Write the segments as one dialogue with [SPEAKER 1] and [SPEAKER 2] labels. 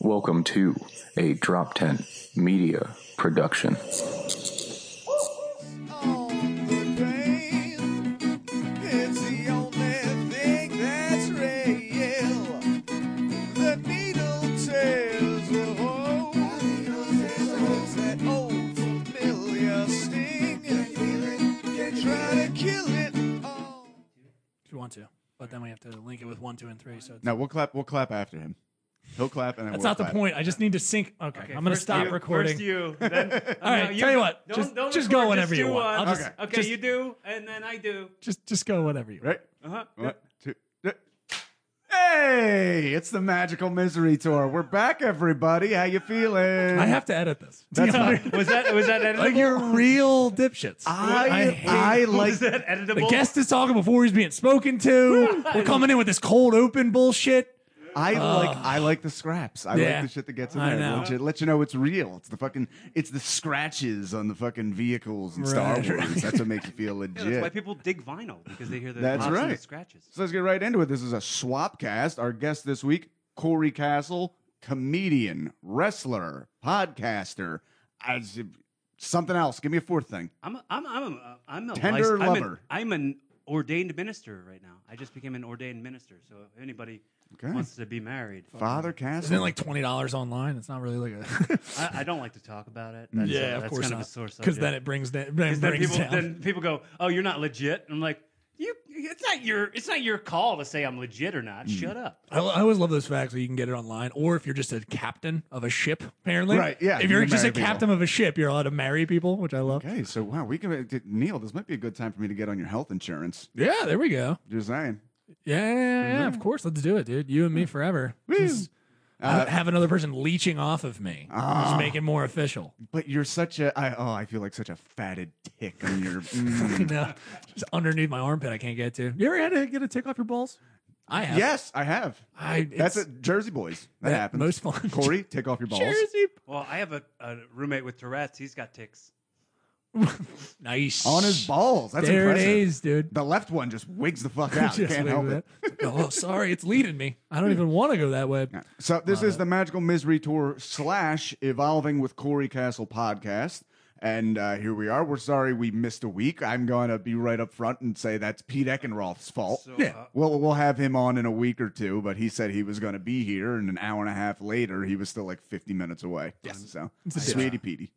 [SPEAKER 1] Welcome to a Drop Tent Media production.
[SPEAKER 2] If you want to, but then we have to link it with one, two, and three. So it's,
[SPEAKER 3] No, we'll clap. We'll clap after him. He'll clap, and then
[SPEAKER 2] that's
[SPEAKER 3] we'll
[SPEAKER 2] not the
[SPEAKER 3] clap.
[SPEAKER 2] point. I just need to sync. Okay, I'm gonna
[SPEAKER 4] first
[SPEAKER 2] stop
[SPEAKER 4] you,
[SPEAKER 2] recording.
[SPEAKER 4] First you. Then,
[SPEAKER 2] All right, tell you what, just- just go whenever you want. I'll
[SPEAKER 3] just-
[SPEAKER 4] okay,
[SPEAKER 2] just-
[SPEAKER 4] you do, and then I do.
[SPEAKER 2] Just just go whatever you.
[SPEAKER 3] Right?
[SPEAKER 4] Uh-huh.
[SPEAKER 3] One, two, three. Hey, it's the Magical Misery Tour. We're back, everybody. How you feeling?
[SPEAKER 2] I have to edit this.
[SPEAKER 3] That's fine.
[SPEAKER 4] Was that was that editable?
[SPEAKER 2] like you're real dipshits.
[SPEAKER 3] I,
[SPEAKER 2] hate-
[SPEAKER 3] I,
[SPEAKER 4] was
[SPEAKER 3] like
[SPEAKER 4] that editable?
[SPEAKER 2] the guest is talking before he's being spoken to. We're coming in with this cold open bullshit.
[SPEAKER 3] I like I like the scraps. I
[SPEAKER 2] Yeah.
[SPEAKER 3] like the shit that gets in
[SPEAKER 2] I
[SPEAKER 3] there.
[SPEAKER 2] know.
[SPEAKER 3] Let you, let you know it's real. It's the fucking it's the scratches on the fucking vehicles and Star
[SPEAKER 2] Right,
[SPEAKER 3] Wars.
[SPEAKER 2] right.
[SPEAKER 3] That's what makes you feel
[SPEAKER 4] Yeah,
[SPEAKER 3] legit.
[SPEAKER 4] that's why people dig vinyl because they hear the
[SPEAKER 3] That's
[SPEAKER 4] pops and the
[SPEAKER 3] right.
[SPEAKER 4] scratches.
[SPEAKER 3] So let's get right into it. This is a swap cast. Our guest this week, Corey Castle, comedian, wrestler, podcaster, I- something else. Give me a fourth thing.
[SPEAKER 4] I'm a, I'm I'm a, I'm a
[SPEAKER 3] Tender
[SPEAKER 4] lic- I'm an-
[SPEAKER 3] lover.
[SPEAKER 4] I'm an, ordained minister right now. I just became an ordained minister. So if anybody
[SPEAKER 3] Okay.
[SPEAKER 4] wants to be married,
[SPEAKER 3] Father
[SPEAKER 2] Isn't it
[SPEAKER 3] Castle.
[SPEAKER 2] like twenty dollars online? It's not really like a
[SPEAKER 4] I, I don't like to talk about it. That's
[SPEAKER 2] yeah,
[SPEAKER 4] a,
[SPEAKER 2] of
[SPEAKER 4] that's
[SPEAKER 2] course
[SPEAKER 4] kind
[SPEAKER 2] not.
[SPEAKER 4] of a source
[SPEAKER 2] Because then it brings down. Then it
[SPEAKER 4] then
[SPEAKER 2] brings
[SPEAKER 4] people
[SPEAKER 2] down.
[SPEAKER 4] then people go, "Oh, you're not legit." And I'm like, "You, it's not your it's not your call to say I'm legit or
[SPEAKER 2] Hmm.
[SPEAKER 4] not. Shut up."
[SPEAKER 2] I, I always love those facts that you can get it online, or if you're just a captain of a ship, apparently.
[SPEAKER 3] Right, yeah,
[SPEAKER 2] If
[SPEAKER 3] you
[SPEAKER 2] you're
[SPEAKER 3] can
[SPEAKER 2] just a
[SPEAKER 3] marry people.
[SPEAKER 2] captain of a ship, you're allowed to marry people, which I love.
[SPEAKER 3] Okay, so wow, we can uh, Neil. This might be a good time for me to get on your health insurance.
[SPEAKER 2] Yeah, there we go.
[SPEAKER 3] Just saying.
[SPEAKER 2] Yeah, yeah, yeah, yeah, of course. Let's do it, dude. You and me forever. Just
[SPEAKER 3] Uh,
[SPEAKER 2] have another person leeching off of me.
[SPEAKER 3] Ah.
[SPEAKER 2] just make it more official.
[SPEAKER 3] But you're such a I oh I feel like such a fatted tick on your mm.
[SPEAKER 2] You know, just underneath my armpit, I can't get to. You ever had to get a tick off your balls? I have.
[SPEAKER 3] Yes, I have.
[SPEAKER 2] I,
[SPEAKER 3] That's
[SPEAKER 2] it's-
[SPEAKER 3] a Jersey boys. That,
[SPEAKER 2] that
[SPEAKER 3] happens.
[SPEAKER 2] most fun.
[SPEAKER 3] Corey, take off your balls.
[SPEAKER 2] Jersey.
[SPEAKER 4] Well, I have a, a roommate with Tourette's. He's got ticks.
[SPEAKER 2] Nice.
[SPEAKER 3] On his balls. That's
[SPEAKER 2] there
[SPEAKER 3] impressive.
[SPEAKER 2] it is, dude.
[SPEAKER 3] The left one just wigs the fuck out.
[SPEAKER 2] Just
[SPEAKER 3] Can't
[SPEAKER 2] leave
[SPEAKER 3] help
[SPEAKER 2] it.
[SPEAKER 3] it.
[SPEAKER 2] oh, sorry, it's leading me. I don't even want to go that way.
[SPEAKER 3] Yeah. So this is the Magical Misery Tour slash Evolving with Corey Castle podcast. And uh, here we are. We're sorry we missed a week. I'm going to be right up front and say that's Pete Eckenroth's fault.
[SPEAKER 4] So,
[SPEAKER 2] Oh,
[SPEAKER 4] uh,
[SPEAKER 2] Yeah.
[SPEAKER 3] Well, we'll have him on in a week or two, but he said he was going to be here, and an hour and a half later, he was still like 50 minutes away. Yes. So,
[SPEAKER 2] a bitch.
[SPEAKER 3] sweetie Petey.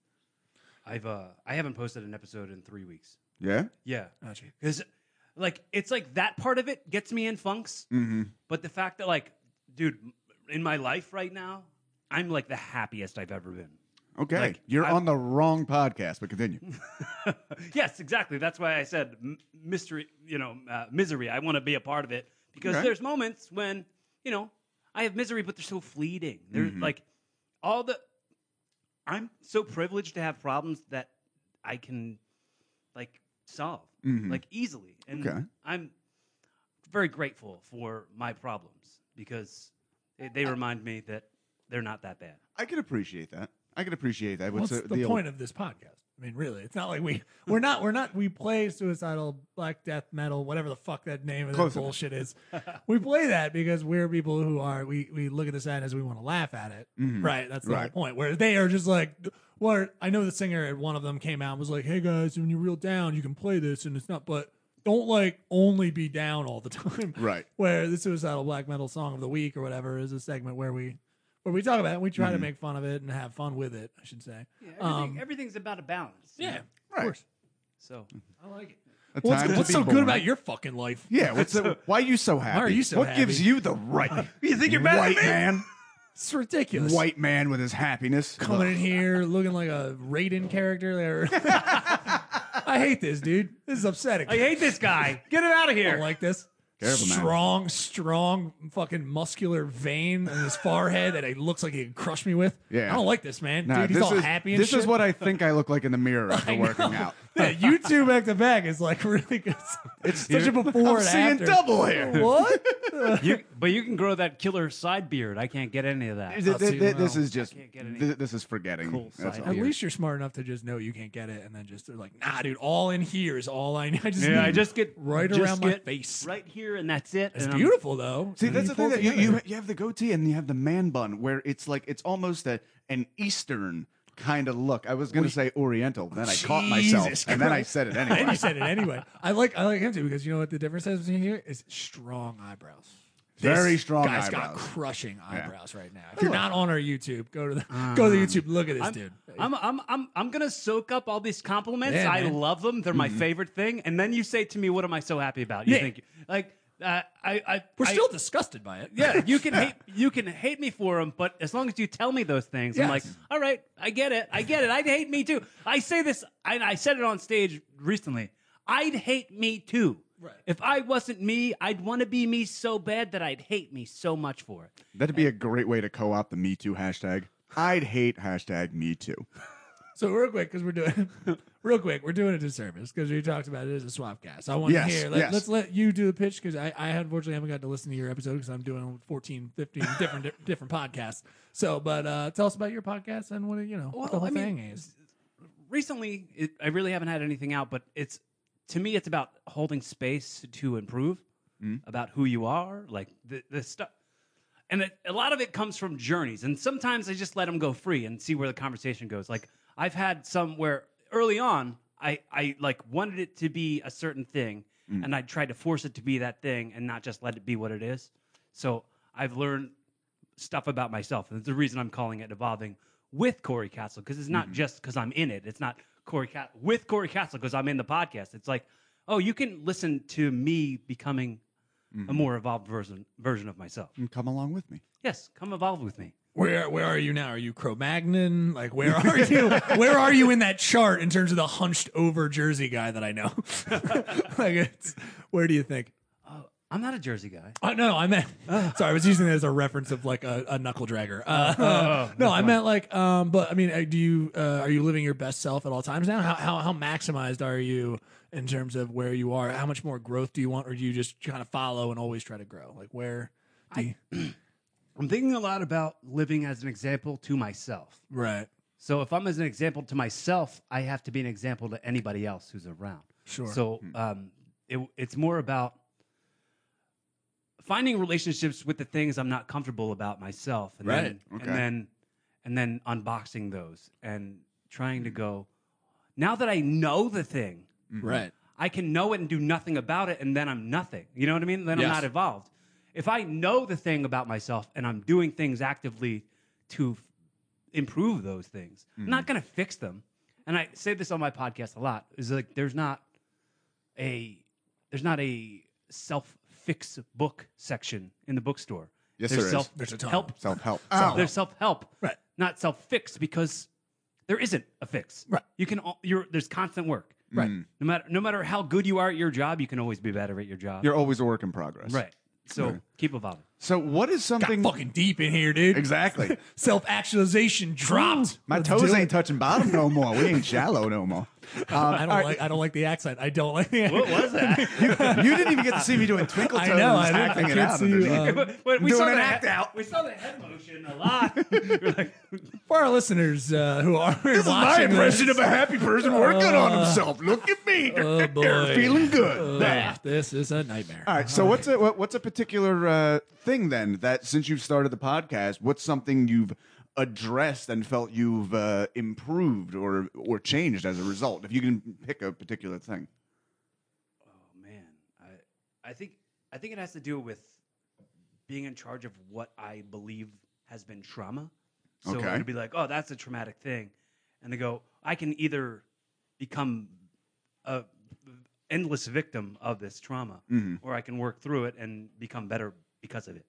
[SPEAKER 4] I've uh, I haven't posted an episode in three weeks.
[SPEAKER 3] Yeah?
[SPEAKER 4] Yeah,
[SPEAKER 2] Gotcha.
[SPEAKER 4] because like it's like that part of it gets me in funks,
[SPEAKER 3] Mm-hmm.
[SPEAKER 4] but the fact that like, dude, in my life right now, I'm like the happiest I've ever been.
[SPEAKER 3] Okay.
[SPEAKER 4] Like,
[SPEAKER 3] You're
[SPEAKER 4] I'm-
[SPEAKER 3] on the wrong podcast, but continue.
[SPEAKER 4] yes, exactly. That's why I said m- mystery, you know, uh, misery. I want to be a part of it because
[SPEAKER 3] Okay.
[SPEAKER 4] there's moments when, you know, I have misery, but they're so fleeting. They're like all the. I'm so privileged to have problems that I can like solve
[SPEAKER 3] Mhm.
[SPEAKER 4] like easily. And
[SPEAKER 3] Okay.
[SPEAKER 4] I'm very grateful for my problems because they, they remind me that they're not that bad.
[SPEAKER 3] I can appreciate that. I can appreciate that.
[SPEAKER 2] What's
[SPEAKER 3] uh,
[SPEAKER 2] the,
[SPEAKER 3] old-
[SPEAKER 2] point of this podcast? I mean, really, it's not like we we're not we're not we play suicidal black death metal, whatever the fuck that name of that
[SPEAKER 3] Close enough.
[SPEAKER 2] bullshit is. we play that because we're people who are we we look at this ad as we want to laugh at it,
[SPEAKER 3] Mhm.
[SPEAKER 2] right? That's the whole
[SPEAKER 3] Right.
[SPEAKER 2] point. Where they are just like, well, I know the singer at one of them came out and was like, hey guys, when you're real down, you can play this, and it's not, but don't like only be down all the time,
[SPEAKER 3] Right.
[SPEAKER 2] where the suicidal black metal song of the week or whatever is a segment where we where we talk about it and we try to
[SPEAKER 3] Mm-hmm.
[SPEAKER 2] make fun of it and have fun with it i should say
[SPEAKER 4] Yeah, everything,
[SPEAKER 2] Um,
[SPEAKER 4] everything's about a balance. you
[SPEAKER 2] yeah
[SPEAKER 4] know?
[SPEAKER 3] Right.
[SPEAKER 4] So I like it.
[SPEAKER 3] A
[SPEAKER 2] what's,
[SPEAKER 3] time to
[SPEAKER 2] what's
[SPEAKER 3] be
[SPEAKER 2] so
[SPEAKER 3] born.
[SPEAKER 2] good about your fucking life
[SPEAKER 3] Yeah, what's the, why are you so happy?
[SPEAKER 2] are you so
[SPEAKER 3] What
[SPEAKER 2] happy?
[SPEAKER 3] gives you the right?
[SPEAKER 4] You think you're
[SPEAKER 3] white man,
[SPEAKER 2] it's ridiculous
[SPEAKER 3] white man with his happiness
[SPEAKER 2] coming in here looking like a raiden character there i hate this dude this is upsetting
[SPEAKER 4] I hate this guy. Get him out of
[SPEAKER 2] I don't
[SPEAKER 4] here.
[SPEAKER 2] like this
[SPEAKER 3] Terrible, man.
[SPEAKER 2] strong strong fucking muscular vein in his forehead that he looks like he could crush me with
[SPEAKER 3] Yeah.
[SPEAKER 2] i don't like this man
[SPEAKER 3] Nah,
[SPEAKER 2] dude he's
[SPEAKER 3] this
[SPEAKER 2] all
[SPEAKER 3] is,
[SPEAKER 2] happy and
[SPEAKER 3] this is
[SPEAKER 2] shit.
[SPEAKER 3] what I think I look like in the mirror after
[SPEAKER 2] I
[SPEAKER 3] working
[SPEAKER 2] know.
[SPEAKER 3] out.
[SPEAKER 2] Yeah, you two back to back is like really good. It's such a before
[SPEAKER 3] I'm
[SPEAKER 2] and
[SPEAKER 3] seeing
[SPEAKER 2] after.
[SPEAKER 3] double here.
[SPEAKER 2] What?
[SPEAKER 4] You, but you can grow that killer side beard. I can't get any of that.
[SPEAKER 3] Th- th- th- this
[SPEAKER 2] well,
[SPEAKER 3] is just
[SPEAKER 4] can't get any
[SPEAKER 3] th- this is forgetting.
[SPEAKER 4] cool
[SPEAKER 3] That's
[SPEAKER 4] side
[SPEAKER 3] all.
[SPEAKER 2] At least you're smart enough to just know you can't get it, and then just they're like, nah, dude, all in here is all I need. I just
[SPEAKER 4] Yeah, I
[SPEAKER 2] need
[SPEAKER 4] just get
[SPEAKER 2] right
[SPEAKER 4] just
[SPEAKER 2] around my
[SPEAKER 4] get
[SPEAKER 2] face.
[SPEAKER 4] right here here, and that's it.
[SPEAKER 2] It's
[SPEAKER 4] and I'm-
[SPEAKER 2] beautiful though.
[SPEAKER 3] See,
[SPEAKER 2] And
[SPEAKER 3] that's
[SPEAKER 2] you
[SPEAKER 3] the thing
[SPEAKER 2] pull
[SPEAKER 3] that you,
[SPEAKER 2] together.
[SPEAKER 3] you you have the goatee and you have the man bun, where it's like it's almost a an Eastern kind of look. I was gonna say Oriental, then I caught myself,
[SPEAKER 2] Jesus
[SPEAKER 3] and then I
[SPEAKER 2] Christ.
[SPEAKER 3] said it
[SPEAKER 2] and
[SPEAKER 3] anyway.
[SPEAKER 2] you said it anyway. I like I like him too because you know what the difference is between here is strong eyebrows.
[SPEAKER 3] Very strong
[SPEAKER 2] Guy's got
[SPEAKER 3] eyebrows.
[SPEAKER 2] crushing eyebrows right now. If you're not on our YouTube, go to the go to YouTube. Look at this dude.
[SPEAKER 4] I'm, I'm, I'm, I'm gonna soak up all these compliments.
[SPEAKER 2] Yeah,
[SPEAKER 4] I
[SPEAKER 2] man. Mm-hmm.
[SPEAKER 4] love them. They're my favorite thing. And then you say to me, "What am I so happy about?" You
[SPEAKER 2] Yeah.
[SPEAKER 4] think like uh, I, I,
[SPEAKER 2] We're
[SPEAKER 4] I-
[SPEAKER 2] still disgusted by it.
[SPEAKER 4] yeah. You can hate, you can hate me for them, but as long as you tell me those things, I'm like,
[SPEAKER 2] Yes.
[SPEAKER 4] all right, I get it. I get it. I'd hate me too. I say this, and I said it on stage recently. I'd hate me too.
[SPEAKER 2] Right.
[SPEAKER 4] If I wasn't me, I'd want to be me so bad that I'd hate me so much for it.
[SPEAKER 3] That'd
[SPEAKER 2] Uh,
[SPEAKER 3] be a great way to co-opt the Me Too hashtag. I'd hate hashtag Me Too.
[SPEAKER 2] So real quick, because we're doing real quick, we're doing a disservice because we talked about it as a swap cast. I want to
[SPEAKER 3] Yes,
[SPEAKER 2] hear. Let,
[SPEAKER 3] yes.
[SPEAKER 2] Let's let you do the pitch because I, I unfortunately haven't got to listen to your episode because I'm doing 14, 15 different di- different podcasts. So, but uh, tell us about your podcast and what it- you know what the whole
[SPEAKER 4] Well, I mean,
[SPEAKER 2] thing is.
[SPEAKER 4] recently it, i really haven't had anything out but it's to me it's about holding space to improve about who you are like the, the stuff and it, a lot of it comes from journeys and sometimes i just let them go free and see where the conversation goes like i've had some where early on i i like wanted it to be a certain thing and i tried to force it to be that thing and not just let it be what it is so i've learned stuff about myself. And it's the reason I'm calling it evolving with Corey Castle because it's not just because I'm in it. It's not Corey Ca- with Corey Castle because I'm in the podcast. It's like, oh, you can listen to me becoming a more evolved version version of myself.
[SPEAKER 3] And come along with me.
[SPEAKER 4] Yes, come evolve with me.
[SPEAKER 2] Where where are you now? Are you Cro-Magnon? Like where are you? where are you in that chart in terms of the hunched over Jersey guy that I know? like it's, where do you think?
[SPEAKER 4] I'm not a Jersey guy.
[SPEAKER 2] Uh, no, I meant. sorry, I was using it as a reference of like a, a knuckle dragger. Uh, no, I meant like. Um, but I mean, uh, do you uh, are you living your best self at all times now? How, how how maximized are you in terms of where you are? How much more growth do you want, or do you just kind of follow and always try to grow? Like where? do you-
[SPEAKER 4] I'm thinking a lot about living as an example to myself.
[SPEAKER 2] right.
[SPEAKER 4] So if I'm as an example to myself, I have to be an example to anybody else who's around.
[SPEAKER 2] Sure. Hmm.
[SPEAKER 4] So um, it, it's more about finding relationships with the things I'm not comfortable about myself, and
[SPEAKER 2] Right.
[SPEAKER 4] then
[SPEAKER 3] Okay.
[SPEAKER 4] and then and then unboxing those and trying to
[SPEAKER 2] Hmm.
[SPEAKER 4] go. Now that I know the thing,
[SPEAKER 2] Right.
[SPEAKER 4] I can know it and do nothing about it, and then I'm nothing. You know what I mean? Then
[SPEAKER 2] Yes.
[SPEAKER 4] I'm not evolved. If I know the thing about myself and I'm doing things actively to f- improve those things, I'm
[SPEAKER 3] Mm.
[SPEAKER 4] not going to fix them. And I say this on my podcast a lot: is like there's not a there's not a self fix book section in the bookstore.
[SPEAKER 3] Yes,
[SPEAKER 4] there's
[SPEAKER 3] there is.
[SPEAKER 4] self
[SPEAKER 2] There's a ton.
[SPEAKER 4] help.
[SPEAKER 3] Self help.
[SPEAKER 2] Oh.
[SPEAKER 4] There's self help,
[SPEAKER 2] Right.
[SPEAKER 4] Not self fix because there isn't a fix.
[SPEAKER 2] Right.
[SPEAKER 4] You can al- you're there's constant work.
[SPEAKER 2] Right.
[SPEAKER 4] No matter no matter how good you are at your job, you can always be better at your job.
[SPEAKER 3] You're always a work in progress.
[SPEAKER 4] right. So keep evolving.
[SPEAKER 3] So what is something
[SPEAKER 2] Fucking deep in here, dude.
[SPEAKER 3] exactly?
[SPEAKER 2] Self actualization dropped.
[SPEAKER 3] My
[SPEAKER 2] Let's
[SPEAKER 3] toes
[SPEAKER 2] do
[SPEAKER 3] ain't
[SPEAKER 2] it.
[SPEAKER 3] touching bottom no more. We ain't shallow no more. Um,
[SPEAKER 2] I don't
[SPEAKER 3] all right.
[SPEAKER 2] like. I don't like the accent. I don't like the. accent.
[SPEAKER 4] was that?
[SPEAKER 3] you didn't even get to see me doing twinkle
[SPEAKER 2] I
[SPEAKER 3] toes.
[SPEAKER 2] know, I didn't- I
[SPEAKER 3] acting it
[SPEAKER 2] can't
[SPEAKER 3] out.
[SPEAKER 2] see you,
[SPEAKER 3] underneath.
[SPEAKER 2] uh,
[SPEAKER 4] we
[SPEAKER 3] Doing
[SPEAKER 4] saw
[SPEAKER 3] an
[SPEAKER 4] the
[SPEAKER 3] act
[SPEAKER 4] he-
[SPEAKER 3] out.
[SPEAKER 4] We saw the head motion a lot.
[SPEAKER 2] For our listeners uh, who are
[SPEAKER 3] this is my impression of a happy person working on himself. Look at me.
[SPEAKER 2] Oh boy, Uh,
[SPEAKER 3] Feeling good.
[SPEAKER 2] Ugh, this is a nightmare.
[SPEAKER 3] All right. So what's a what, what's a particular uh, thing then that since you've started the podcast, what's something you've addressed and felt you've uh, improved or or changed as a result? If you can pick a particular thing.
[SPEAKER 4] Oh man, I I think I think it has to do with being in charge of what I believe has been trauma. So
[SPEAKER 3] Okay.
[SPEAKER 4] it'd be like, oh, that's a traumatic thing, and they go, I can either become a endless victim of this trauma, or I can work through it and become better because of it.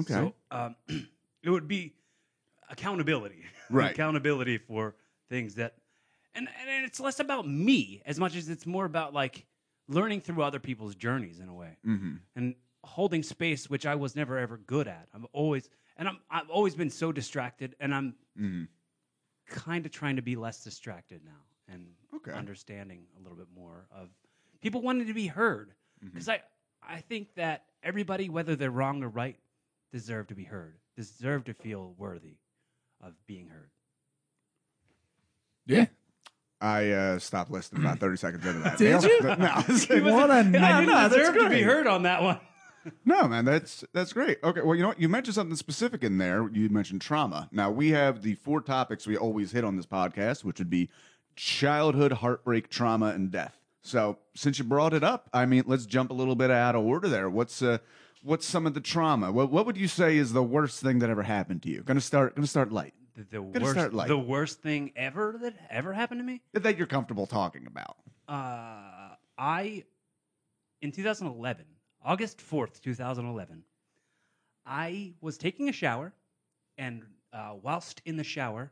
[SPEAKER 3] Okay.
[SPEAKER 4] So um, it would be accountability.
[SPEAKER 3] Right.
[SPEAKER 4] accountability for things that, and, and it's less about me as much as it's more about like learning through other people's journeys in a way
[SPEAKER 3] mm-hmm.
[SPEAKER 4] and holding space, which I was never ever good at. I've always, and I'm, I've always been so distracted and I'm
[SPEAKER 3] Mm-hmm.
[SPEAKER 4] kind of trying to be less distracted now and
[SPEAKER 3] Okay.
[SPEAKER 4] understanding a little bit more of people wanting to be heard
[SPEAKER 3] Mm-hmm.
[SPEAKER 4] because I I think that everybody, whether they're wrong or right, deserve to be heard, deserve to feel worthy of being heard.
[SPEAKER 2] Yeah.
[SPEAKER 3] I uh, stopped listening about 30 seconds into that.
[SPEAKER 2] Did you?
[SPEAKER 3] No, I was
[SPEAKER 4] He
[SPEAKER 3] like,
[SPEAKER 4] wasn't-
[SPEAKER 2] What a-
[SPEAKER 4] I didn't
[SPEAKER 2] No,
[SPEAKER 3] no, that's
[SPEAKER 4] deserve to be
[SPEAKER 3] great.
[SPEAKER 4] heard on that one.
[SPEAKER 3] No, man, that's that's great. Okay, well, you know what? You mentioned something specific in there. You mentioned trauma. Now we have the four topics we always hit on this podcast, which would be childhood heartbreak, trauma, and death. So since you brought it up, I mean, let's jump a little bit out of order there. What's uh, what's some of the trauma? What what would you say is the worst thing that ever happened to you? Gonna start gonna start light
[SPEAKER 4] The, the
[SPEAKER 3] Gotta
[SPEAKER 4] worst,
[SPEAKER 3] start light.
[SPEAKER 4] the worst thing ever that ever happened to me.
[SPEAKER 3] that you're comfortable talking about.
[SPEAKER 4] Uh, I, in 2011, August 4th, 2011, I was taking a shower, and uh, whilst in the shower,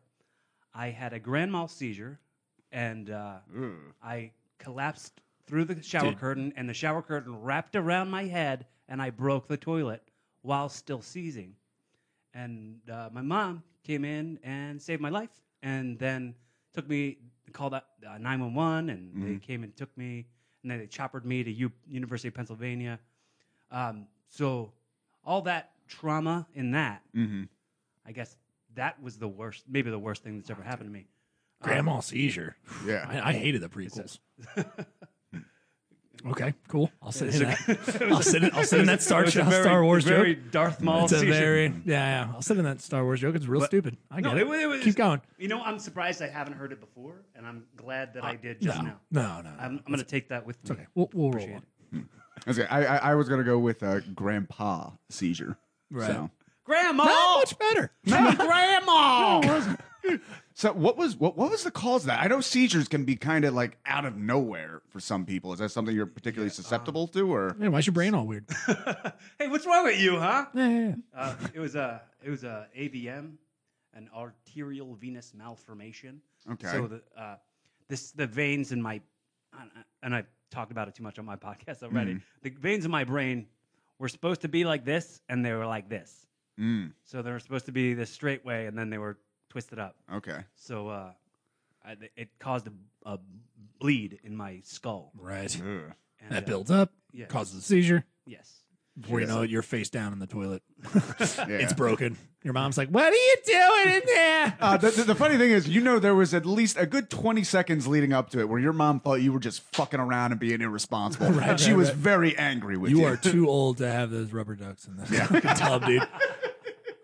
[SPEAKER 4] I had a grand mal seizure, and uh, I collapsed through the shower
[SPEAKER 2] Dude.
[SPEAKER 4] curtain, and the shower curtain wrapped around my head, and I broke the toilet while still seizing. And uh, my mom came in and saved my life, and then took me, called out uh, 911, and they came and took me, and then they choppered me to U- University of Pennsylvania. Um, so all that trauma in that,
[SPEAKER 3] Mm-hmm.
[SPEAKER 4] I guess that was the worst, maybe the worst thing that's ever happened to me.
[SPEAKER 2] Grandma seizure.
[SPEAKER 3] Yeah.
[SPEAKER 2] I, I hated the prequels. okay, cool. I'll sit in that. I'll sit in. I'll sit in that Star,
[SPEAKER 4] It's a
[SPEAKER 2] Star Wars
[SPEAKER 4] very
[SPEAKER 2] joke.
[SPEAKER 4] Darth Maul
[SPEAKER 2] It's a
[SPEAKER 4] seizure.
[SPEAKER 2] very yeah, yeah. I'll sit in that Star Wars joke. It's real stupid. I get
[SPEAKER 4] No,
[SPEAKER 2] it.
[SPEAKER 4] it wa- it was-
[SPEAKER 2] Keep going.
[SPEAKER 4] You know, I'm surprised I haven't heard it before, and I'm glad that I did just
[SPEAKER 2] Uh, No,
[SPEAKER 4] now.
[SPEAKER 2] no, no. no.
[SPEAKER 4] I'm, I'm going to take that with me.
[SPEAKER 2] okay, we'll, we'll roll. on.
[SPEAKER 3] That's good. I, I I was gonna go with uh, grandpa seizure.
[SPEAKER 2] Right.
[SPEAKER 3] So.
[SPEAKER 4] Grandma!
[SPEAKER 2] Not much better.
[SPEAKER 4] Grandma!
[SPEAKER 3] So what was what what was the cause of that? I know seizures can be kind of like out of nowhere for some people. Is that something you're particularly
[SPEAKER 2] uh-huh.
[SPEAKER 3] susceptible to, or
[SPEAKER 2] Man, why's your brain all weird?
[SPEAKER 4] hey, what's wrong with you, huh?
[SPEAKER 2] Yeah, yeah, yeah.
[SPEAKER 4] Uh, it was a it was a AVM, an arterial venous malformation.
[SPEAKER 3] Okay.
[SPEAKER 4] So the uh, this the veins in my and I've talked about it too much on my podcast already.
[SPEAKER 2] Mm-hmm.
[SPEAKER 4] The veins in my brain were supposed to be like this, and they were like this.
[SPEAKER 3] Mm,
[SPEAKER 4] So they were supposed to be the straight way, and then they were twisted up.
[SPEAKER 3] okay?
[SPEAKER 4] So uh, I, it caused a, a bleed in my skull.
[SPEAKER 2] Right.
[SPEAKER 3] Ugh.
[SPEAKER 4] And,
[SPEAKER 2] That
[SPEAKER 4] uh,
[SPEAKER 2] builds up,
[SPEAKER 4] Yes.
[SPEAKER 2] causes a seizure.
[SPEAKER 4] Yes.
[SPEAKER 2] Before you know it, you're face down in the toilet.
[SPEAKER 3] Yeah.
[SPEAKER 2] It's broken. Your mom's like, "What are you doing in there?"
[SPEAKER 3] Uh, the, the, the funny thing is, you know, there was at least a good 20 seconds leading up to it where your mom thought you were just fucking around and being irresponsible. and she
[SPEAKER 2] right,
[SPEAKER 3] was
[SPEAKER 2] right.
[SPEAKER 3] very angry with you.
[SPEAKER 2] You are too old to have those rubber ducks in the tub, dude.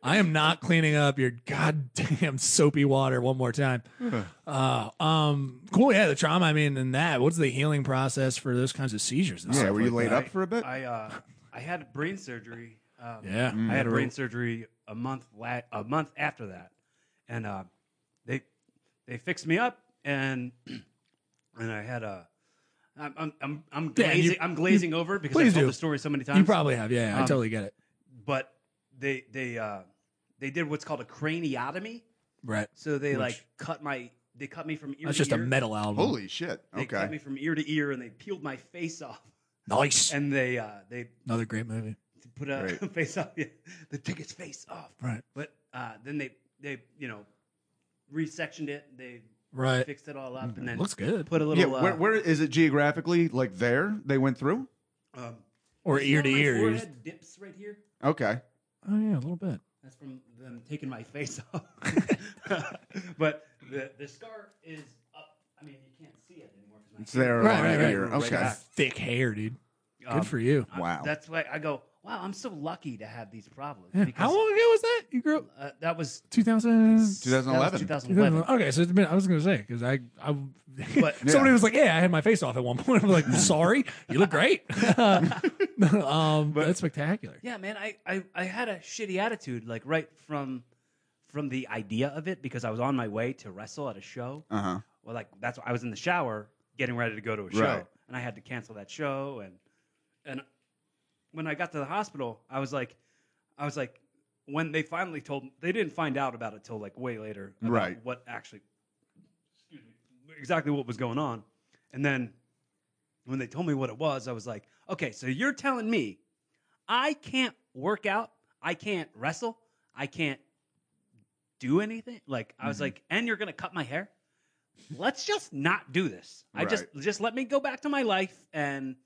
[SPEAKER 2] I am not cleaning up your goddamn soapy water one more time. Uh, um, cool. Yeah, the trauma. I mean, and that. What's the healing process for those kinds of seizures? and
[SPEAKER 3] yeah,
[SPEAKER 2] stuff
[SPEAKER 3] were you
[SPEAKER 2] like
[SPEAKER 3] laid
[SPEAKER 2] that?
[SPEAKER 3] up for a bit?
[SPEAKER 4] I uh, I had brain surgery. Um,
[SPEAKER 2] Yeah,
[SPEAKER 3] Mm-hmm.
[SPEAKER 4] I had
[SPEAKER 2] a
[SPEAKER 4] brain surgery a month la- a month after that, and uh, they they fixed me up and and I had a I'm I'm I'm, I'm
[SPEAKER 2] Dan, you-
[SPEAKER 4] glazing I'm glazing over because
[SPEAKER 2] please
[SPEAKER 4] I've told
[SPEAKER 2] do.
[SPEAKER 4] the story so many times.
[SPEAKER 2] You probably have. Yeah, yeah, I
[SPEAKER 4] Um,
[SPEAKER 2] totally get it.
[SPEAKER 4] but they they uh, they did what's called a craniotomy.
[SPEAKER 2] Right.
[SPEAKER 4] So they
[SPEAKER 2] Which-
[SPEAKER 4] like cut my they cut me from ear
[SPEAKER 2] That's
[SPEAKER 4] to
[SPEAKER 2] just a
[SPEAKER 4] ear.
[SPEAKER 2] metal album.
[SPEAKER 3] Holy shit.
[SPEAKER 4] They cut me
[SPEAKER 3] Okay.
[SPEAKER 4] from ear to ear and they peeled my face off
[SPEAKER 2] nice.
[SPEAKER 4] and they uh, they
[SPEAKER 2] Another great movie.
[SPEAKER 4] put a
[SPEAKER 3] Great.
[SPEAKER 4] face off. Yeah. They took his face off.
[SPEAKER 2] Right.
[SPEAKER 4] But uh, then they they you know resectioned it. They
[SPEAKER 2] Right.
[SPEAKER 4] fixed it all up and then
[SPEAKER 2] Uh, Looks good.
[SPEAKER 4] put a
[SPEAKER 3] Yeah,
[SPEAKER 4] little
[SPEAKER 3] where,
[SPEAKER 4] uh,
[SPEAKER 3] where is it geographically? Like there they went through?
[SPEAKER 4] um,
[SPEAKER 2] Or
[SPEAKER 4] see
[SPEAKER 2] ear
[SPEAKER 4] how
[SPEAKER 2] to
[SPEAKER 4] my
[SPEAKER 2] ear. you just-
[SPEAKER 4] forehead dips right here.
[SPEAKER 3] Okay.
[SPEAKER 2] Oh yeah, a little bit.
[SPEAKER 4] That's from them taking my face off. but the the scar is up. I mean, you can't see it anymore because my
[SPEAKER 3] It's
[SPEAKER 4] hair-
[SPEAKER 3] there
[SPEAKER 2] Right,
[SPEAKER 3] on
[SPEAKER 2] right, right.
[SPEAKER 3] here.
[SPEAKER 4] Right
[SPEAKER 3] Okay.
[SPEAKER 4] back.
[SPEAKER 2] Thick hair, dude. Good
[SPEAKER 4] Um,
[SPEAKER 2] for you.
[SPEAKER 4] I-
[SPEAKER 3] Wow.
[SPEAKER 4] That's why I go. Wow, I'm so lucky to have these problems.
[SPEAKER 2] Yeah.
[SPEAKER 4] Because,
[SPEAKER 2] How long ago was that? You grew up
[SPEAKER 4] Uh, that was
[SPEAKER 2] 2000.
[SPEAKER 4] that was
[SPEAKER 3] 2011.
[SPEAKER 4] 2011.
[SPEAKER 2] Okay, so it's been, I was gonna say because I, I
[SPEAKER 4] But-
[SPEAKER 2] somebody was like, "Yeah, I had my face off at one point." I'm like, "Sorry, you look great." um, that's spectacular.
[SPEAKER 4] Yeah, man, I, I, I had a shitty attitude like right from from the idea of it because I was on my way to wrestle at a show.
[SPEAKER 3] Uh huh.
[SPEAKER 4] Well, like that's I was in the shower getting ready to go to a show,
[SPEAKER 3] Right.
[SPEAKER 4] and I had to cancel that show. And and when I got to the hospital, I was like, I was like, when they finally told they didn't find out about it till like way later, about
[SPEAKER 3] Right.
[SPEAKER 4] What actually, excuse me, exactly what was going on, and then when they told me what it was, I was like, okay, so you're telling me I can't work out, I can't wrestle, I can't do anything. Like I was like, and you're gonna cut my hair. Let's just not do this. I just just let me go back to my life and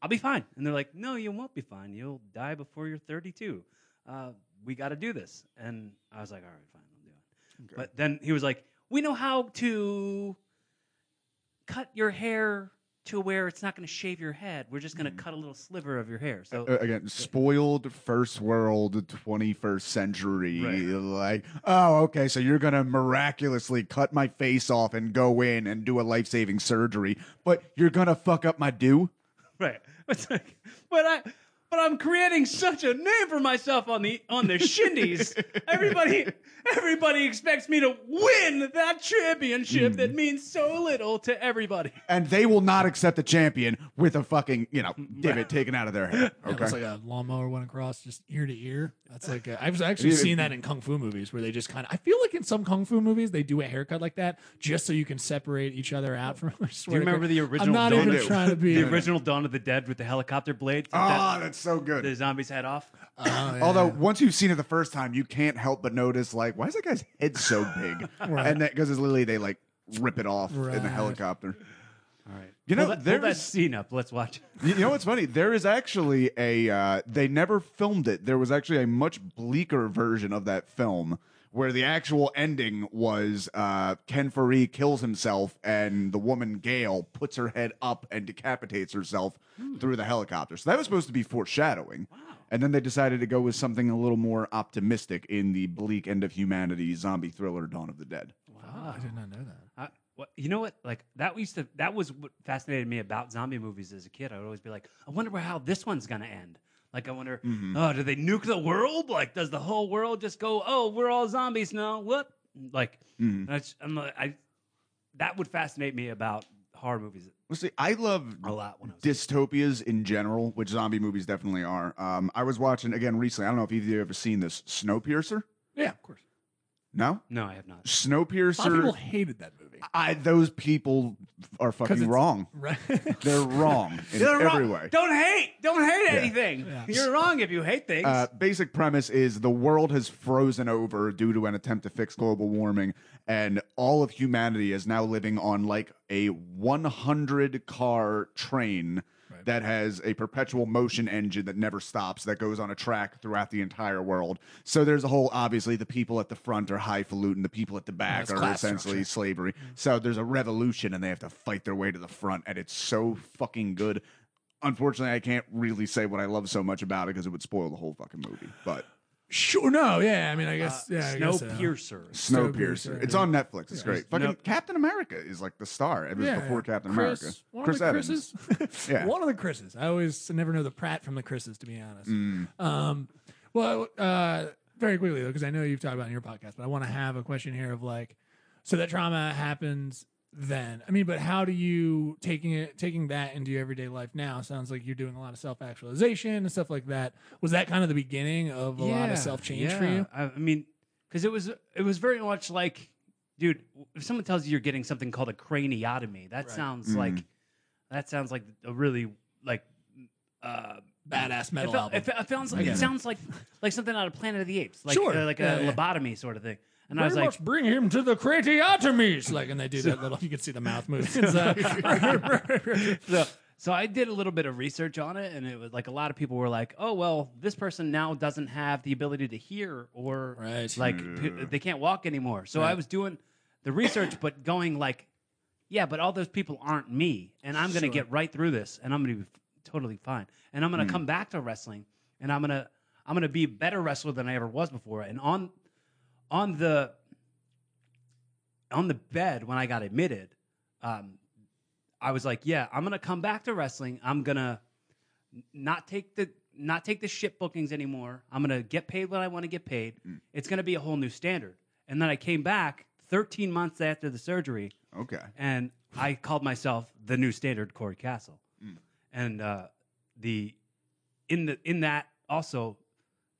[SPEAKER 4] I'll be fine. And they're like, no, you won't be fine. You'll die before you're 32. Uh, we got to do this. And I was like, all right, fine, I'll do it. But then he was like, we know how to cut your hair to where it's not going to shave your head. We're just going to cut a little sliver of your hair. So
[SPEAKER 3] Uh, again, spoiled first world, 21st century.
[SPEAKER 4] Right.
[SPEAKER 3] Like, oh, okay, so you're going to miraculously cut my face off and go in and do a life saving surgery, but you're going to fuck up my do?
[SPEAKER 4] right, It's like, but I. But I'm creating such a name for myself on the on the shindies. everybody, everybody expects me to win that championship that means so little to everybody.
[SPEAKER 3] And they will not accept a champion with a fucking, you know, divot taken out of their head.
[SPEAKER 2] It's
[SPEAKER 3] Okay.
[SPEAKER 2] like a lawnmower went across just ear to ear. That's like i I've actually seen that in kung fu movies where they just kind of. I feel like in some kung fu movies they do a haircut like that just so you can separate each other out from. I
[SPEAKER 4] Do you
[SPEAKER 2] swear to
[SPEAKER 4] remember
[SPEAKER 2] God.
[SPEAKER 4] the original?
[SPEAKER 2] I'm not
[SPEAKER 4] Dawn
[SPEAKER 2] even
[SPEAKER 4] of-
[SPEAKER 2] trying to be.
[SPEAKER 4] the original Dawn of the Dead with the helicopter blades.
[SPEAKER 3] Ah,
[SPEAKER 4] that
[SPEAKER 3] that's so good.
[SPEAKER 4] the zombies head off.
[SPEAKER 2] Oh, yeah.
[SPEAKER 3] Although once you've seen it the first time, you can't help but notice like, why is that guy's head so big? And that because it's literally they like rip it off in
[SPEAKER 2] Right.
[SPEAKER 3] the helicopter.
[SPEAKER 4] All right.
[SPEAKER 3] You know,
[SPEAKER 4] pull that, pull that
[SPEAKER 3] there's-
[SPEAKER 4] scene up. Let's watch.
[SPEAKER 3] You, you know what's funny? There is actually a uh, they never filmed it. There was actually a much bleaker version of that film where the actual ending was uh, Ken Faree kills himself and the woman Gail puts her head up and decapitates herself through the helicopter. So that was supposed to be foreshadowing. And then they decided to go with something a little more optimistic in the bleak end of humanity zombie thriller Dawn of the Dead.
[SPEAKER 2] Oh, I did not know that.
[SPEAKER 4] I, what, you know what? Like that used to. That was what fascinated me about zombie movies as a kid. I would always be like, I wonder where- how this one's gonna end. Like I wonder,
[SPEAKER 3] Mm-hmm.
[SPEAKER 4] oh, do they nuke the world? Like, does the whole world just go? Oh, we're all zombies now. What? Like,
[SPEAKER 3] Mm-hmm.
[SPEAKER 4] that's, I'm like, I. That would fascinate me about horror movies
[SPEAKER 3] Well, see, I love
[SPEAKER 4] a lot when I was.
[SPEAKER 3] dystopias in general, which zombie movies definitely are. Um, I was watching again recently. I don't know if either of you have ever seen this Snowpiercer.
[SPEAKER 2] Yeah, of course.
[SPEAKER 3] No,
[SPEAKER 4] no, I have not.
[SPEAKER 2] A lot of people
[SPEAKER 3] Snowpiercer.
[SPEAKER 2] hated that movie.
[SPEAKER 3] I those people are fucking
[SPEAKER 2] it's-
[SPEAKER 3] wrong.
[SPEAKER 2] Right.
[SPEAKER 3] They're wrong in
[SPEAKER 4] You're
[SPEAKER 3] every
[SPEAKER 4] wrong.
[SPEAKER 3] way.
[SPEAKER 4] Don't hate. Don't hate anything.
[SPEAKER 2] Yeah.
[SPEAKER 4] You're wrong if you hate things.
[SPEAKER 3] Uh, basic premise is the world has frozen over due to an attempt to fix global warming, and all of humanity is now living on like a 100 car train that has a perpetual motion engine that never stops that goes on a track throughout the entire world. So there's a whole obviously the people at the front are highfalutin, the people at the back
[SPEAKER 2] it's
[SPEAKER 3] are
[SPEAKER 2] class Mm-hmm.
[SPEAKER 3] essentially slavery. So there's a revolution and they have to fight their way to the front, and it's so fucking good. Unfortunately, I can't really say what I love so much about it because it would spoil the whole fucking movie. But
[SPEAKER 2] sure. No. Yeah. I mean, I guess. yeah. I guess so.
[SPEAKER 4] Uh, Snowpiercer.
[SPEAKER 3] Snowpiercer,
[SPEAKER 2] Snowpiercer,
[SPEAKER 3] it's
[SPEAKER 2] yeah.
[SPEAKER 3] on Netflix. It's great. Fucking
[SPEAKER 4] Nope.
[SPEAKER 3] Captain America is like the star. It was
[SPEAKER 2] Yeah,
[SPEAKER 3] before
[SPEAKER 2] yeah.
[SPEAKER 3] Captain
[SPEAKER 2] Chris,
[SPEAKER 3] America.
[SPEAKER 2] One
[SPEAKER 3] Chris
[SPEAKER 2] of the
[SPEAKER 3] Evans.
[SPEAKER 2] Chris's.
[SPEAKER 3] Yeah.
[SPEAKER 2] One of the Chris's. I always never know the Pratt from the Chris's, to be honest.
[SPEAKER 3] Mm,
[SPEAKER 2] Um, well, uh, very quickly though, because I know you've talked about it in your podcast, but I want to have a question here of like, so that trauma happens then. I mean, but how do you taking it taking that into your everyday life now? Sounds like you're doing a lot of self actualization and stuff like that. Was that kind of the beginning of a lot of self change for
[SPEAKER 4] yeah.
[SPEAKER 2] you?
[SPEAKER 4] I, I mean, because it was it was very much like, dude, if someone tells you you're getting something called a craniotomy, that sounds like that sounds like a really like uh,
[SPEAKER 2] Badass
[SPEAKER 4] it,
[SPEAKER 2] metal
[SPEAKER 4] felt-
[SPEAKER 2] album.
[SPEAKER 4] it, felt- it sounds like it sounds like like something out of Planet of the Apes, like
[SPEAKER 2] Sure.
[SPEAKER 4] uh, like
[SPEAKER 2] Yeah,
[SPEAKER 4] a
[SPEAKER 2] yeah.
[SPEAKER 4] lobotomy sort of thing. And I
[SPEAKER 2] Very
[SPEAKER 4] was like,
[SPEAKER 2] much bring him to the cratiotomies. Like, and they do that little, you can see the mouth move. It's, uh,
[SPEAKER 4] so, so I did a little bit of research on it, and it was like a lot of people were like, "Oh well, this person now doesn't have the ability to hear, or
[SPEAKER 2] Right.
[SPEAKER 4] like p- they can't walk anymore." So I was doing the research, but going like, "Yeah, but all those people aren't me, and I'm going to get right through this, and I'm going to be f- totally fine, and I'm going to come back to wrestling, and I'm going to I'm going to be a better wrestler than I ever was before." And on on the on the bed when I got admitted, um, I was like, yeah, I'm gonna come back to wrestling. I'm gonna n- not take the not take the shit bookings anymore. I'm gonna get paid what I want to get paid. It's gonna be a whole new standard. And then I came back 13 months after the surgery,
[SPEAKER 3] Okay.
[SPEAKER 4] and I called myself the new standard Corey Castle. And uh, the in the in that also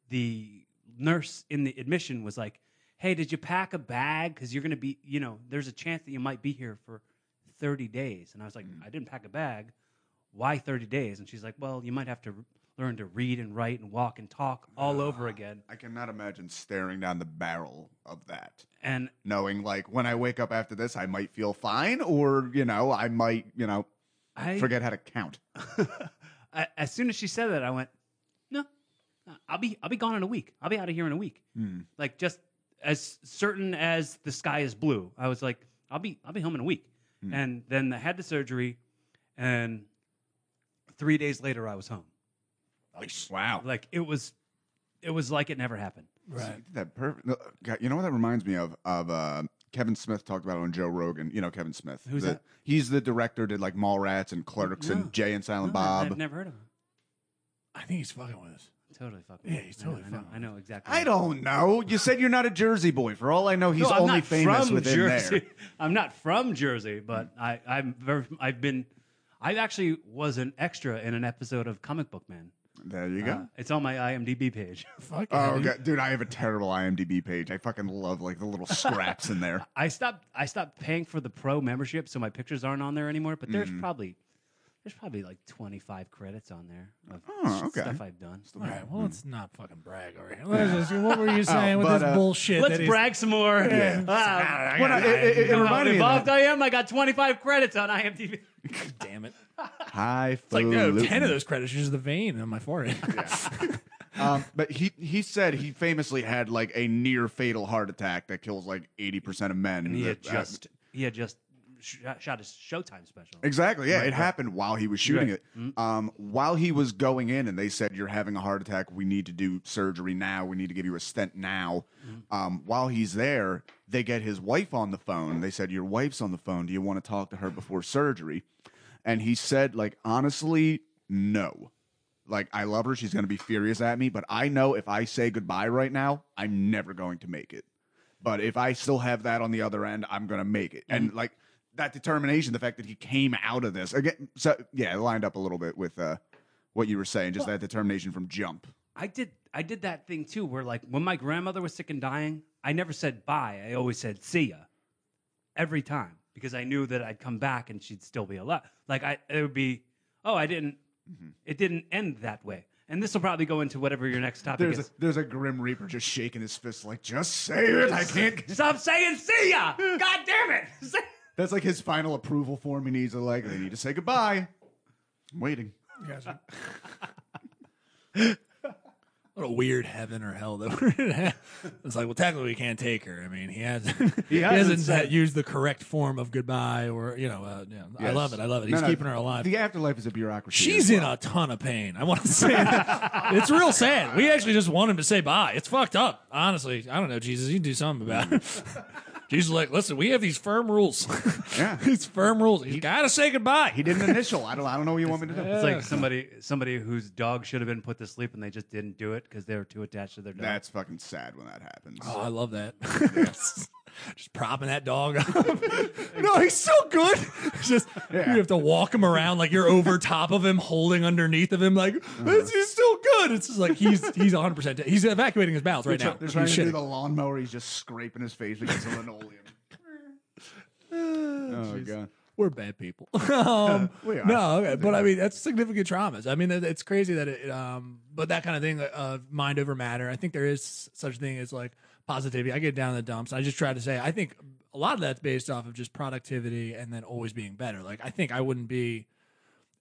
[SPEAKER 4] the nurse in the admission was like, "Hey, did you pack a bag? Because you're gonna be, you know, there's a chance that you might be here for 30 days." And I was like, "I didn't pack a bag. Why 30 days?" And she's like, "Well, you might have to." Learn to read and write and walk and talk all over again,
[SPEAKER 3] I cannot imagine staring down the barrel of that.
[SPEAKER 4] and
[SPEAKER 3] knowing like when I wake up after this, I might feel fine, or you know, I might you know
[SPEAKER 4] I
[SPEAKER 3] forget how to count.
[SPEAKER 4] I, as soon as she said that, I went, "No, I'll be I'll be gone in a week. I'll be out of here in a week."
[SPEAKER 3] Hmm.
[SPEAKER 4] Like just as certain as the sky is blue, I was like, "I'll be I'll be home in a week."
[SPEAKER 2] Hmm.
[SPEAKER 4] And then I had the surgery, and three days later I was home.
[SPEAKER 3] Wow.
[SPEAKER 4] Like it was, it was like it never happened.
[SPEAKER 2] Right.
[SPEAKER 3] You did That perfect. no, God, You know what that reminds me of? Of uh, Kevin Smith talked about it on Joe Rogan. You know Kevin Smith.
[SPEAKER 4] Who's
[SPEAKER 3] the,
[SPEAKER 4] that?
[SPEAKER 3] He's the director. Did like Mallrats and Clerks
[SPEAKER 4] No.
[SPEAKER 3] and Jay and Silent
[SPEAKER 4] No, I-
[SPEAKER 3] Bob.
[SPEAKER 4] I've never heard of him.
[SPEAKER 2] I think he's fucking with us.
[SPEAKER 4] Totally fucking.
[SPEAKER 2] Yeah, he's
[SPEAKER 4] I know,
[SPEAKER 2] totally
[SPEAKER 4] I know,
[SPEAKER 2] fucking
[SPEAKER 4] I know exactly.
[SPEAKER 3] I don't know. You said you're not a Jersey boy. For all I know, he's
[SPEAKER 4] No, I'm
[SPEAKER 3] only
[SPEAKER 4] not
[SPEAKER 3] famous
[SPEAKER 4] from
[SPEAKER 3] within
[SPEAKER 4] Jersey.
[SPEAKER 3] there.
[SPEAKER 4] I'm not from Jersey, but I, I'm very, I've been. I actually was an extra in an episode of Comic Book Man.
[SPEAKER 3] There you go.
[SPEAKER 4] Uh, it's on my IMDb page.
[SPEAKER 2] Fuck yeah,
[SPEAKER 3] Oh
[SPEAKER 2] dude.
[SPEAKER 3] god, dude, I have a terrible IMDb page. I fucking love like the little scraps in there.
[SPEAKER 4] I stopped. I stopped paying for the pro membership, so my pictures aren't on there anymore. But
[SPEAKER 3] Mm.
[SPEAKER 4] there's probably there's probably like 25 credits on there of
[SPEAKER 3] Oh,
[SPEAKER 4] sh-
[SPEAKER 3] okay.
[SPEAKER 4] stuff I've done.
[SPEAKER 2] All right. Well, let's not fucking brag over here. Let's just- what were you saying with
[SPEAKER 3] but,
[SPEAKER 2] this
[SPEAKER 3] uh,
[SPEAKER 2] bullshit?
[SPEAKER 4] Let's
[SPEAKER 2] that is-
[SPEAKER 4] brag some more.
[SPEAKER 3] Yeah.
[SPEAKER 4] Ah,
[SPEAKER 3] Well, no, it, it, it
[SPEAKER 4] you know how
[SPEAKER 3] reminded me of
[SPEAKER 4] involved
[SPEAKER 3] that.
[SPEAKER 4] I am. I got 25 credits on IMDb.
[SPEAKER 2] Damn it!
[SPEAKER 3] High
[SPEAKER 2] It's like no, ten of those credits is just the vein on my forehead.
[SPEAKER 3] Um, but he he said he famously had like a near fatal heart attack that kills like eighty percent of men.
[SPEAKER 4] And he had
[SPEAKER 3] That- uh,
[SPEAKER 4] just he had just shot, shot his Showtime special.
[SPEAKER 3] Exactly. Yeah, it happened while he was shooting
[SPEAKER 4] Right.
[SPEAKER 3] it. Um, while he was going in, and they said, "You're having a heart attack. We need to do surgery now. We need to give you a stent now." Um, while he's there, they get his wife on the phone. They said, "Your wife's on the phone. Do you want to talk to her before surgery?" And he said, "Like honestly, no. Like I love her. She's going to be furious at me, but I know if I say goodbye right now, I'm never going to make it." but if I still have that on the other end, I'm gonna make it. And like that determination, the fact that he came out of this again, so yeah, it lined up a little bit with uh, what you were saying, just that determination from jump.
[SPEAKER 4] I did I did that thing too, where like when my grandmother was sick and dying, I never said bye. I always said see ya, every time because I knew that I'd come back and she'd still be alive. Like I, it would be, oh, I didn't.
[SPEAKER 3] Mm-hmm.
[SPEAKER 4] It didn't end that way. And this will probably go into whatever your next topic
[SPEAKER 3] There's a,
[SPEAKER 4] is.
[SPEAKER 3] there's a grim reaper just shaking his fist like, just say it. I can't.
[SPEAKER 4] Stop saying see ya! God damn it!
[SPEAKER 3] That's like his final approval form. He needs to like they need to say goodbye. I'm waiting.
[SPEAKER 2] What a weird heaven or hell that we're in. It's like, well, technically, we can't take her. I mean, he hasn't. He, hasn't
[SPEAKER 4] hasn't said-
[SPEAKER 2] said- used the correct form of goodbye, or you know, uh, yeah. I
[SPEAKER 3] Yes.
[SPEAKER 2] love it. I love it.
[SPEAKER 3] No,
[SPEAKER 2] He's
[SPEAKER 3] no,
[SPEAKER 2] keeping her alive.
[SPEAKER 3] The afterlife is a bureaucracy.
[SPEAKER 2] She's in a ton of pain. I want to say that. it's real sad. We actually just want him to say bye. It's fucked up. Honestly, I don't know, Jesus. You can do something about it. Jesus, is like, listen, we have these firm rules.
[SPEAKER 3] Yeah.
[SPEAKER 2] these firm rules. He's got to say goodbye.
[SPEAKER 3] He didn't initial. I don't. I don't know what you want me to do.
[SPEAKER 4] It's like somebody somebody whose dog should have been put to sleep and they just didn't do it because they were too attached to their dog.
[SPEAKER 3] That's fucking sad when that happens.
[SPEAKER 2] Oh, I love that. just propping that dog up. no, he's so good. It's just you have to walk him around like you're over top of him, holding underneath of him, like "This- he's still good. It's just like he's he's 100. percent He's evacuating his mouth right
[SPEAKER 3] They're
[SPEAKER 2] now.
[SPEAKER 3] try- They're trying
[SPEAKER 2] He's
[SPEAKER 3] to do
[SPEAKER 2] shitting.
[SPEAKER 3] the lawnmower. He's just scraping his face against the linoleum. oh god.
[SPEAKER 2] We're bad people. um,
[SPEAKER 3] we are.
[SPEAKER 2] No, okay, but I mean that's significant traumas. I mean it- it's crazy that it. Um, but that kind of thing of mind over matter. I think there is such a thing as like positivity. I get down in the dumps. I just try to say I think a lot of that's based off of just productivity and then always being better. Like I think I wouldn't be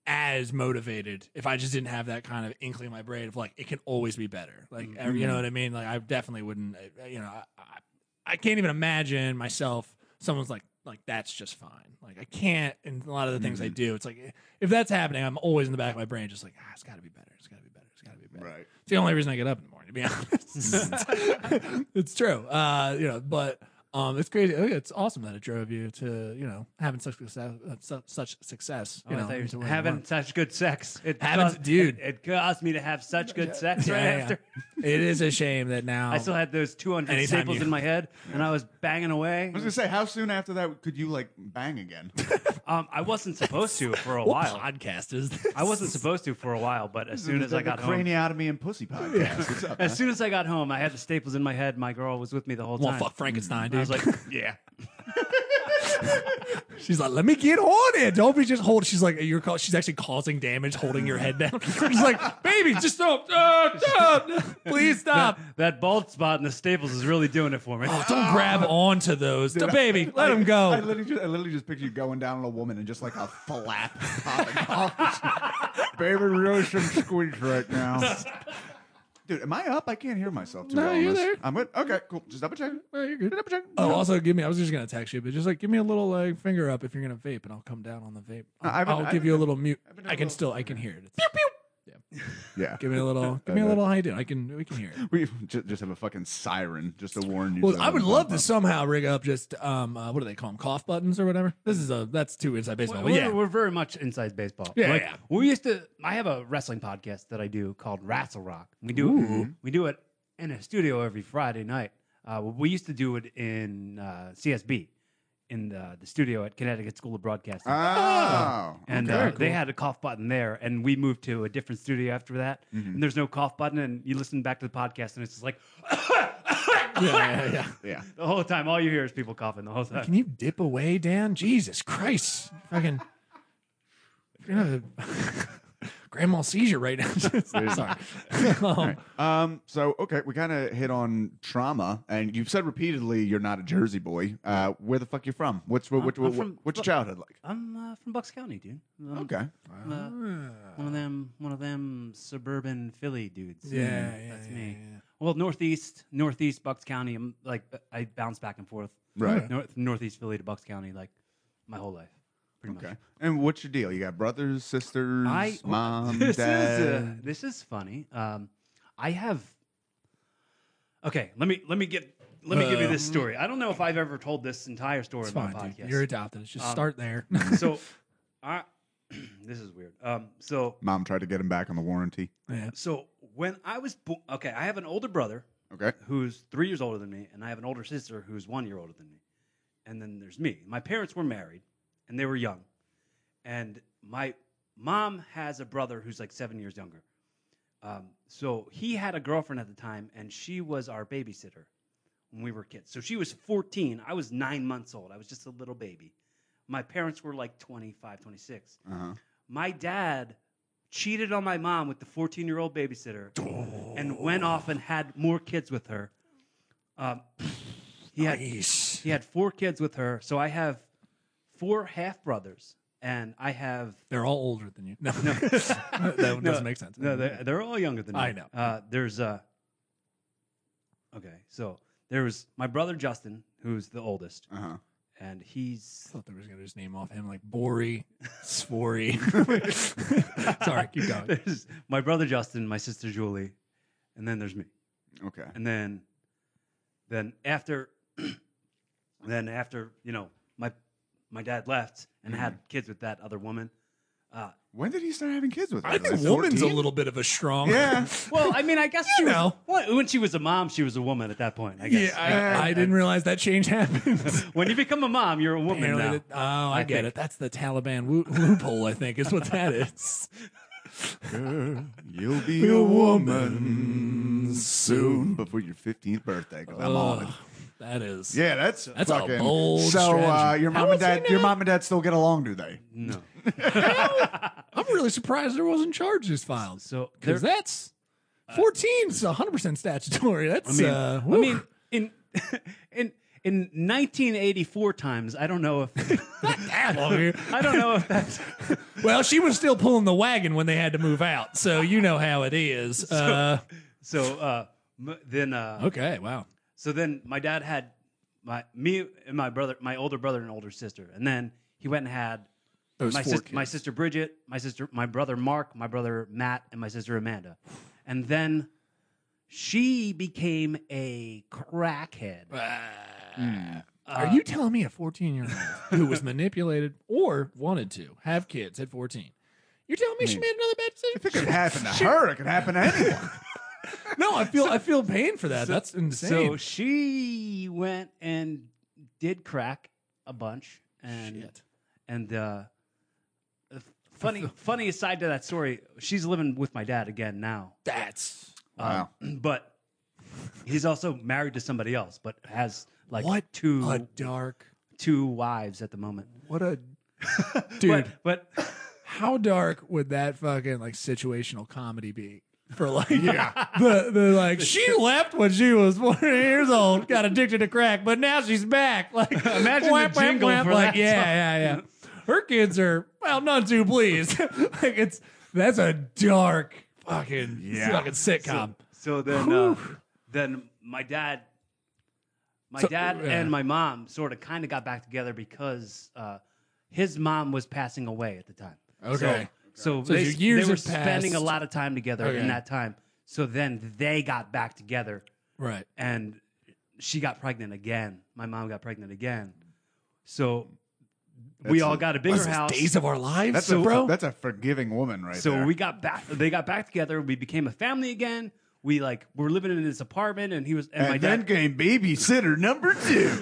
[SPEAKER 2] as motivated if I just didn't have that kind of inkling in my brain of like it can always be better. Like every-
[SPEAKER 3] Mm-hmm.
[SPEAKER 2] you know what I mean? Like I definitely wouldn't. uh, You know, I, I, I can't even imagine myself. Someone's like like that's just fine. Like I can't. And a lot of the things I do, it's like eh, if that's happening, I'm always in the back of my brain just like ah, it's got to be better. It's got to be better. It's got to be better.
[SPEAKER 3] Right.
[SPEAKER 2] It's the only reason I get up in the morning, to be honest. it's true. Uh, you know, but um, it's crazy. Look, It's awesome that it drove you to, you know, having such success, uh, su- such success.
[SPEAKER 4] Oh,
[SPEAKER 2] You
[SPEAKER 4] I
[SPEAKER 2] know,
[SPEAKER 4] thought you were
[SPEAKER 2] into where you
[SPEAKER 4] having
[SPEAKER 2] were.
[SPEAKER 4] such good sex. It
[SPEAKER 2] Having-
[SPEAKER 4] cost-
[SPEAKER 2] dude.
[SPEAKER 4] It, it caused me to have such good sex right
[SPEAKER 2] Yeah, yeah.
[SPEAKER 4] after.
[SPEAKER 2] it is a shame that now.
[SPEAKER 4] I still had those 200
[SPEAKER 2] Anytime
[SPEAKER 4] staples
[SPEAKER 2] you-
[SPEAKER 4] in my head, and I was banging away.
[SPEAKER 3] I was gonna say, how soon after that could you like bang again?
[SPEAKER 4] Um, I wasn't supposed to for a
[SPEAKER 2] what
[SPEAKER 4] while.
[SPEAKER 2] podcast is this?
[SPEAKER 4] I wasn't supposed to for a while, but as soon as
[SPEAKER 3] The-
[SPEAKER 4] I got
[SPEAKER 3] the
[SPEAKER 4] home,
[SPEAKER 3] craniotomy and pussy podcast. What's up?
[SPEAKER 4] as soon as I got home, I had the staples in my head. My girl was with me the whole
[SPEAKER 2] Well,
[SPEAKER 4] time.
[SPEAKER 2] fuck Frankenstein,
[SPEAKER 4] I
[SPEAKER 2] dude.
[SPEAKER 4] was like, yeah.
[SPEAKER 2] she's like, let me get on it. Don't be just hold. She's like, you're. Ca- she's actually causing damage, holding your head down. she's like, baby, just stop, stop, stop. please stop.
[SPEAKER 4] That bald spot in the staples is really doing it for me.
[SPEAKER 2] Oh, don't grab onto those, baby. Let him go.
[SPEAKER 3] I literally, just, I literally just picture you going down on a woman and just like a flap popping off. Baby, really some squeeze right now. Dude, am I up? I can't hear myself too
[SPEAKER 2] No,
[SPEAKER 3] well on
[SPEAKER 2] you're
[SPEAKER 3] this.
[SPEAKER 2] there.
[SPEAKER 3] I'm good. Okay, cool. Just double check.
[SPEAKER 2] No, you're good.
[SPEAKER 3] Double check.
[SPEAKER 2] Oh, also give me. I was just gonna text you, but just like give me a little like finger up if you're gonna vape, and I'll come down on the vape.
[SPEAKER 3] No,
[SPEAKER 2] I'll,
[SPEAKER 3] I've been-
[SPEAKER 2] I'll
[SPEAKER 3] I've
[SPEAKER 2] give
[SPEAKER 3] been
[SPEAKER 2] you a
[SPEAKER 3] doing-
[SPEAKER 2] little mute.
[SPEAKER 3] I've been doing
[SPEAKER 2] I
[SPEAKER 3] a
[SPEAKER 2] can
[SPEAKER 3] little-
[SPEAKER 2] still. I can hear it. It's-
[SPEAKER 3] yeah.
[SPEAKER 2] Give me a little. Give me a little. How you doing? I can. We can hear it.
[SPEAKER 3] We just, just have a fucking siren just to warn you.
[SPEAKER 2] Well,
[SPEAKER 3] so
[SPEAKER 2] I would
[SPEAKER 3] when it
[SPEAKER 2] love to
[SPEAKER 3] comes
[SPEAKER 2] somehow rig up just um, uh, what do they call them? Cough buttons or whatever. This is a that's too inside baseball.
[SPEAKER 4] We're,
[SPEAKER 2] but yeah,
[SPEAKER 4] we're very much inside baseball.
[SPEAKER 2] Yeah,
[SPEAKER 4] Like,
[SPEAKER 2] yeah.
[SPEAKER 4] We used to. I have a wrestling podcast that I do called Wrestle Rock. We do Mm-hmm. we do it in a studio every Friday night. Uh, we used to do it in uh, CSB, in the, the studio at Connecticut School of Broadcasting.
[SPEAKER 2] Ah,
[SPEAKER 3] up. Oh,
[SPEAKER 4] and
[SPEAKER 3] okay.
[SPEAKER 4] uh, they had a cough button there, and we moved to a different studio after that.
[SPEAKER 2] Mm-hmm.
[SPEAKER 4] And there's no cough button, and you listen back to the podcast, and it's just like
[SPEAKER 2] yeah, yeah, yeah.
[SPEAKER 3] yeah.
[SPEAKER 4] the whole time. All you hear is people coughing the whole time.
[SPEAKER 2] Can you dip away, Dan? Jesus Christ! Fucking. You're gonna have a grandma seizure right now. Sorry. Um,
[SPEAKER 3] Um, so okay, we kind of hit on trauma, and you've said repeatedly you're not a Jersey boy. Uh, where the fuck you from? What's what, what,
[SPEAKER 4] I'm
[SPEAKER 3] what,
[SPEAKER 4] from-
[SPEAKER 3] what's your childhood like?
[SPEAKER 4] I'm uh, from Bucks County, dude. Um,
[SPEAKER 3] Okay,
[SPEAKER 4] I'm, uh, one of them, one of them suburban Philly dudes.
[SPEAKER 2] Yeah,
[SPEAKER 4] Mm,
[SPEAKER 2] yeah,
[SPEAKER 4] that's
[SPEAKER 2] yeah,
[SPEAKER 4] me.
[SPEAKER 2] yeah.
[SPEAKER 4] Well, northeast, northeast Bucks County. I'm like I bounce back and forth.
[SPEAKER 3] Right.
[SPEAKER 4] North, northeast Philly to Bucks County, like my whole life, pretty
[SPEAKER 3] okay.
[SPEAKER 4] much.
[SPEAKER 3] And what's your deal? You got brothers, sisters,
[SPEAKER 4] I oh,
[SPEAKER 3] mom,
[SPEAKER 4] this
[SPEAKER 3] dad.
[SPEAKER 4] is uh, this is funny. Um, I have. Okay, let me let me get let me give you this story. I don't know if I've ever told this entire
[SPEAKER 2] Uh-huh.
[SPEAKER 4] story
[SPEAKER 2] It's
[SPEAKER 4] in my
[SPEAKER 2] fine,
[SPEAKER 4] podcast.
[SPEAKER 2] dude. You're adopted. It's just
[SPEAKER 4] Um,
[SPEAKER 2] start there.
[SPEAKER 4] so, I this is weird. Um, so
[SPEAKER 3] Mom tried to get him back on the warranty.
[SPEAKER 2] yeah.
[SPEAKER 4] so when I was bo- okay, I have an older brother
[SPEAKER 3] Okay.
[SPEAKER 4] who's three years older than me, and I have an older sister who's one year older than me. And then there's me. My parents were married, and they were young. And my mom has a brother who's like seven years younger. Um, so he had a girlfriend at the time, and she was our babysitter when we were kids. So she was 14. I was nine months old. I was just a little baby. My parents were like 25, 26
[SPEAKER 3] Uh-huh.
[SPEAKER 4] my dad cheated on my mom with the 14 year old babysitter and went off and had more kids with her. Um, he had
[SPEAKER 2] Nice.
[SPEAKER 4] he had four kids with her, so I have four half brothers, and I have
[SPEAKER 2] They're all older than you. No, no. that one doesn't make sense.
[SPEAKER 4] no, they're, they're all younger than me.
[SPEAKER 2] I know.
[SPEAKER 4] Uh, there's uh, okay, so there was my brother Justin, who's the oldest,
[SPEAKER 3] Uh-huh.
[SPEAKER 4] and he's
[SPEAKER 2] I thought they were going to just name off him like Bory, Spory. Sorry, keep going.
[SPEAKER 4] there's my brother Justin, my sister Julie, and then there's me.
[SPEAKER 3] Okay.
[SPEAKER 4] and then then after then after you know my my dad left and
[SPEAKER 2] Mm-hmm.
[SPEAKER 4] had kids with that other woman uh,
[SPEAKER 3] When did he start having kids with her?
[SPEAKER 2] I think
[SPEAKER 3] Like
[SPEAKER 2] woman's a
[SPEAKER 3] 14?
[SPEAKER 2] little bit of a strong.
[SPEAKER 3] Yeah.
[SPEAKER 4] well i mean i guess she was,
[SPEAKER 2] know.
[SPEAKER 4] what- when she was a mom she was a woman at that point i guess
[SPEAKER 2] Yeah, I, I didn't realize that change happened.
[SPEAKER 4] when you become a mom you're a woman
[SPEAKER 2] Apparently
[SPEAKER 4] now.
[SPEAKER 2] that- oh, I,
[SPEAKER 4] I
[SPEAKER 2] get
[SPEAKER 4] think.
[SPEAKER 2] it. That's the Taliban wo- loophole, I think, is what that is.
[SPEAKER 3] Girl, you'll be
[SPEAKER 2] Be
[SPEAKER 3] a
[SPEAKER 2] a
[SPEAKER 3] woman soon before your 15th birthday. 'cause I'm on it.
[SPEAKER 2] Ugh, that is.
[SPEAKER 3] Yeah, that's
[SPEAKER 2] That's a
[SPEAKER 3] fucking-
[SPEAKER 2] bold
[SPEAKER 3] So uh,
[SPEAKER 2] strategy.
[SPEAKER 3] your
[SPEAKER 2] How
[SPEAKER 3] mom and
[SPEAKER 2] old's he
[SPEAKER 3] dad, your
[SPEAKER 2] now?
[SPEAKER 3] mom and dad still get along, do they?
[SPEAKER 4] no
[SPEAKER 2] I'm really surprised there wasn't charges filed.
[SPEAKER 4] so there, Uh,
[SPEAKER 2] Because that's 14 is 100% statutory. That's,
[SPEAKER 4] i mean,
[SPEAKER 2] uh,
[SPEAKER 4] I
[SPEAKER 2] whew.
[SPEAKER 4] mean in in in 1984 times i don't know if
[SPEAKER 2] That long here.
[SPEAKER 4] i don't know if that's
[SPEAKER 2] Well, she was still pulling the wagon when they had to move out, so you know how it is. Uh,
[SPEAKER 4] so uh, m- then uh,
[SPEAKER 2] okay, wow.
[SPEAKER 4] So then my dad had my me and my brother, my older brother and older sister, and then he went and had my, sis- my sister Bridget, my sister, my brother Mark, my brother Matt, and my sister Amanda, and then she became a crackhead.
[SPEAKER 2] Hmm. Are you telling me a 14 year old who was manipulated or wanted to have kids at 14? You're telling me she made another bad
[SPEAKER 3] If it could
[SPEAKER 2] decision?
[SPEAKER 3] happen to her, it could happen to anyone.
[SPEAKER 2] No, I feel I feel pain for that. That's
[SPEAKER 4] So
[SPEAKER 2] insane.
[SPEAKER 4] she went and did crack a bunch, and
[SPEAKER 2] Shit.
[SPEAKER 4] and uh, f- funny funny aside to that story, she's living with my dad again now.
[SPEAKER 2] That's
[SPEAKER 4] Um, but he's also married to somebody else, but has like
[SPEAKER 2] what
[SPEAKER 4] two
[SPEAKER 2] a dark
[SPEAKER 4] two wives at the moment.
[SPEAKER 2] what a dude.
[SPEAKER 4] But, but
[SPEAKER 2] how dark would that fucking like situational comedy be for like yeah the, the like she left when she was 40 years old got addicted to crack but now she's back like
[SPEAKER 4] Imagine the jingle for
[SPEAKER 2] like
[SPEAKER 4] that
[SPEAKER 2] yeah
[SPEAKER 4] song.
[SPEAKER 2] yeah yeah her kids are well none too pleased like it's that's a dark fucking
[SPEAKER 3] Yeah.
[SPEAKER 2] fucking sitcom
[SPEAKER 4] so, So then, uh, then my dad, my
[SPEAKER 2] So-
[SPEAKER 4] dad
[SPEAKER 2] yeah.
[SPEAKER 4] and my mom sort of kind of got back together because uh, his mom was passing away at the time.
[SPEAKER 2] Okay.
[SPEAKER 4] So, so,
[SPEAKER 2] So
[SPEAKER 4] they,
[SPEAKER 2] your
[SPEAKER 4] s-
[SPEAKER 2] years
[SPEAKER 4] they were
[SPEAKER 2] had passed.
[SPEAKER 4] spending a lot of time together
[SPEAKER 2] Okay.
[SPEAKER 4] in that time. So then they got back together
[SPEAKER 2] Right.
[SPEAKER 4] and she got pregnant again. My mom got pregnant again. So we
[SPEAKER 3] That's
[SPEAKER 4] all
[SPEAKER 3] a-
[SPEAKER 4] got a
[SPEAKER 2] What
[SPEAKER 4] bigger
[SPEAKER 2] is this,
[SPEAKER 4] house.
[SPEAKER 2] Days of our lives,
[SPEAKER 3] That's a
[SPEAKER 2] bro.
[SPEAKER 3] that's a forgiving woman right
[SPEAKER 4] so
[SPEAKER 3] there.
[SPEAKER 4] we got back. They got back together. We became a family again. We like were living in his apartment, and he was and,
[SPEAKER 3] and
[SPEAKER 4] my
[SPEAKER 3] then
[SPEAKER 4] dad.
[SPEAKER 3] came babysitter number two.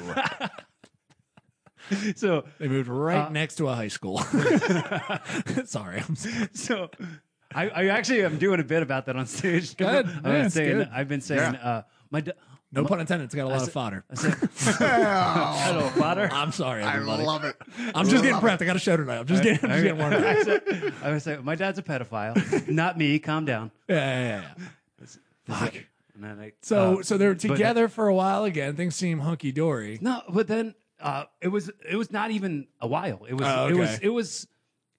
[SPEAKER 4] So
[SPEAKER 2] they moved right
[SPEAKER 4] Uh,
[SPEAKER 2] next to a high school. Sorry. I'm s-
[SPEAKER 4] so I, I actually am doing a bit about that on stage.
[SPEAKER 2] Good.
[SPEAKER 4] I've
[SPEAKER 2] Yeah,
[SPEAKER 4] been
[SPEAKER 2] it's
[SPEAKER 4] saying
[SPEAKER 2] good.
[SPEAKER 4] I've been saying uh, my. da-
[SPEAKER 2] No pun intended. It's got a lot of fodder.
[SPEAKER 4] I said,
[SPEAKER 3] Oh,
[SPEAKER 4] hello, father.
[SPEAKER 2] I'm sorry,
[SPEAKER 3] I
[SPEAKER 2] everybody.
[SPEAKER 3] love it.
[SPEAKER 2] I'm just getting
[SPEAKER 3] love
[SPEAKER 2] prepped. I got a show tonight. I'm just getting, I'm just getting warmed up. Yeah,
[SPEAKER 4] I said- I was like, my dad's a pedophile, not me. Calm down.
[SPEAKER 2] yeah, yeah, yeah.
[SPEAKER 4] Fuck. And then I,
[SPEAKER 2] So,
[SPEAKER 4] uh,
[SPEAKER 2] so they're
[SPEAKER 4] but-
[SPEAKER 2] together for a while again. Things seem hunky dory.
[SPEAKER 4] No, but then uh, it was it was not even a while. It was
[SPEAKER 2] Oh,
[SPEAKER 4] it
[SPEAKER 2] okay.
[SPEAKER 4] was it was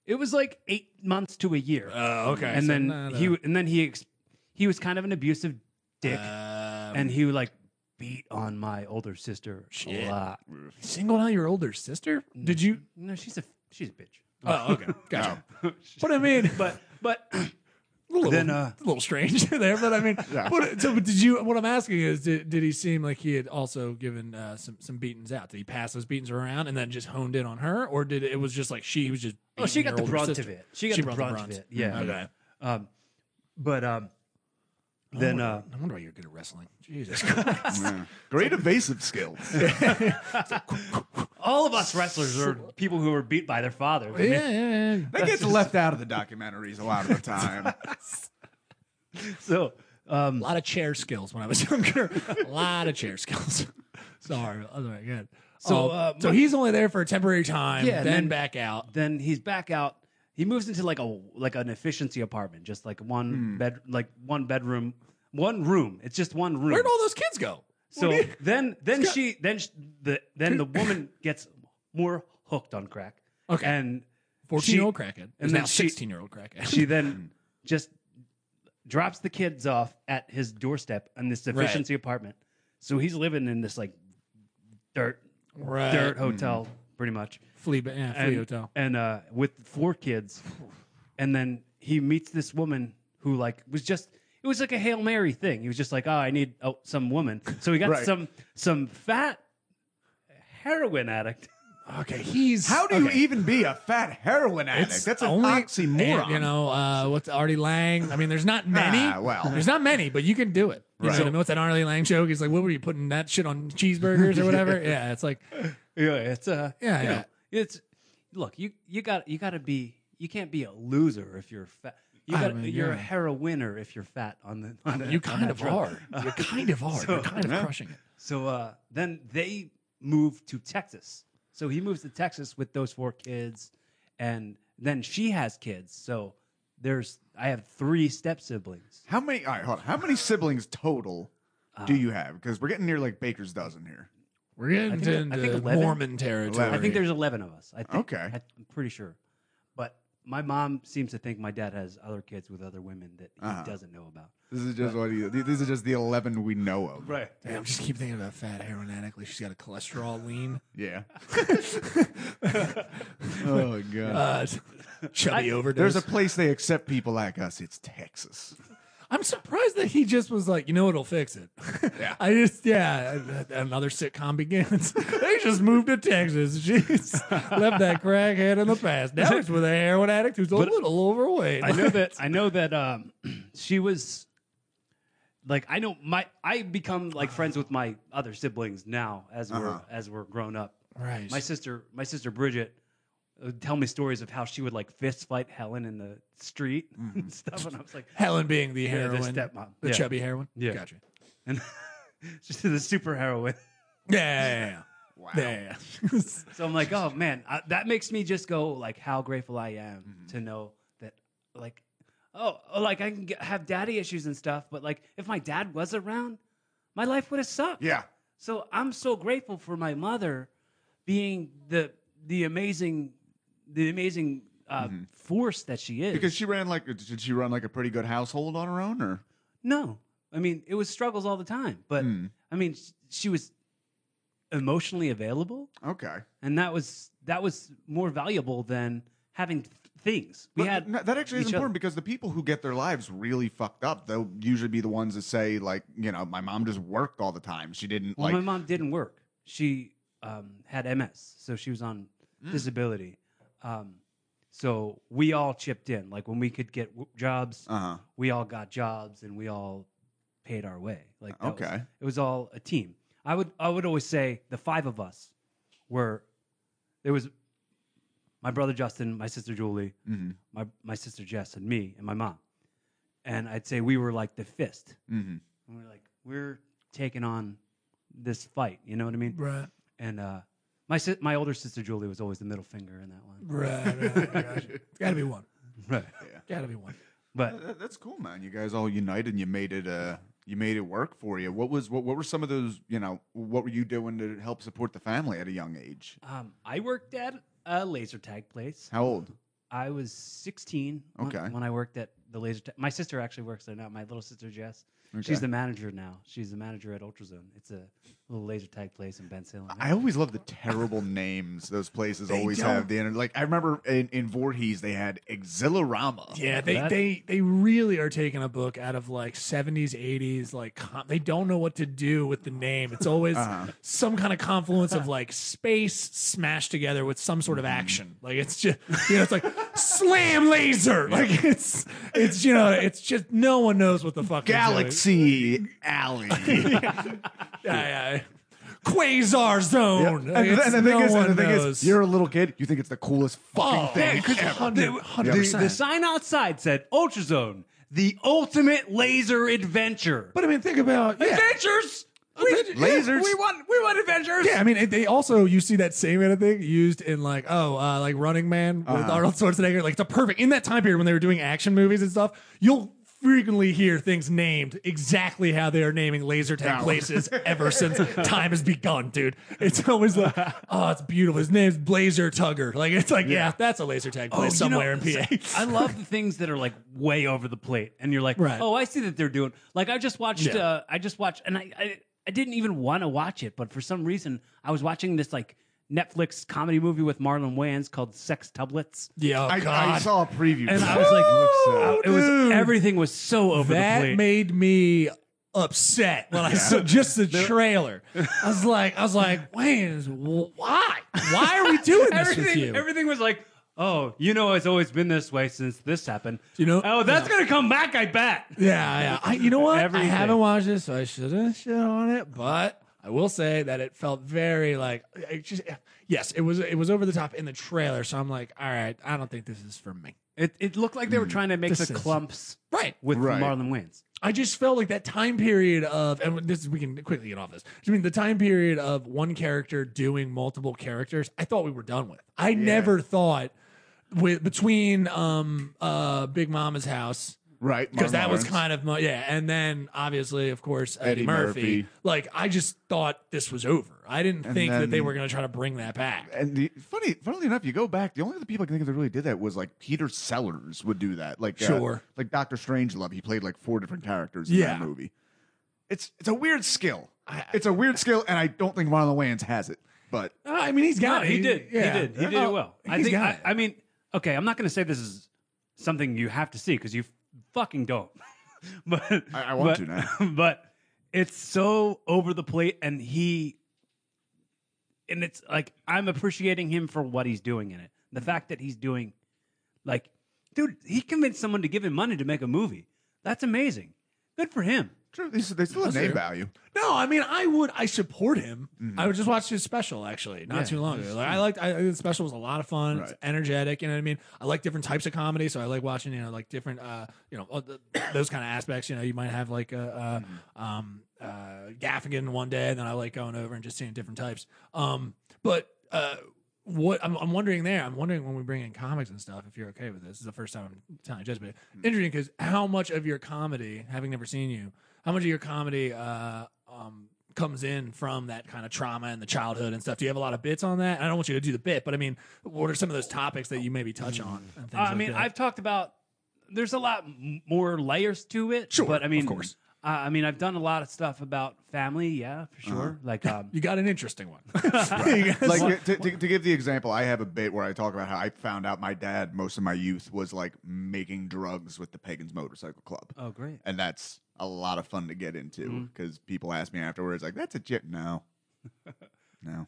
[SPEAKER 4] it was like eight months to a year.
[SPEAKER 2] Oh, okay.
[SPEAKER 4] and
[SPEAKER 2] So
[SPEAKER 4] then
[SPEAKER 2] not a- uh,
[SPEAKER 4] he and then he ex- he was kind of an abusive dick,
[SPEAKER 2] Oh.
[SPEAKER 4] and he like beat on my older sister
[SPEAKER 2] Shit.
[SPEAKER 4] a lot.
[SPEAKER 2] singled out your older sister.
[SPEAKER 4] Mm.
[SPEAKER 2] Did you?
[SPEAKER 4] No, she's a she's a bitch.
[SPEAKER 2] Oh, okay. Gotcha. But I mean,
[SPEAKER 4] But but
[SPEAKER 2] a little,
[SPEAKER 4] Then, uh,
[SPEAKER 2] a little strange there. But I mean,
[SPEAKER 3] Yeah.
[SPEAKER 2] what, so did you? What I'm asking is, did, did he seem like he had also given uh, some some beatings out? Did he pass those beatings around and then just honed in on her, or did it was just like she was just?
[SPEAKER 4] oh, she
[SPEAKER 2] beating your
[SPEAKER 4] got the
[SPEAKER 2] older
[SPEAKER 4] brunt
[SPEAKER 2] sister?
[SPEAKER 4] of it. She got the
[SPEAKER 2] brought
[SPEAKER 4] brunt, of it. Yeah.
[SPEAKER 2] Okay.
[SPEAKER 4] Um, but um, then
[SPEAKER 2] I
[SPEAKER 4] uh,
[SPEAKER 2] wonder, I wonder why you're good at wrestling. Jesus Christ.
[SPEAKER 3] Yeah. Great evasive skills.
[SPEAKER 4] all of us wrestlers are people who were beat by their father. I
[SPEAKER 2] yeah,
[SPEAKER 4] mean,
[SPEAKER 2] yeah, yeah.
[SPEAKER 3] That gets left out of the documentaries a lot of the time.
[SPEAKER 4] So um,
[SPEAKER 2] A lot of chair skills when I was younger. a lot of chair skills. Sorry. All right, good.
[SPEAKER 4] So,
[SPEAKER 2] So,
[SPEAKER 4] uh,
[SPEAKER 2] so
[SPEAKER 4] my-
[SPEAKER 2] he's only there for a temporary time,
[SPEAKER 4] Yeah,
[SPEAKER 2] yeah,
[SPEAKER 4] and
[SPEAKER 2] then,
[SPEAKER 4] then-
[SPEAKER 2] back out.
[SPEAKER 4] then he's back out. He moves into like a like an efficiency apartment, just like one bed, like one bedroom, one room. It's just one room.
[SPEAKER 2] Where'd all those kids go?
[SPEAKER 4] so
[SPEAKER 2] What do you-
[SPEAKER 4] then then she then sh the then the woman gets more hooked on crack.
[SPEAKER 2] Okay.
[SPEAKER 4] and
[SPEAKER 2] 14 year old crackhead.
[SPEAKER 4] and
[SPEAKER 2] And
[SPEAKER 4] then
[SPEAKER 2] now
[SPEAKER 4] she-
[SPEAKER 2] 16 year old crackhead.
[SPEAKER 4] she then just drops the kids off at his doorstep in this efficiency apartment. So he's living in this like dirt
[SPEAKER 2] right.
[SPEAKER 4] dirt hotel, pretty much.
[SPEAKER 2] Flea, ba- yeah, flea
[SPEAKER 4] and,
[SPEAKER 2] Uh, mm. hotel.
[SPEAKER 4] and uh, with four kids, and then he meets this woman who like was just it was like a hail mary thing. He was just like, oh, I need oh, some woman, so he got
[SPEAKER 3] Right.
[SPEAKER 4] some some fat heroin addict.
[SPEAKER 2] Okay. He's.
[SPEAKER 3] How do you even be a fat heroin addict? That's an oxymoron.
[SPEAKER 2] and, you know, uh, what's Artie Lang? I mean, there's not many.
[SPEAKER 3] Ah, well.
[SPEAKER 2] There's not many, but you can do it. You know
[SPEAKER 3] Right.
[SPEAKER 2] what I mean? What's that Artie Lang joke? He's like, what were you putting that shit on cheeseburgers or whatever? yeah. It's like,
[SPEAKER 4] yeah, it's uh,
[SPEAKER 2] Yeah,
[SPEAKER 4] you
[SPEAKER 2] yeah.
[SPEAKER 4] know, it's look, you you got you got to be you can't be a loser if you're fat. You
[SPEAKER 2] I
[SPEAKER 4] got
[SPEAKER 2] mean,
[SPEAKER 4] you're a
[SPEAKER 2] yeah.
[SPEAKER 4] heroiner if you're fat on the on the
[SPEAKER 2] you
[SPEAKER 4] on
[SPEAKER 2] kind
[SPEAKER 4] that
[SPEAKER 2] of
[SPEAKER 4] drug.
[SPEAKER 2] are. You kind of are. You're kind of
[SPEAKER 3] yeah.
[SPEAKER 2] crushing it.
[SPEAKER 4] So uh, then they move to Texas. So he moves to Texas with those four kids, and then she has kids. So there's I have three step siblings.
[SPEAKER 3] How many? All right, hold on. How many siblings total
[SPEAKER 2] Uh,
[SPEAKER 3] do you have? Because we're getting near like Baker's dozen here.
[SPEAKER 2] We're getting
[SPEAKER 4] I think-
[SPEAKER 2] into
[SPEAKER 4] I think 11.
[SPEAKER 2] Mormon territory.
[SPEAKER 4] I think there's eleven of us. I think,
[SPEAKER 3] Okay.
[SPEAKER 4] I, am pretty sure, but my mom seems to think my dad has other kids with other women that he
[SPEAKER 2] Uh-huh.
[SPEAKER 4] doesn't know about.
[SPEAKER 3] This is just what he, these are just the eleven we know of.
[SPEAKER 4] Right.
[SPEAKER 2] Damn, I just keep thinking about fat heroin addict. Like she's got a cholesterol lean.
[SPEAKER 3] Yeah. oh my god.
[SPEAKER 2] Uh, chubby overdose.
[SPEAKER 3] There's a place they accept people like us. It's Texas.
[SPEAKER 2] I'm surprised that he just was like, you know, it'll fix it.
[SPEAKER 3] Yeah.
[SPEAKER 2] I just, yeah. and- and Another sitcom begins. they just moved to Texas. Jeez, left that crackhead in the past. Now he's with a heroin addict who's a little overweight.
[SPEAKER 4] I know that I know that um, she was like I know my I become like friends with my other siblings now as we're as we're grown up.
[SPEAKER 2] Right.
[SPEAKER 4] My sister my sister Bridget would tell me stories of how she would like fist fight Helen in the street and stuff, and I was like,
[SPEAKER 2] Helen being the
[SPEAKER 4] the
[SPEAKER 2] heroin,
[SPEAKER 4] stepmom.
[SPEAKER 2] the
[SPEAKER 4] Yeah.
[SPEAKER 2] chubby heroin.
[SPEAKER 4] Yeah.
[SPEAKER 2] gotcha.
[SPEAKER 4] and she's the super heroine.
[SPEAKER 2] Yeah, yeah, yeah.
[SPEAKER 3] Wow.
[SPEAKER 2] yeah. yeah.
[SPEAKER 4] So I'm like, oh man, I, that makes me just go like, how grateful I am to know that, like, oh, oh, like I can get, have daddy issues and stuff, but like if my dad was around, my life would have sucked.
[SPEAKER 3] Yeah.
[SPEAKER 4] So I'm so grateful for my mother being the the amazing, the amazing uh, force that she is.
[SPEAKER 3] Because she ran like did she run like a pretty good household on her own or
[SPEAKER 4] no, I mean, it was struggles all the time, but I mean, sh- she was emotionally available,
[SPEAKER 3] Okay.
[SPEAKER 4] and that was that was more valuable than having th- things. We
[SPEAKER 3] But
[SPEAKER 4] had
[SPEAKER 3] no, that actually is
[SPEAKER 4] each
[SPEAKER 3] important
[SPEAKER 4] other.
[SPEAKER 3] because the people who get their lives really fucked up, they'll usually be the ones that say like, you know, my mom just worked all the time. She didn't
[SPEAKER 4] Well,
[SPEAKER 3] like.
[SPEAKER 4] my mom didn't work. She um, had MS, so she was on
[SPEAKER 3] Mm.
[SPEAKER 4] disability. Um, so we all chipped in. Like when we could get w- jobs,
[SPEAKER 3] Uh huh.
[SPEAKER 4] we all got jobs and we all paid our way. Like that was-
[SPEAKER 3] Okay.
[SPEAKER 4] it was all a team. I would I would always say the five of us were there was my brother Justin, my sister Julie,
[SPEAKER 3] Mhm.
[SPEAKER 4] my my sister Jess, and me and my mom. And I'd say we were like the fist.
[SPEAKER 3] Mm-hmm.
[SPEAKER 4] And we're like we're taking on this fight. You know what I mean?
[SPEAKER 2] Right.
[SPEAKER 4] And uh, my si- my older sister Julie was always the middle finger in that one.
[SPEAKER 2] Right. right gotcha. Gotta be one.
[SPEAKER 4] Right.
[SPEAKER 2] Gotta be one.
[SPEAKER 4] But
[SPEAKER 3] That- That's cool, man. You guys all united and you made it. Uh, you made it work for you. What was what? What were some of those? You know, what were you doing to help support the family at a young age?
[SPEAKER 4] um, I worked at a laser tag place.
[SPEAKER 3] How old?
[SPEAKER 4] I was 16 when-
[SPEAKER 3] Okay.
[SPEAKER 4] when, I worked at the laser. Tag. my sister actually works there now. My little sister Jess.
[SPEAKER 3] Okay.
[SPEAKER 4] She's the manager now. She's the manager at UltraZone. It's a little laser tag place in Ben Salem.
[SPEAKER 3] I always love the terrible names those places always have. The inter- like I remember in, in Voorhees they had Exilorama.
[SPEAKER 2] Yeah, they,
[SPEAKER 4] That-
[SPEAKER 2] they they really are taking a book out of like 70s, 80s, like com- they don't know what to do with the name. It's always
[SPEAKER 3] Uh-huh.
[SPEAKER 2] some kind of confluence of like space smashed together with some sort of action.
[SPEAKER 3] Mm-hmm.
[SPEAKER 2] Like it's just you know, it's like slam laser. Like it's it's you know, it's just no one knows what the fuck they're doing.
[SPEAKER 3] Galaxy Alley.
[SPEAKER 2] Yeah, yeah. Quasar zone.
[SPEAKER 3] And,
[SPEAKER 2] It's-
[SPEAKER 3] and the thing
[SPEAKER 2] no
[SPEAKER 3] is, and
[SPEAKER 2] one
[SPEAKER 3] the thing
[SPEAKER 2] knows.
[SPEAKER 3] is, you're a little kid. You think it's the coolest fucking
[SPEAKER 2] Oh,
[SPEAKER 3] thing.
[SPEAKER 2] yeah, 100, 100%.
[SPEAKER 4] the, the sign outside said UltraZone, the ultimate laser adventure.
[SPEAKER 2] But I mean, think about yeah.
[SPEAKER 4] adventures. We,
[SPEAKER 3] Lasers.
[SPEAKER 4] We want we want adventures.
[SPEAKER 2] Yeah, I mean, it- they also you see that same kind of thing used in like oh, uh, like Running Man with
[SPEAKER 3] Uh-huh.
[SPEAKER 2] Arnold Schwarzenegger. Like it's a perfect in that time period when they were doing action movies and stuff. You'll frequently hear things named exactly how they are naming laser tag places ever since time has begun, dude. It's always like oh, it's beautiful. His name's Blazer Tugger. Like it's like yeah, that's a laser tag place
[SPEAKER 4] Oh, you know,
[SPEAKER 2] somewhere in PA.
[SPEAKER 4] I love the things that are like way over the plate, and you're like,
[SPEAKER 2] Right.
[SPEAKER 4] oh, I see that they're doing. Like I just watched,
[SPEAKER 2] Yeah.
[SPEAKER 4] uh, I just watched, and I, I, I didn't even want to watch it, but for some reason, I was watching this like Netflix comedy movie with Marlon Wayans called Sex Tublets,
[SPEAKER 2] yeah, oh,
[SPEAKER 3] I,
[SPEAKER 2] God.
[SPEAKER 3] I saw a preview.
[SPEAKER 4] and
[SPEAKER 3] for
[SPEAKER 4] I
[SPEAKER 3] that.
[SPEAKER 4] was like,
[SPEAKER 3] Looks, uh,
[SPEAKER 4] it was
[SPEAKER 2] dude.
[SPEAKER 4] everything was so over the
[SPEAKER 2] that
[SPEAKER 4] plate.
[SPEAKER 2] made me upset when I saw just the trailer. I was like, I was like, Wayne, why? Why are we doing this with
[SPEAKER 4] everything,
[SPEAKER 2] you?
[SPEAKER 4] everything was like. Oh, you know, it's always been this way since this happened.
[SPEAKER 2] You know-
[SPEAKER 4] oh, that's gonna come back, I bet.
[SPEAKER 2] yeah, yeah. I, you know what?
[SPEAKER 4] Everything.
[SPEAKER 2] I haven't watched this, so I shouldn't shit on it. But I will say that it felt very like, it just yes, it was it was over the top in the trailer. So I'm like, all right, I don't think this is for me.
[SPEAKER 4] It, it looked like they were trying to make
[SPEAKER 2] Mm, This
[SPEAKER 4] the
[SPEAKER 2] is-
[SPEAKER 4] clumps
[SPEAKER 2] Right.
[SPEAKER 4] with
[SPEAKER 3] Right.
[SPEAKER 4] Marlon Wayans.
[SPEAKER 2] I just felt like that time period of, and this we can quickly get off this. I mean, the time period of one character doing multiple characters. I thought we were done with. I never thought with between um uh Big Mama's house
[SPEAKER 3] right
[SPEAKER 2] because that
[SPEAKER 3] Martin
[SPEAKER 2] was
[SPEAKER 3] Lawrence.
[SPEAKER 2] kind of my, yeah, and then obviously of course Eddie,
[SPEAKER 3] Eddie
[SPEAKER 2] Murphy.
[SPEAKER 3] Murphy.
[SPEAKER 2] Like I just thought this was over. I didn't think that they
[SPEAKER 3] then-
[SPEAKER 2] were going to try to bring that back.
[SPEAKER 3] And the funny, funnily enough, you go back. The only other people I can think of that really did that was like Peter Sellers would do that. Like uh,
[SPEAKER 2] Sure.
[SPEAKER 3] like Doctor Strangelove. He played like four different characters in
[SPEAKER 2] Yeah.
[SPEAKER 3] that movie. It's it's a weird skill.
[SPEAKER 2] I- I-
[SPEAKER 3] it's a weird skill, and I don't think Marlon Wayans has it. But
[SPEAKER 2] Uh, I mean, he's got
[SPEAKER 4] No,
[SPEAKER 2] it.
[SPEAKER 4] he did.
[SPEAKER 2] yeah.
[SPEAKER 4] He did. He did
[SPEAKER 2] Oh,
[SPEAKER 4] it well. I
[SPEAKER 2] he's
[SPEAKER 4] think.
[SPEAKER 2] got
[SPEAKER 4] I,
[SPEAKER 2] it.
[SPEAKER 4] I mean, okay. I'm not going to say this is something you have to see because you fucking don't. but
[SPEAKER 3] I- I want to
[SPEAKER 4] but-
[SPEAKER 3] now.
[SPEAKER 4] But it's so over the plate, and he, and it's like I'm appreciating him for what he's doing in it. The fact that he's doing, like, dude, he convinced someone to give him money to make a movie. That's amazing. Good for him.
[SPEAKER 3] true, they, they still have name
[SPEAKER 2] true.
[SPEAKER 3] value.
[SPEAKER 2] No, I mean I would I support him. I would just watch his special actually not
[SPEAKER 4] Yeah.
[SPEAKER 2] too long ago. Like I liked I, I- the special was a lot of fun. It's
[SPEAKER 3] Right.
[SPEAKER 2] energetic, you know what I mean. I like different types of comedy, so I like watching you know like different uh you know all the- those kind of aspects. You know, you might have like a, uh um uh Gaffigan one day, and then I like going over and just seeing different types. Um, but uh. What I'm, I'm wondering there, I'm wondering when we bring in comics and stuff, if you're okay with this. This is the first time I'm telling you, just but interesting because how much of your comedy, having never seen you, how much of your comedy uh, um, comes in from that kind of trauma and the childhood and stuff. Do you have a lot of bits on that? I don't want you to do the bit, but I mean, what are some of those topics that you maybe touch on? And things
[SPEAKER 4] I
[SPEAKER 2] like
[SPEAKER 4] mean,
[SPEAKER 2] that?
[SPEAKER 4] I've talked about. There's a lot m- more layers to it.
[SPEAKER 2] Sure,
[SPEAKER 4] but I mean,
[SPEAKER 2] of course.
[SPEAKER 4] I I mean, I've done a lot of stuff about family, yeah, for
[SPEAKER 2] Uh-huh.
[SPEAKER 4] sure. Like, um,
[SPEAKER 2] You got an interesting one.
[SPEAKER 3] like to, to, to give the example, I have a bit where I talk about how I found out my dad most of my youth was like making drugs with the Pagans Motorcycle Club,
[SPEAKER 4] oh, great.
[SPEAKER 3] and that's a lot of fun to get into because people ask me afterwards, like, "That's a jip?" No, no.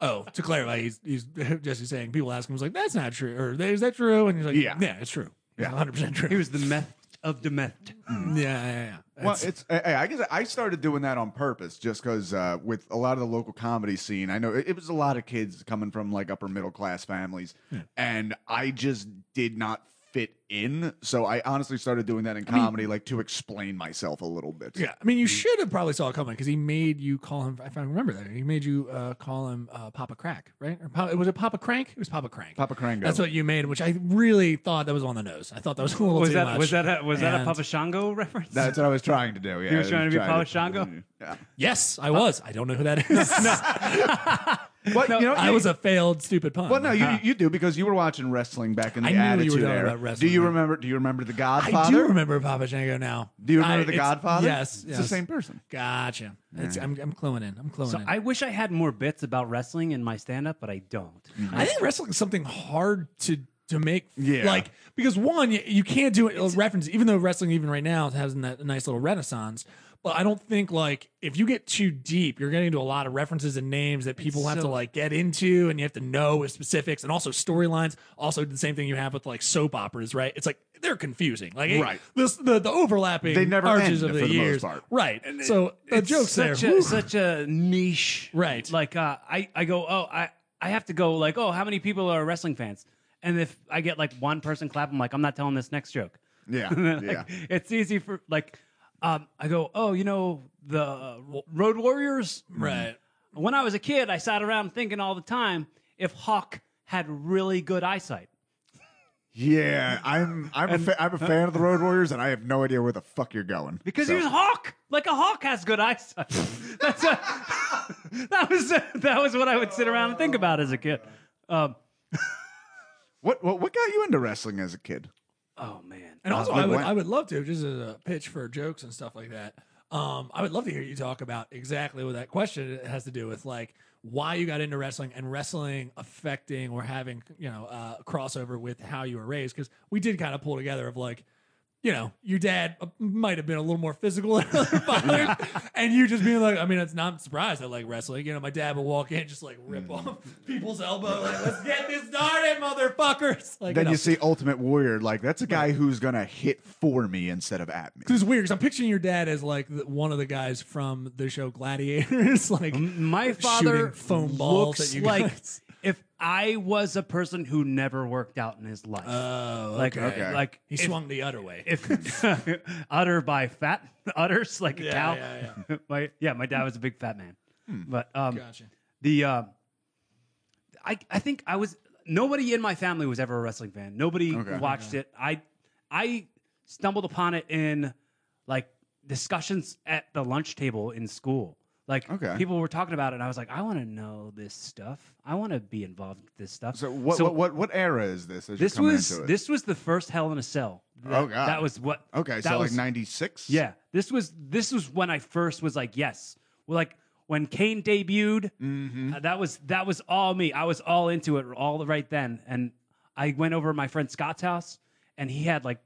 [SPEAKER 2] oh, to clarify, he's, he's Jesse's saying people ask him, he's like, that's not true. Or is that true? And he's like,
[SPEAKER 3] Yeah.
[SPEAKER 2] yeah, it's true.
[SPEAKER 3] Yeah.
[SPEAKER 2] Yeah, 100% true.
[SPEAKER 4] He was the meth of the meth.
[SPEAKER 2] yeah, yeah, yeah.
[SPEAKER 3] Well,
[SPEAKER 2] That's-
[SPEAKER 3] it's I, I guess I started doing that on purpose, just because uh, with a lot of the local comedy scene, I know it, it was a lot of kids coming from like upper middle class families, and I just did not fit in. So I honestly started doing that in comedy, like to explain myself a little bit.
[SPEAKER 2] Yeah, I mean, you should have probably saw it coming because he made you call him. If I remember that, he made you uh, call him uh, Papa Crack, right? Or Papa, was it Papa Crank? It was Papa Crank.
[SPEAKER 3] Papa Crango.
[SPEAKER 2] That's what you made, which I really thought that was on the nose. I thought that was a little
[SPEAKER 4] Was
[SPEAKER 2] too
[SPEAKER 4] that
[SPEAKER 2] much.
[SPEAKER 4] was that a, was that a
[SPEAKER 2] And-
[SPEAKER 4] Papa Shango reference?
[SPEAKER 3] That's what I was trying to do. Yeah,
[SPEAKER 4] He was
[SPEAKER 3] I
[SPEAKER 4] trying to be Palo Shango?
[SPEAKER 3] Yeah.
[SPEAKER 2] yes, I was. I don't know who that is.
[SPEAKER 3] But you know,
[SPEAKER 2] I was a failed stupid pun.
[SPEAKER 3] Well, no, you you do because you were watching wrestling back in the
[SPEAKER 2] I knew you were
[SPEAKER 3] Attitude
[SPEAKER 2] talking
[SPEAKER 3] Era.
[SPEAKER 2] about wrestling,
[SPEAKER 3] do you
[SPEAKER 2] right?
[SPEAKER 3] remember? Do you remember the Godfather?
[SPEAKER 2] I do remember Papa Django now.
[SPEAKER 3] Do you remember
[SPEAKER 2] I-
[SPEAKER 3] the
[SPEAKER 2] it's-
[SPEAKER 3] Godfather?
[SPEAKER 2] Yes,
[SPEAKER 3] it's
[SPEAKER 2] yes.
[SPEAKER 3] the same person.
[SPEAKER 2] Gotcha. It's, I'm, I'm cluing in. I'm cluing
[SPEAKER 4] So
[SPEAKER 2] in.
[SPEAKER 4] I wish I had more bits about wrestling in my stand up, but I don't.
[SPEAKER 2] I think wrestling is something hard to to make.
[SPEAKER 3] Yeah.
[SPEAKER 2] Like because one, you, you can't do it uh, reference. Even though wrestling, even right now, has a ni- a nice little renaissance. But I don't think like if you get too deep, you're getting into a lot of references and names that people have to
[SPEAKER 4] so-
[SPEAKER 2] like get into, and you have to know specifics and also storylines. Also, the same thing you have with like soap operas, right? It's like they're confusing. Like it-
[SPEAKER 3] Right.
[SPEAKER 2] this, the the overlapping
[SPEAKER 3] They never
[SPEAKER 2] arches
[SPEAKER 3] end,
[SPEAKER 2] of the
[SPEAKER 3] for the most
[SPEAKER 2] years,
[SPEAKER 3] part.
[SPEAKER 2] right? so the
[SPEAKER 4] It's
[SPEAKER 2] jokes there.
[SPEAKER 4] such A,
[SPEAKER 2] whew.
[SPEAKER 4] such a niche,
[SPEAKER 2] Right.
[SPEAKER 4] Like uh, I, I go, oh, I, I have to go. Like, oh, how many people are wrestling fans? And if I get like one person clap, I'm like, I'm not telling this next joke.
[SPEAKER 3] Yeah,
[SPEAKER 4] Like,
[SPEAKER 3] yeah.
[SPEAKER 4] It's easy for like, um, I go, oh, you know the uh, Road Warriors.
[SPEAKER 2] right.
[SPEAKER 4] When I was a kid, I sat around thinking all the time if Hawk had really good eyesight.
[SPEAKER 3] Yeah, I'm I'm a fa- I'm a fan of the Road Warriors, and I have no idea where the fuck you're going.
[SPEAKER 4] Because
[SPEAKER 3] So-
[SPEAKER 4] he was a hawk. Like a hawk has good eyesight. That's a, that was that was what I would sit around and think about as a kid. Um,
[SPEAKER 3] what what what got you into wrestling as a kid?
[SPEAKER 4] oh man.
[SPEAKER 2] And also,
[SPEAKER 3] like
[SPEAKER 2] I would
[SPEAKER 3] Uh, what?
[SPEAKER 2] I would love to just as a pitch for jokes and stuff like that. Um, I would love to hear you talk about exactly what that question has to do with, like why you got into wrestling and wrestling affecting or having you know uh, crossover with how you were raised. Because we did kind of pull together of like. You know, your dad uh, might have been a little more physical than other fathers, and you just being like, I mean, it's not surprised I like wrestling. You know, my dad would walk in just like rip
[SPEAKER 3] Mm.
[SPEAKER 2] off people's elbow, like, let's get this started, motherfuckers. Like,
[SPEAKER 3] Then
[SPEAKER 2] know.
[SPEAKER 3] you see Ultimate Warrior, like that's a guy who's gonna hit for me instead of at me.
[SPEAKER 2] Cause it's weird. Cause I'm picturing your dad as like the, one of the guys from the show Gladiators, like
[SPEAKER 4] My
[SPEAKER 2] shooting
[SPEAKER 4] father
[SPEAKER 2] foam balls
[SPEAKER 4] looks
[SPEAKER 2] at you
[SPEAKER 4] like
[SPEAKER 2] guys.
[SPEAKER 4] if I was a person who never worked out in his life.
[SPEAKER 2] Oh,
[SPEAKER 4] like
[SPEAKER 3] okay.
[SPEAKER 4] like
[SPEAKER 2] he
[SPEAKER 4] if,
[SPEAKER 2] swung the other way.
[SPEAKER 4] if utter by fat utters like a
[SPEAKER 2] Yeah,
[SPEAKER 4] cow.
[SPEAKER 2] yeah,
[SPEAKER 4] my yeah, my dad was a big fat man.
[SPEAKER 3] Hmm.
[SPEAKER 4] But um,
[SPEAKER 2] gotcha.
[SPEAKER 4] the uh, I I think I was nobody in my family was ever a wrestling fan. Nobody
[SPEAKER 3] Okay.
[SPEAKER 4] watched it. I I stumbled upon it in like discussions at the lunch table in school. Like
[SPEAKER 3] Okay.
[SPEAKER 4] people were talking about it, and I was like, I want to know this stuff. I want to be involved with this stuff.
[SPEAKER 3] So what what, what what era is this? As
[SPEAKER 4] this
[SPEAKER 3] you're coming
[SPEAKER 4] was
[SPEAKER 3] into it?
[SPEAKER 4] this was the first Hell in a Cell. That,
[SPEAKER 3] Oh, God.
[SPEAKER 4] that was what.
[SPEAKER 3] Okay,
[SPEAKER 4] that
[SPEAKER 3] so
[SPEAKER 4] was-
[SPEAKER 3] like '96.
[SPEAKER 4] yeah, this was this was when I first was like, yes, well, like when Kane debuted,
[SPEAKER 3] Mm-hmm.
[SPEAKER 4] uh, that was that was all me. I was all into it all right then, and I went over to my friend Scott's house, and he had like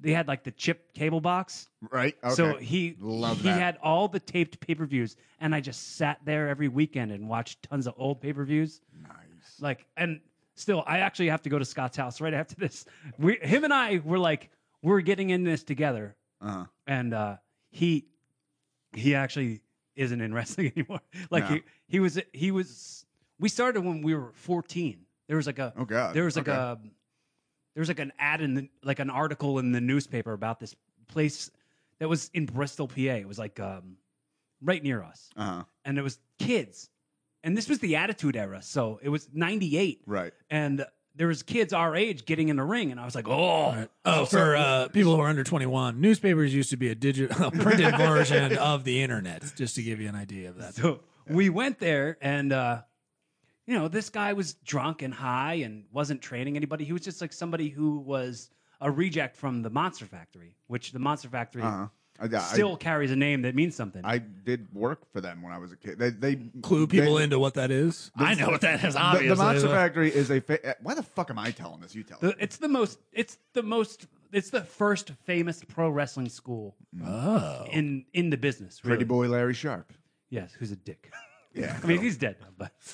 [SPEAKER 4] they had like the chip cable box,
[SPEAKER 3] Right. Okay.
[SPEAKER 4] so he
[SPEAKER 3] Love
[SPEAKER 4] he
[SPEAKER 3] that.
[SPEAKER 4] had all the taped pay per views, and I just sat there every weekend and watched tons of old pay per views.
[SPEAKER 3] nice.
[SPEAKER 4] Like, and still, I actually have to go to Scott's house right after this. We, him and I were like, we're getting in this together
[SPEAKER 3] Uh-huh.
[SPEAKER 4] and uh, he he actually isn't in wrestling anymore. Like
[SPEAKER 3] No.
[SPEAKER 4] he, he was he was we started when we were fourteen. There was like a
[SPEAKER 3] Oh God.
[SPEAKER 4] there was like
[SPEAKER 3] Okay.
[SPEAKER 4] a there was like an ad in the, like an article in the newspaper about this place that was in Bristol, PA. It was like um, right near us,
[SPEAKER 3] Uh-huh.
[SPEAKER 4] and it was kids, and this was the Attitude Era, so it was ninety eight,
[SPEAKER 3] Right.
[SPEAKER 4] and there was kids our age getting in the ring, and I was like, oh,
[SPEAKER 2] All right. Oh, for uh, people who are under 21, newspapers used to be a digital printed version of the internet. Just to give you an idea of that.
[SPEAKER 4] So we went there, and uh, you know, this guy was drunk and high and wasn't training anybody. He was just like somebody who was a reject from the Monster Factory, which the Monster Factory
[SPEAKER 3] Uh-huh. I- I-
[SPEAKER 4] still carries a name that means something.
[SPEAKER 3] I did work for them when I was a kid. They, they
[SPEAKER 2] Clue people
[SPEAKER 3] they-
[SPEAKER 2] into what that is. I know what that is.
[SPEAKER 3] The,
[SPEAKER 2] Obviously,
[SPEAKER 3] the Monster Factory is a. Fa- eh, Why the fuck am I telling this? You tell
[SPEAKER 4] The-
[SPEAKER 3] it.
[SPEAKER 4] it's the most. It's the most. It's the first famous pro wrestling school
[SPEAKER 2] Oh,
[SPEAKER 4] in in the business. Really.
[SPEAKER 3] Pretty boy Larry Sharp.
[SPEAKER 4] Yes, who's a dick.
[SPEAKER 3] Yeah.
[SPEAKER 4] I mean, he's dead now,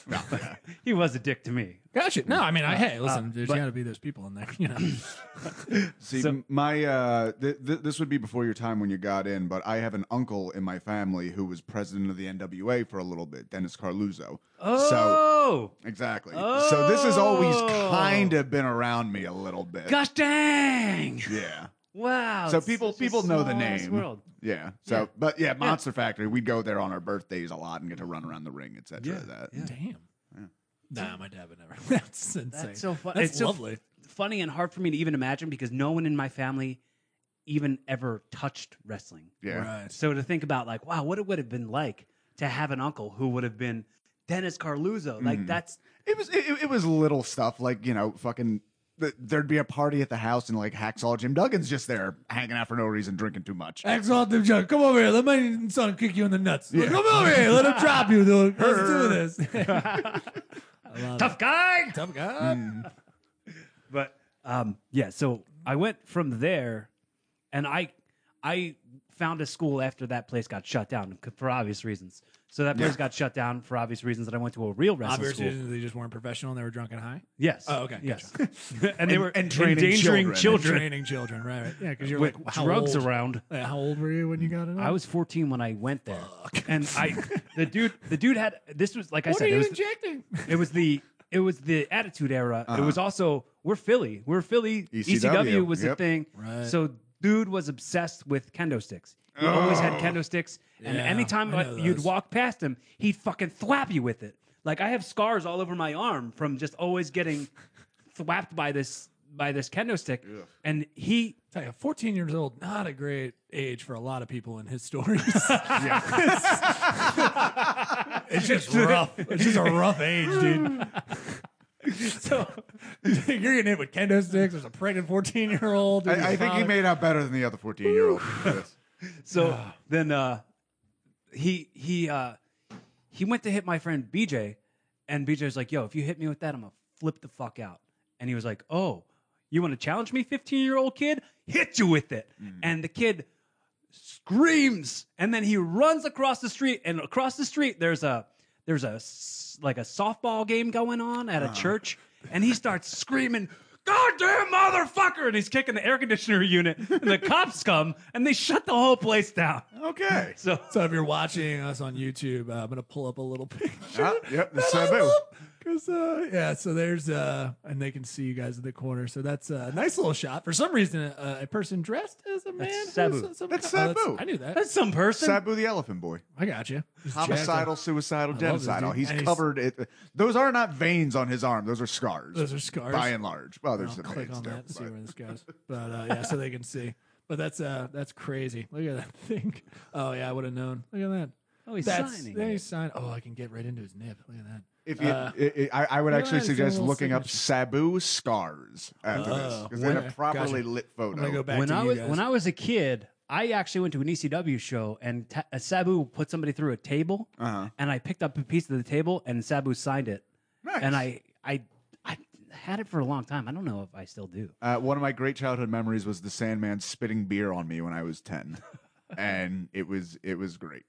[SPEAKER 4] but he was a dick to me.
[SPEAKER 2] gotcha. No, I mean, I, hey, listen, there's
[SPEAKER 4] Uh, but-
[SPEAKER 2] got to be those people in there. You know,
[SPEAKER 3] See,
[SPEAKER 4] So-
[SPEAKER 3] my uh, th- th- this would be before your time when you got in, but I have an uncle in my family who was president of the NWA for a little bit, Dennis Carluzzo. So
[SPEAKER 4] Oh,
[SPEAKER 3] exactly. So this has always
[SPEAKER 4] Oh.
[SPEAKER 3] kind of been around me a little bit.
[SPEAKER 4] gosh dang!
[SPEAKER 3] Yeah.
[SPEAKER 4] Wow.
[SPEAKER 3] So
[SPEAKER 4] it's
[SPEAKER 3] people
[SPEAKER 4] such a
[SPEAKER 3] people know the
[SPEAKER 4] small ass
[SPEAKER 3] name.
[SPEAKER 4] World.
[SPEAKER 3] Yeah. So but yeah, Monster Factory, we'd go there on our birthdays a lot and get to run around the ring, etc.
[SPEAKER 4] Yeah,
[SPEAKER 3] That.
[SPEAKER 4] yeah.
[SPEAKER 2] damn. Nah, my dad would never. That's insane.
[SPEAKER 4] That's so fun.
[SPEAKER 2] That's
[SPEAKER 4] it's so
[SPEAKER 2] lovely.
[SPEAKER 4] funny and hard for me to even imagine because no one in my family even ever touched wrestling.
[SPEAKER 3] Yeah.
[SPEAKER 2] Right.
[SPEAKER 4] So to think about like, wow, what it would have been like to have an uncle who would have been Dennis Carluzzo.
[SPEAKER 3] Mm.
[SPEAKER 4] Like that's
[SPEAKER 3] It was it, it- it was little stuff like, you know, fucking th- there'd be a party at the house and like hacksaw Jim Duggan's just there hanging out for no reason, drinking too much.
[SPEAKER 2] Axel the junk. Come over here. Let my son kick you in the nuts. Come over here. Let him drop you, dude. Let's do this. I love
[SPEAKER 4] tough guy.
[SPEAKER 2] it. Tough guy.
[SPEAKER 4] But um, yeah, so I went from there, and I I found a school after that place got shut down c- for obvious reasons. So that place got shut down for obvious reasons, and I went to a real wrestling
[SPEAKER 2] Obvious
[SPEAKER 4] school.
[SPEAKER 2] reasons they just weren't professional and they were drunk and high.
[SPEAKER 4] Yes.
[SPEAKER 2] Oh, okay,
[SPEAKER 4] Yes. and they were
[SPEAKER 3] and training
[SPEAKER 4] endangering
[SPEAKER 3] children.
[SPEAKER 4] children,
[SPEAKER 2] Training children, right? right. Yeah, because you're
[SPEAKER 4] with
[SPEAKER 2] like how
[SPEAKER 4] drugs
[SPEAKER 2] old?
[SPEAKER 4] around.
[SPEAKER 2] Yeah, how old were you when you got it?
[SPEAKER 4] I was 14 when I went there, and I the dude the dude had this was like I
[SPEAKER 2] What
[SPEAKER 4] said
[SPEAKER 2] are
[SPEAKER 4] it
[SPEAKER 2] you
[SPEAKER 4] was
[SPEAKER 2] injecting?
[SPEAKER 4] it was the it was the attitude era. It was also we're Philly. We're Philly.
[SPEAKER 3] ECW,
[SPEAKER 4] ECW, was the
[SPEAKER 3] yep.
[SPEAKER 4] thing.
[SPEAKER 2] Right.
[SPEAKER 4] So dude was obsessed with kendo sticks. He always had kendo sticks. And
[SPEAKER 2] Yeah,
[SPEAKER 4] anytime
[SPEAKER 2] I know
[SPEAKER 4] like, you'd
[SPEAKER 2] those.
[SPEAKER 4] walk past him, he'd fucking thwap you with it. Like I have scars all over my arm from just always getting thwapped by this by this kendo stick. And he
[SPEAKER 2] Tell you, 14 years old, not a great age for a lot of people in his stories. it's just rough. It's just a rough age, dude. so you're getting hit with kendo sticks. There's a pregnant 14 year old.
[SPEAKER 3] I, I think he made out better than the other 14 year old.
[SPEAKER 4] So then uh, he he uh, he went to hit my friend BJ, and BJ was like, "Yo, if you hit me with that, I'm gonna flip the fuck out." And he was like, "Oh, you want to challenge me, 15 year old kid? Hit you with it!" And the kid screams, and then he runs across the street, and across the street there's a there's a s- like a softball game going on at a church, and he starts screaming. Goddamn motherfucker! And he's kicking the air conditioner unit, and the cops come and they shut the whole place down.
[SPEAKER 3] Okay.
[SPEAKER 4] So
[SPEAKER 2] So if you're watching us on YouTube, uh, I'm gonna pull up a little picture.
[SPEAKER 3] Ah, yep, the Sabu.
[SPEAKER 2] Because uh, yeah, so there's uh, and they can see you guys in the corner. So that's a nice little shot. For some reason, uh, a person dressed as a man. who's
[SPEAKER 4] Sabu.
[SPEAKER 2] some
[SPEAKER 3] That's
[SPEAKER 2] kind- oh,
[SPEAKER 3] Sabu.
[SPEAKER 2] I knew that.
[SPEAKER 4] that's some person.
[SPEAKER 3] Sabu the Elephant Boy.
[SPEAKER 2] I got you. He's jacked up.
[SPEAKER 3] Homicidal, suicidal,
[SPEAKER 2] I love this
[SPEAKER 3] genocidal.
[SPEAKER 2] dude.
[SPEAKER 3] He's
[SPEAKER 2] And he's-
[SPEAKER 3] covered it. Those are not veins on his arm. Those are scars.
[SPEAKER 2] Those are scars.
[SPEAKER 3] By and large. Well, there's
[SPEAKER 2] I'll
[SPEAKER 3] some
[SPEAKER 2] click
[SPEAKER 3] veins
[SPEAKER 2] on
[SPEAKER 3] too,
[SPEAKER 2] that and see
[SPEAKER 3] but-
[SPEAKER 2] where this goes. But uh, yeah, so they can see. But that's uh, that's crazy. Look at that thing. Oh yeah, I would have known. Look at that.
[SPEAKER 4] Oh, he's
[SPEAKER 2] that's,
[SPEAKER 4] signing
[SPEAKER 2] There
[SPEAKER 4] it.
[SPEAKER 2] he's sign. Oh, I can get right into his nib. Look at that.
[SPEAKER 3] If you, it, it, I, I would
[SPEAKER 2] well,
[SPEAKER 3] actually
[SPEAKER 2] it's a
[SPEAKER 3] suggest
[SPEAKER 2] little
[SPEAKER 3] looking up
[SPEAKER 2] signature.
[SPEAKER 3] Sabu scars after this
[SPEAKER 2] Oh,
[SPEAKER 3] because they had a
[SPEAKER 2] okay.
[SPEAKER 3] properly
[SPEAKER 2] Gotcha.
[SPEAKER 3] lit
[SPEAKER 2] I'm gonna go
[SPEAKER 3] photo.
[SPEAKER 2] back
[SPEAKER 4] when
[SPEAKER 2] to
[SPEAKER 4] I
[SPEAKER 2] you
[SPEAKER 4] was
[SPEAKER 2] guys.
[SPEAKER 4] when I was a kid, I actually went to an ECW show and ta- uh, Sabu put somebody through a table,
[SPEAKER 3] Uh-huh.
[SPEAKER 4] and I picked up a piece of the table, and Sabu signed it,
[SPEAKER 3] Nice.
[SPEAKER 4] and I I I had it for a long time. I don't know if I still do.
[SPEAKER 3] Uh, one of my great childhood memories was the Sandman spitting beer on me when I was ten, and it was it was great.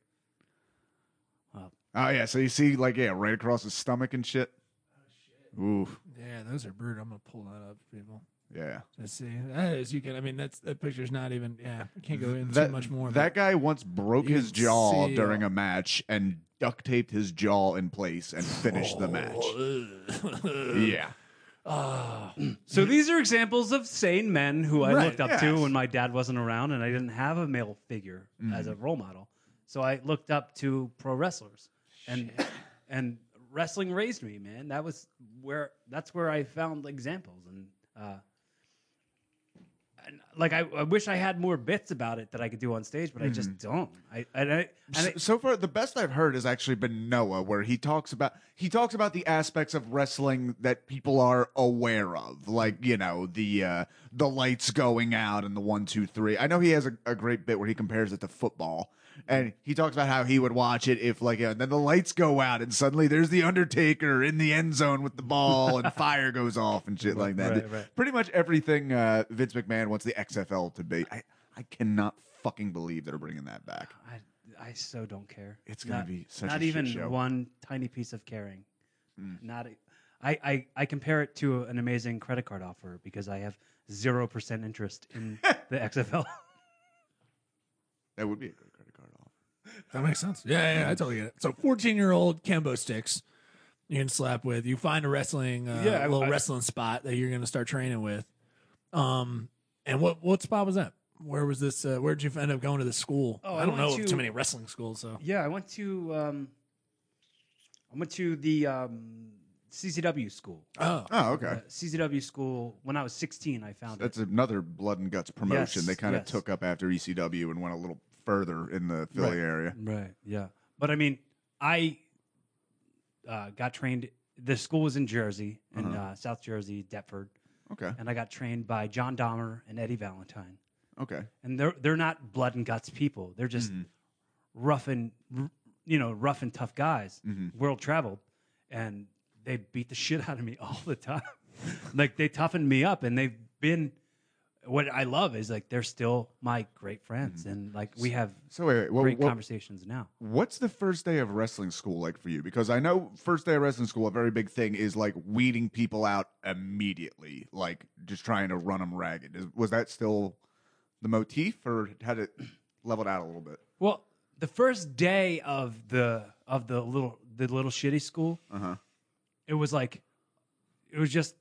[SPEAKER 4] Wow.
[SPEAKER 3] Oh yeah, so you see like yeah, right across his stomach and shit.
[SPEAKER 2] Oh,
[SPEAKER 3] Ooh,
[SPEAKER 2] yeah, those are brutal. I'm gonna pull that up, people.
[SPEAKER 3] yeah.
[SPEAKER 2] Let's see. That is you can. I mean, that's that picture's not even. Yeah, I can't go in
[SPEAKER 3] That
[SPEAKER 2] too much more.
[SPEAKER 3] That guy once broke
[SPEAKER 2] You
[SPEAKER 3] his
[SPEAKER 2] can
[SPEAKER 3] jaw
[SPEAKER 2] see-
[SPEAKER 3] during a match and duct taped his jaw in place and finished
[SPEAKER 2] Oh.
[SPEAKER 3] the match. Yeah.
[SPEAKER 2] Ah,
[SPEAKER 4] So these are examples of sane men who I
[SPEAKER 2] Right,
[SPEAKER 4] looked up
[SPEAKER 3] yes. Mm.
[SPEAKER 4] to when my dad wasn't around, and I didn't have a male figure as a role model. So I looked up to pro wrestlers, and and wrestling raised me, man. That was where that's where I found examples, and uh, and, like I, I wish I had more bits about it that I could do on stage, but I just don't. I and I, and I
[SPEAKER 3] Mm. S- so far, the best I've heard has actually been Noah, where he talks about he talks about the aspects of wrestling that people are aware of, like you know the uh, the lights going out and the one two three. I know he has a, a great bit where he compares it to football, and he talks about how he would watch it if like uh, then the lights go out and suddenly there's the Undertaker in the end zone with the ball and fire goes off and shit like that.
[SPEAKER 4] Right, right.
[SPEAKER 3] Pretty much everything uh, Vince McMahon wants the XFL to be. I, I cannot fucking believe they're bringing that back.
[SPEAKER 4] I, I so don't care.
[SPEAKER 3] It's gonna
[SPEAKER 4] Not-
[SPEAKER 3] be such
[SPEAKER 4] not
[SPEAKER 3] a shit
[SPEAKER 4] even
[SPEAKER 3] show. Mm.
[SPEAKER 4] one tiny piece of caring. Not. a- I, I, I compare it to an amazing credit card offer because I have zero percent interest in the XFL.
[SPEAKER 3] That would be a good credit card offer.
[SPEAKER 2] That makes sense. Yeah, yeah, yeah, I totally get it. So, fourteen-year-old Kembo sticks you can slap with. You find a wrestling, uh,
[SPEAKER 4] Yeah, I-
[SPEAKER 2] little
[SPEAKER 4] I-
[SPEAKER 2] wrestling spot that you're going to start training with. Um, and what what spot was that? Where was this? Uh, where did you end up going to the school?
[SPEAKER 4] Oh,
[SPEAKER 2] I
[SPEAKER 4] I
[SPEAKER 2] don't
[SPEAKER 4] went
[SPEAKER 2] know of
[SPEAKER 4] to-
[SPEAKER 2] too many wrestling schools. So,
[SPEAKER 4] yeah, I went to um, I went to the um, CCW school.
[SPEAKER 2] oh,
[SPEAKER 3] Oh, okay.
[SPEAKER 4] Uh, CCW school. When I was 16, I found
[SPEAKER 3] That's
[SPEAKER 4] it.
[SPEAKER 3] another blood and guts promotion.
[SPEAKER 4] Yes,
[SPEAKER 3] they kind of
[SPEAKER 4] yes.
[SPEAKER 3] took up after ECW and went a little further in the Philly
[SPEAKER 2] Right.
[SPEAKER 3] area.
[SPEAKER 4] Right. Yeah. But I mean, I uh, got trained. The school was in Jersey, in
[SPEAKER 3] Uh-huh.
[SPEAKER 4] uh South Jersey, Deptford,
[SPEAKER 3] Okay.
[SPEAKER 4] and I got trained by John Dahmer and Eddie Valentine.
[SPEAKER 3] Okay.
[SPEAKER 4] And they're they're not blood and guts people. They're just rough and r- you know rough and tough guys, world traveled, and they beat the shit out of me all the time. like they toughened me up, and they've been. What I love is like they're still my great friends, and like we have
[SPEAKER 3] So wait, wait, what-
[SPEAKER 4] great
[SPEAKER 3] what-
[SPEAKER 4] conversations now.
[SPEAKER 3] what's the first day of wrestling school like for you? Because I know first day of wrestling school, a very big thing is like weeding people out immediately, like just trying to run them ragged. Is, was that still the motif, or had it leveled out a little bit?
[SPEAKER 4] Well, the first day of the of the little the little shitty school,
[SPEAKER 3] Uh-huh.
[SPEAKER 4] it was like it was just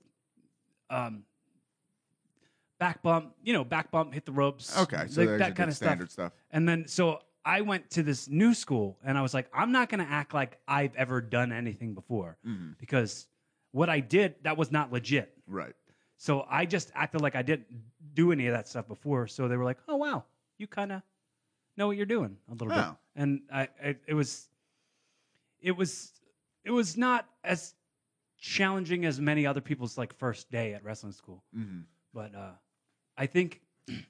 [SPEAKER 4] um back bump, you know, back bump, hit the ropes,
[SPEAKER 3] Okay, so
[SPEAKER 4] like
[SPEAKER 3] there's a
[SPEAKER 4] that kind
[SPEAKER 3] good
[SPEAKER 4] of stuff.
[SPEAKER 3] standard stuff.
[SPEAKER 4] And then so I went to this new school, and I was like, I'm not going to act like I've ever done anything before
[SPEAKER 3] Mm-hmm.
[SPEAKER 4] because what I did that was not legit.
[SPEAKER 3] Right.
[SPEAKER 4] So I just acted like I didn't do any of that stuff before. So they were like, "Oh wow, you kind of know what you're doing a little
[SPEAKER 3] Oh.
[SPEAKER 4] bit." And I, I, it was, it was, it was not as challenging as many other people's like first day at wrestling school.
[SPEAKER 3] Mhm.
[SPEAKER 4] But uh, I think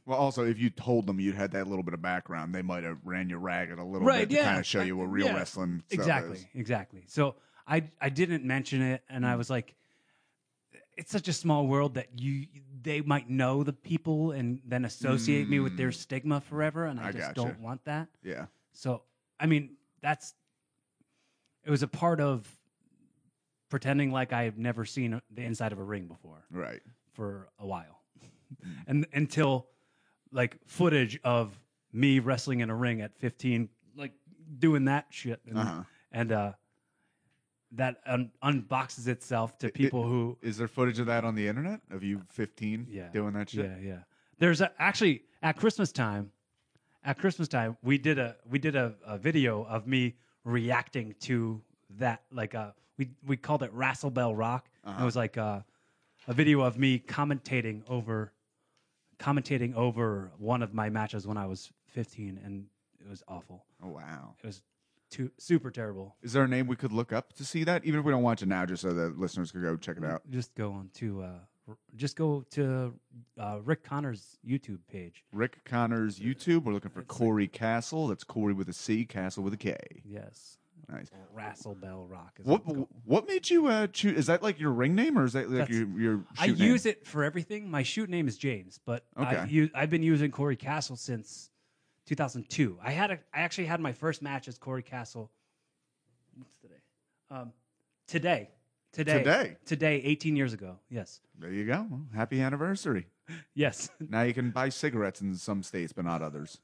[SPEAKER 3] Well, also, if you told them you had that little bit of background, they might have ran you ragged a little
[SPEAKER 4] Right,
[SPEAKER 3] bit to
[SPEAKER 4] yeah.
[SPEAKER 3] kind of show you what real
[SPEAKER 4] Yeah,
[SPEAKER 3] wrestling stuff
[SPEAKER 4] exactly,
[SPEAKER 3] is. Mm.
[SPEAKER 4] exactly. So I, I didn't mention it, and I was like, "It's such a small world that you." They might know the people and then associate me with their stigma forever, and I,
[SPEAKER 3] Mm. I
[SPEAKER 4] just
[SPEAKER 3] gotcha.
[SPEAKER 4] don't want that.
[SPEAKER 3] Yeah.
[SPEAKER 4] So, I mean, that's it was a part of pretending like I've never seen the inside of a ring before
[SPEAKER 3] Right.
[SPEAKER 4] for a while. and until like footage of me wrestling in a ring at 15, like doing that shit. And,
[SPEAKER 3] Uh-huh.
[SPEAKER 4] and uh, that un- unboxes itself to people who
[SPEAKER 3] Is there footage of that on the internet of you 15
[SPEAKER 4] yeah.
[SPEAKER 3] doing that shit?
[SPEAKER 4] Yeah, yeah. There's a, actually at Christmas time, at Christmas time we did a we did a, a video of me reacting to that like uh we we called it Rassle Bell Rock. It was like uh, a video of me commentating over commentating over one of my matches when I was 15 and it was awful.
[SPEAKER 3] Oh, wow.
[SPEAKER 4] It was too super terrible.
[SPEAKER 3] Is there a name we could look up to see that? Even if we don't watch it now, just so the listeners could go check it out.
[SPEAKER 4] Just go on to uh, r- just go to uh, Rick Connor's YouTube page.
[SPEAKER 3] Rick Connors YouTube. We're looking for Corey Castle. That's Corey with a C, Castle with a K.
[SPEAKER 4] Yes.
[SPEAKER 3] Nice.
[SPEAKER 4] Rassle Bell Rock. Is
[SPEAKER 3] What
[SPEAKER 4] it's called.
[SPEAKER 3] what made you uh, choose? Is that like your ring name or is that like
[SPEAKER 4] That's-
[SPEAKER 3] your, your
[SPEAKER 4] I
[SPEAKER 3] shoot name?
[SPEAKER 4] use it for everything. My shoot name is James, but I
[SPEAKER 3] Okay.
[SPEAKER 4] use, I've been using Corey Castle since 2002. I had a, I actually had my first match as Corey Castle. What's today? Um, today, today,
[SPEAKER 3] Today?
[SPEAKER 4] today, 18 years ago. Yes,
[SPEAKER 3] There you go. Well, happy anniversary.
[SPEAKER 4] yes,
[SPEAKER 3] Now you can buy cigarettes in some states, but not others.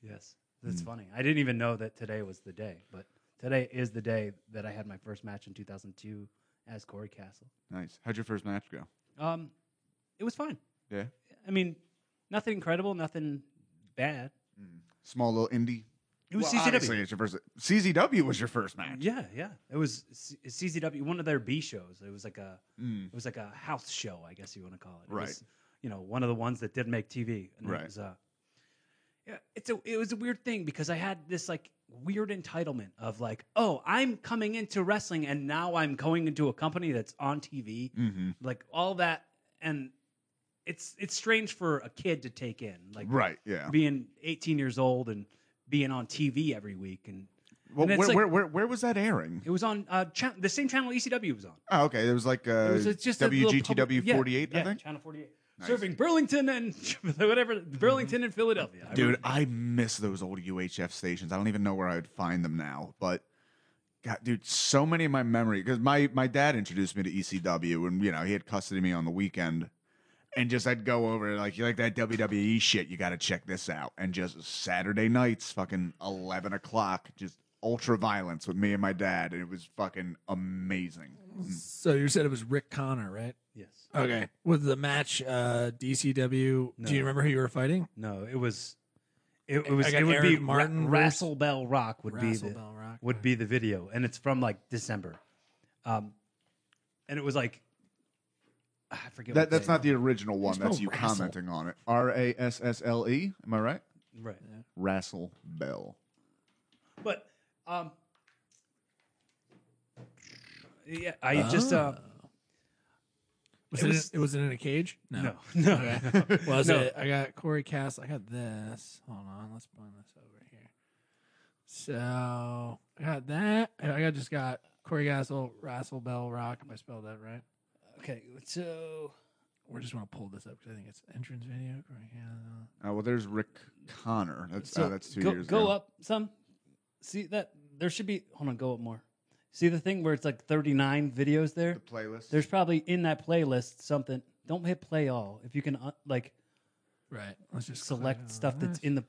[SPEAKER 4] yes. That's funny. I didn't even know that today was the day, but today is the day that I had my first match in 2002 as Corey Castle.
[SPEAKER 3] Nice. How'd your first match go?
[SPEAKER 4] Um, it was fine.
[SPEAKER 3] Yeah.
[SPEAKER 4] I mean, nothing incredible, nothing bad.
[SPEAKER 3] Small little indie.
[SPEAKER 4] It was
[SPEAKER 3] Well,
[SPEAKER 4] CCW.
[SPEAKER 3] obviously it's your first. CZW was your first match.
[SPEAKER 4] Yeah, yeah. It was C- CZW, one of their B shows. It was like a, it was like a house show, I guess you want to call it. It
[SPEAKER 3] Mm. Right.
[SPEAKER 4] was- you know one of the ones that did make TV. And it
[SPEAKER 3] Right.
[SPEAKER 4] was, uh, yeah, it's a it was a weird thing because I had this like weird entitlement of like, oh, I'm coming into wrestling and now I'm going into a company that's on TV,
[SPEAKER 3] Mm-hmm.
[SPEAKER 4] like all that, and it's it's strange for a kid to take in, like
[SPEAKER 3] Right. Yeah.
[SPEAKER 4] being 18 years old and being on TV every week, and
[SPEAKER 3] Well, where,
[SPEAKER 4] and it's like-
[SPEAKER 3] where, where, where was that airing?
[SPEAKER 4] it was on uh, cha- the same channel ECW was on.
[SPEAKER 3] Oh, okay. It was like uh,
[SPEAKER 4] It was it's just a little
[SPEAKER 3] WGTW
[SPEAKER 4] public- yeah,
[SPEAKER 3] 48,
[SPEAKER 4] yeah,
[SPEAKER 3] I think.
[SPEAKER 4] Channel 48. Serving Burlington and whatever, Burlington and Philadelphia. I
[SPEAKER 3] Dude,
[SPEAKER 4] remember-
[SPEAKER 3] I miss those old UHF stations. I don't even know where I would find them now, but God, dude, so many of my memory because my my dad introduced me to ECW, and you know he had custody of me on the weekend, and just I'd go over and, like you like that WWE shit, you got to check this out, and just Saturday nights, fucking eleven o'clock, just ultra violence with me and my dad, and it was fucking amazing.
[SPEAKER 2] So you said it was Rick Connor, right?
[SPEAKER 4] yes.
[SPEAKER 2] Okay. Was the match uh, DCW?
[SPEAKER 4] No.
[SPEAKER 2] Do you remember who you were fighting?
[SPEAKER 4] No, it was. It, it was.
[SPEAKER 2] I got
[SPEAKER 4] It would
[SPEAKER 2] Eric
[SPEAKER 4] be
[SPEAKER 2] Martin
[SPEAKER 4] Martin. Ra-
[SPEAKER 2] versus-
[SPEAKER 4] Wrestle Bell Rock would be
[SPEAKER 2] Razzle
[SPEAKER 4] the
[SPEAKER 2] Bell Rock.
[SPEAKER 4] would be the video, and it's from like December, um, and it was like I forget.
[SPEAKER 3] That
[SPEAKER 4] what
[SPEAKER 3] that's
[SPEAKER 4] day.
[SPEAKER 3] not the original one.
[SPEAKER 2] There's
[SPEAKER 3] That's
[SPEAKER 2] no
[SPEAKER 3] you
[SPEAKER 2] wrestle.
[SPEAKER 3] commenting on it. R A S S L E. Am I right?
[SPEAKER 4] right.
[SPEAKER 3] Rassel Bell.
[SPEAKER 4] But um, yeah, I just uh,
[SPEAKER 2] Was
[SPEAKER 4] It
[SPEAKER 2] it,
[SPEAKER 4] was-
[SPEAKER 2] in, it was in a cage?
[SPEAKER 4] no, no.
[SPEAKER 2] Okay. was
[SPEAKER 4] No.
[SPEAKER 2] it? I got Corey Cast. I got this. Hold on. Let's bring this over here. So I got that. and I got just got Corey Castle, Rassel Bell Rock. If I spelled that right.
[SPEAKER 4] okay, so
[SPEAKER 2] We just want to pull this up because I think it's entrance video. Corey Castle.
[SPEAKER 3] Uh, well, there's Rick Connor. That's
[SPEAKER 4] so
[SPEAKER 3] uh, that's two
[SPEAKER 4] go,
[SPEAKER 3] years
[SPEAKER 4] go
[SPEAKER 3] ago.
[SPEAKER 4] up some. See that there should be. Hold on, go up more. See the thing where it's like thirty nine videos there.
[SPEAKER 3] playlist.
[SPEAKER 4] There's probably in that playlist something. Don't hit play all. If you can uh, like
[SPEAKER 2] Right. Let's just click on
[SPEAKER 4] select stuff that's
[SPEAKER 2] this.
[SPEAKER 4] in the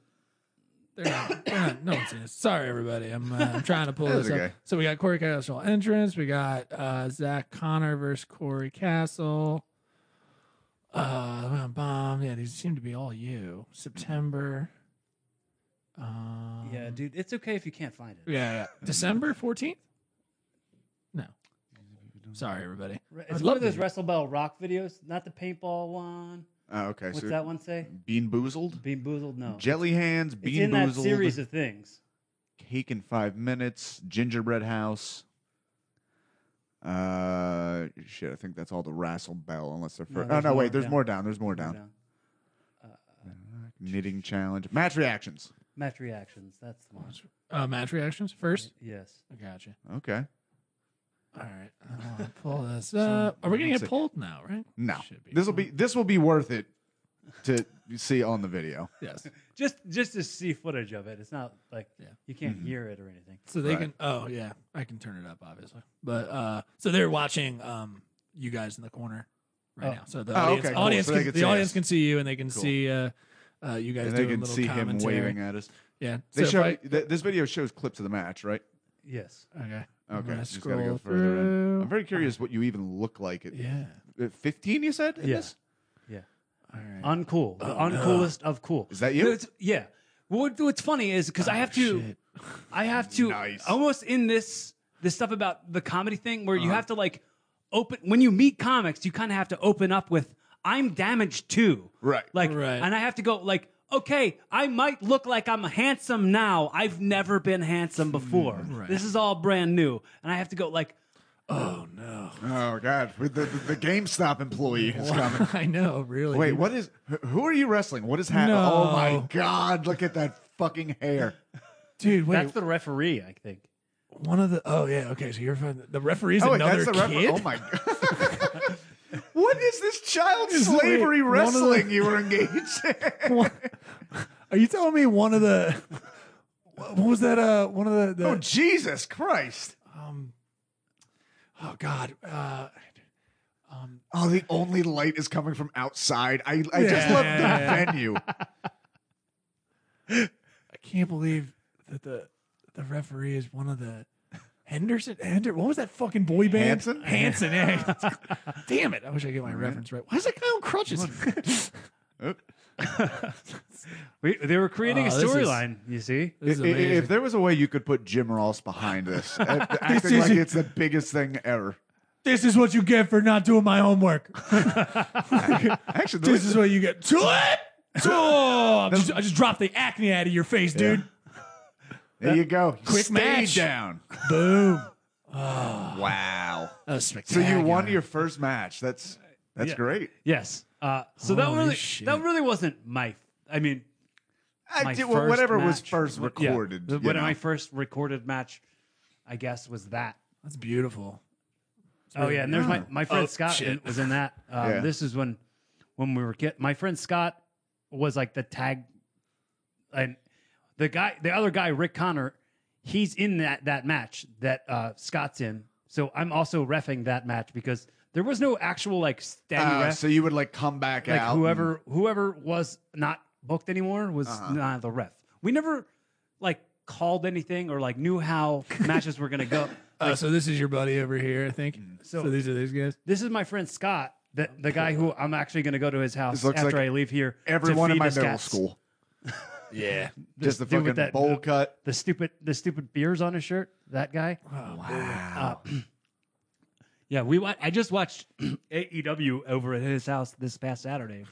[SPEAKER 2] They're not, they're not, no one's in this. Sorry, everybody. I'm, uh, I'm trying to pull
[SPEAKER 3] That's
[SPEAKER 2] this up.
[SPEAKER 3] okay.
[SPEAKER 2] So we got Corey Castle entrance. We got uh, Zach Connor versus Corey Castle. Uh, bomb. Yeah, these seem to be all you. September. Um,
[SPEAKER 4] Yeah, dude, it's okay if you can't find it.
[SPEAKER 2] Yeah, yeah. December 14th? No. Sorry, everybody.
[SPEAKER 4] Re-
[SPEAKER 2] I'd
[SPEAKER 4] It's one
[SPEAKER 2] love
[SPEAKER 4] of those
[SPEAKER 2] to-
[SPEAKER 4] Wrestle Bell Rock videos, not the paintball one.
[SPEAKER 3] oh, okay.
[SPEAKER 4] What's
[SPEAKER 3] so
[SPEAKER 4] that one say?
[SPEAKER 3] Bean Boozled,
[SPEAKER 4] Bean Boozled? No.
[SPEAKER 3] Jelly Hands,
[SPEAKER 4] it's
[SPEAKER 3] Bean
[SPEAKER 4] in that
[SPEAKER 3] Boozled,
[SPEAKER 4] series of things.
[SPEAKER 3] Cake in Five Minutes, Gingerbread House. Uh, shit. I think that's all the Rassel Bell, unless they're
[SPEAKER 4] No,
[SPEAKER 3] first. oh
[SPEAKER 4] there's
[SPEAKER 3] no,
[SPEAKER 4] more
[SPEAKER 3] wait. There's
[SPEAKER 4] down.
[SPEAKER 3] more down. There's more down. Uh,
[SPEAKER 4] Down. Uh,
[SPEAKER 3] Knitting challenge, match reactions.
[SPEAKER 4] Match reactions. That's the one.
[SPEAKER 2] Uh, match reactions first?
[SPEAKER 4] Yes.
[SPEAKER 2] Gotcha.
[SPEAKER 3] Okay.
[SPEAKER 2] All right. I want to pull this up. Are we going to
[SPEAKER 3] let's
[SPEAKER 2] get
[SPEAKER 3] see.
[SPEAKER 2] pulled now, right?
[SPEAKER 3] No,
[SPEAKER 2] Should
[SPEAKER 3] this will be this will be worth it to see on the video.
[SPEAKER 2] Yes.
[SPEAKER 4] Just just to see footage of it. It's not like
[SPEAKER 2] Yeah.
[SPEAKER 4] you can't hear it or anything.
[SPEAKER 2] So they
[SPEAKER 3] Right.
[SPEAKER 2] can. Oh yeah, I can turn it up, obviously. But uh, so they're watching um you guys in the corner right
[SPEAKER 4] Oh.
[SPEAKER 2] now. So the
[SPEAKER 3] Oh,
[SPEAKER 2] audience,
[SPEAKER 3] okay, cool.
[SPEAKER 2] audience
[SPEAKER 3] So they
[SPEAKER 2] can,
[SPEAKER 3] can
[SPEAKER 2] the
[SPEAKER 3] see
[SPEAKER 2] audience
[SPEAKER 3] us.
[SPEAKER 2] can see you, and they can see uh, uh you guys
[SPEAKER 3] And
[SPEAKER 2] doing
[SPEAKER 3] they can
[SPEAKER 2] little
[SPEAKER 3] see him
[SPEAKER 2] commentary.
[SPEAKER 3] waving at us.
[SPEAKER 2] Yeah,
[SPEAKER 3] They
[SPEAKER 2] so
[SPEAKER 3] show
[SPEAKER 2] if
[SPEAKER 3] th- this video shows clips of the match, right?
[SPEAKER 4] Yes.
[SPEAKER 2] I, okay. I'm
[SPEAKER 3] Okay,
[SPEAKER 2] gonna
[SPEAKER 3] just gotta
[SPEAKER 2] scroll
[SPEAKER 3] go further
[SPEAKER 2] through.
[SPEAKER 3] in. I'm very curious what you even look like at
[SPEAKER 2] yeah.
[SPEAKER 3] at 15. You said, in
[SPEAKER 4] Yeah.
[SPEAKER 3] this?
[SPEAKER 4] Yeah.
[SPEAKER 2] All right.
[SPEAKER 4] Uncool. The uncoolest of cool.
[SPEAKER 3] Oh, Is that you? Oh,
[SPEAKER 4] It's- yeah. What, what's funny is because I have to.
[SPEAKER 2] Shit.
[SPEAKER 4] I have to
[SPEAKER 3] Nice.
[SPEAKER 4] almost in this this stuff about the comedy thing where
[SPEAKER 3] Uh-huh.
[SPEAKER 4] you have to like open when you meet comics, you kind of have to open up with I'm damaged too,
[SPEAKER 3] Right.
[SPEAKER 4] Like,
[SPEAKER 2] Right.
[SPEAKER 4] and I have to go like, okay, I might look like I'm handsome now. I've never been handsome before.
[SPEAKER 3] Mm,
[SPEAKER 4] This is all brand new, and I have to go like,
[SPEAKER 2] Oh no.
[SPEAKER 3] Oh God, With the, the, the GameStop employee is coming.
[SPEAKER 2] I know. Really.
[SPEAKER 3] Um, Wait, what is? wh- Who are you wrestling? What is happening? Oh
[SPEAKER 2] No.
[SPEAKER 3] my God! Look at that fucking hair.
[SPEAKER 2] dude? Wait.
[SPEAKER 4] that's the referee, I think.
[SPEAKER 2] one of the. Oh yeah. Okay. So you're from the referee's
[SPEAKER 3] Oh wait,
[SPEAKER 2] another
[SPEAKER 3] that's the referee.
[SPEAKER 2] kid.
[SPEAKER 3] Oh my God. What is this child
[SPEAKER 2] Is it- wait,
[SPEAKER 3] slavery
[SPEAKER 2] one of the-
[SPEAKER 3] wrestling you were engaged in?
[SPEAKER 2] What- Are you telling me one of the what was that? Uh, one of the, the
[SPEAKER 3] Oh Jesus Christ!
[SPEAKER 2] um, oh god, uh,
[SPEAKER 3] Oh, the only light is coming from outside. I, I just
[SPEAKER 2] Yeah.
[SPEAKER 3] love the venue.
[SPEAKER 2] I can't believe that the the referee is one of the Henderson. Hender, what was that fucking boy band?
[SPEAKER 3] Hanson?
[SPEAKER 2] Hanson. Yeah. Damn it! I wish I get my reference right. Why is that guy on crutches?
[SPEAKER 4] We, they were creating
[SPEAKER 2] Wow,
[SPEAKER 4] a
[SPEAKER 2] this is-
[SPEAKER 4] storyline. You see,
[SPEAKER 2] this is
[SPEAKER 3] I- i- If
[SPEAKER 2] amazing.
[SPEAKER 3] there was a way you could put Jim Ross behind this, a- acting like it's the biggest thing ever.
[SPEAKER 2] This is what you get for not doing my homework.
[SPEAKER 3] Actually, the way-
[SPEAKER 2] this is what you get. To it. Oh, I just, I just dropped the acne out of your face, dude.
[SPEAKER 3] there you go.
[SPEAKER 2] Quick
[SPEAKER 3] Stay
[SPEAKER 2] match. Oh.
[SPEAKER 3] down.
[SPEAKER 2] Boom.
[SPEAKER 3] Wow.
[SPEAKER 2] That was
[SPEAKER 3] So
[SPEAKER 2] spectacular.
[SPEAKER 3] you won your first match. That's that's
[SPEAKER 4] Yeah.
[SPEAKER 3] great.
[SPEAKER 4] Yes. Uh, so that
[SPEAKER 2] Holy
[SPEAKER 4] really
[SPEAKER 2] shit.
[SPEAKER 4] that really wasn't my. I mean,
[SPEAKER 3] I
[SPEAKER 4] my
[SPEAKER 3] did,
[SPEAKER 4] first
[SPEAKER 3] whatever was
[SPEAKER 4] match.
[SPEAKER 3] first
[SPEAKER 4] Wh- yeah.
[SPEAKER 3] recorded.
[SPEAKER 4] The-
[SPEAKER 3] you
[SPEAKER 4] when
[SPEAKER 3] know.
[SPEAKER 4] my first recorded match, I guess, was that.
[SPEAKER 2] That's beautiful.
[SPEAKER 4] Oh yeah, and there's my my friend
[SPEAKER 2] Oh,
[SPEAKER 4] Scott
[SPEAKER 2] shit.
[SPEAKER 4] was in that. Um,
[SPEAKER 3] Yeah.
[SPEAKER 4] This is when when we were kid. My friend Scott was like the tag, and the guy, the other guy, Rick Connor, he's in that that match that uh, Scott's in. So I'm also refing that match because there was no actual like steady
[SPEAKER 3] Uh,
[SPEAKER 4] ref.
[SPEAKER 3] so you would like come back
[SPEAKER 4] like
[SPEAKER 3] out. and-
[SPEAKER 4] whoever whoever was not booked anymore was
[SPEAKER 3] Uh-huh.
[SPEAKER 4] not the ref. We never like called anything or like knew how matches were gonna go.
[SPEAKER 2] Uh, so this is your buddy over here, I think. So,
[SPEAKER 4] So-
[SPEAKER 2] these are these guys.
[SPEAKER 4] This is my friend Scott, the, the guy who I'm actually going to go to his house
[SPEAKER 3] This looks
[SPEAKER 4] after
[SPEAKER 3] like
[SPEAKER 4] I leave here. to
[SPEAKER 3] everyone in
[SPEAKER 4] feed
[SPEAKER 3] my
[SPEAKER 4] his
[SPEAKER 3] middle
[SPEAKER 4] cats.
[SPEAKER 3] school.
[SPEAKER 2] Yeah.
[SPEAKER 3] Just the
[SPEAKER 4] dude
[SPEAKER 3] fucking
[SPEAKER 4] with that-
[SPEAKER 3] bowl
[SPEAKER 4] the-
[SPEAKER 3] cut.
[SPEAKER 4] The stupid, the stupid beers on his shirt. That guy.
[SPEAKER 2] Oh,
[SPEAKER 3] Wow.
[SPEAKER 4] Yeah, we. Wa- I just watched AEW over at his house this past Saturday.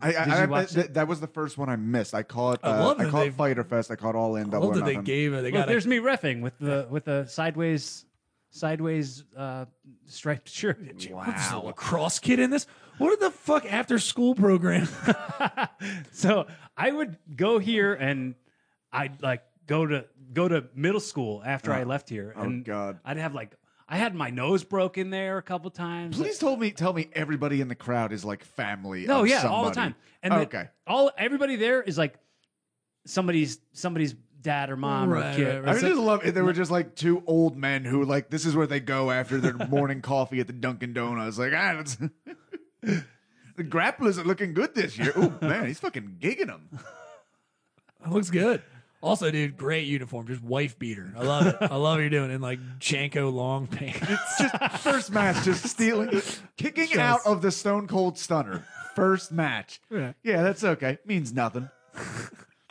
[SPEAKER 3] I, I,
[SPEAKER 4] did you
[SPEAKER 3] I,
[SPEAKER 4] watch
[SPEAKER 3] that, that was the first one I missed. I caught
[SPEAKER 2] I
[SPEAKER 3] uh,
[SPEAKER 2] love
[SPEAKER 3] I
[SPEAKER 2] that
[SPEAKER 3] caught
[SPEAKER 2] they've-
[SPEAKER 3] Fighter Fest. I caught All In
[SPEAKER 2] I
[SPEAKER 3] Double
[SPEAKER 2] love
[SPEAKER 3] or
[SPEAKER 2] that they
[SPEAKER 3] Nothing.
[SPEAKER 2] gave her. They
[SPEAKER 4] Look,
[SPEAKER 2] got
[SPEAKER 4] there's me refing with the with the sideways, sideways uh, striped shirt.
[SPEAKER 2] a lacrosse kid in this. What the fuck after school program?
[SPEAKER 4] so I would go here and I'd like go to go to middle school after I left here.
[SPEAKER 3] oh,
[SPEAKER 4] and
[SPEAKER 3] God.
[SPEAKER 4] I'd have like I had my nose broken there a couple times.
[SPEAKER 3] Please tell me, tell me, everybody in the crowd is like family.
[SPEAKER 4] no,
[SPEAKER 3] of
[SPEAKER 4] oh, yeah, all
[SPEAKER 3] somebody.
[SPEAKER 4] the time. And the-
[SPEAKER 3] okay,
[SPEAKER 4] all everybody there is like somebody's somebody's dad or mom
[SPEAKER 2] Right,
[SPEAKER 4] or kid.
[SPEAKER 2] right, right.
[SPEAKER 3] I would
[SPEAKER 2] So-
[SPEAKER 3] just love if they were just like two old men who like this is where they go after their morning coffee at the Dunkin' Donuts. Like, ah, that's the grapplers are looking good this year. Oh man, he's fucking gigging them.
[SPEAKER 2] It looks good. Also, dude, great uniform. Just wife beater. I love it. I love what you're doing in like Janko long pants.
[SPEAKER 3] Just first match, just stealing, kicking out of the Stone Cold Stunner. First match.
[SPEAKER 2] Yeah.
[SPEAKER 3] Yeah, that's okay. Means nothing.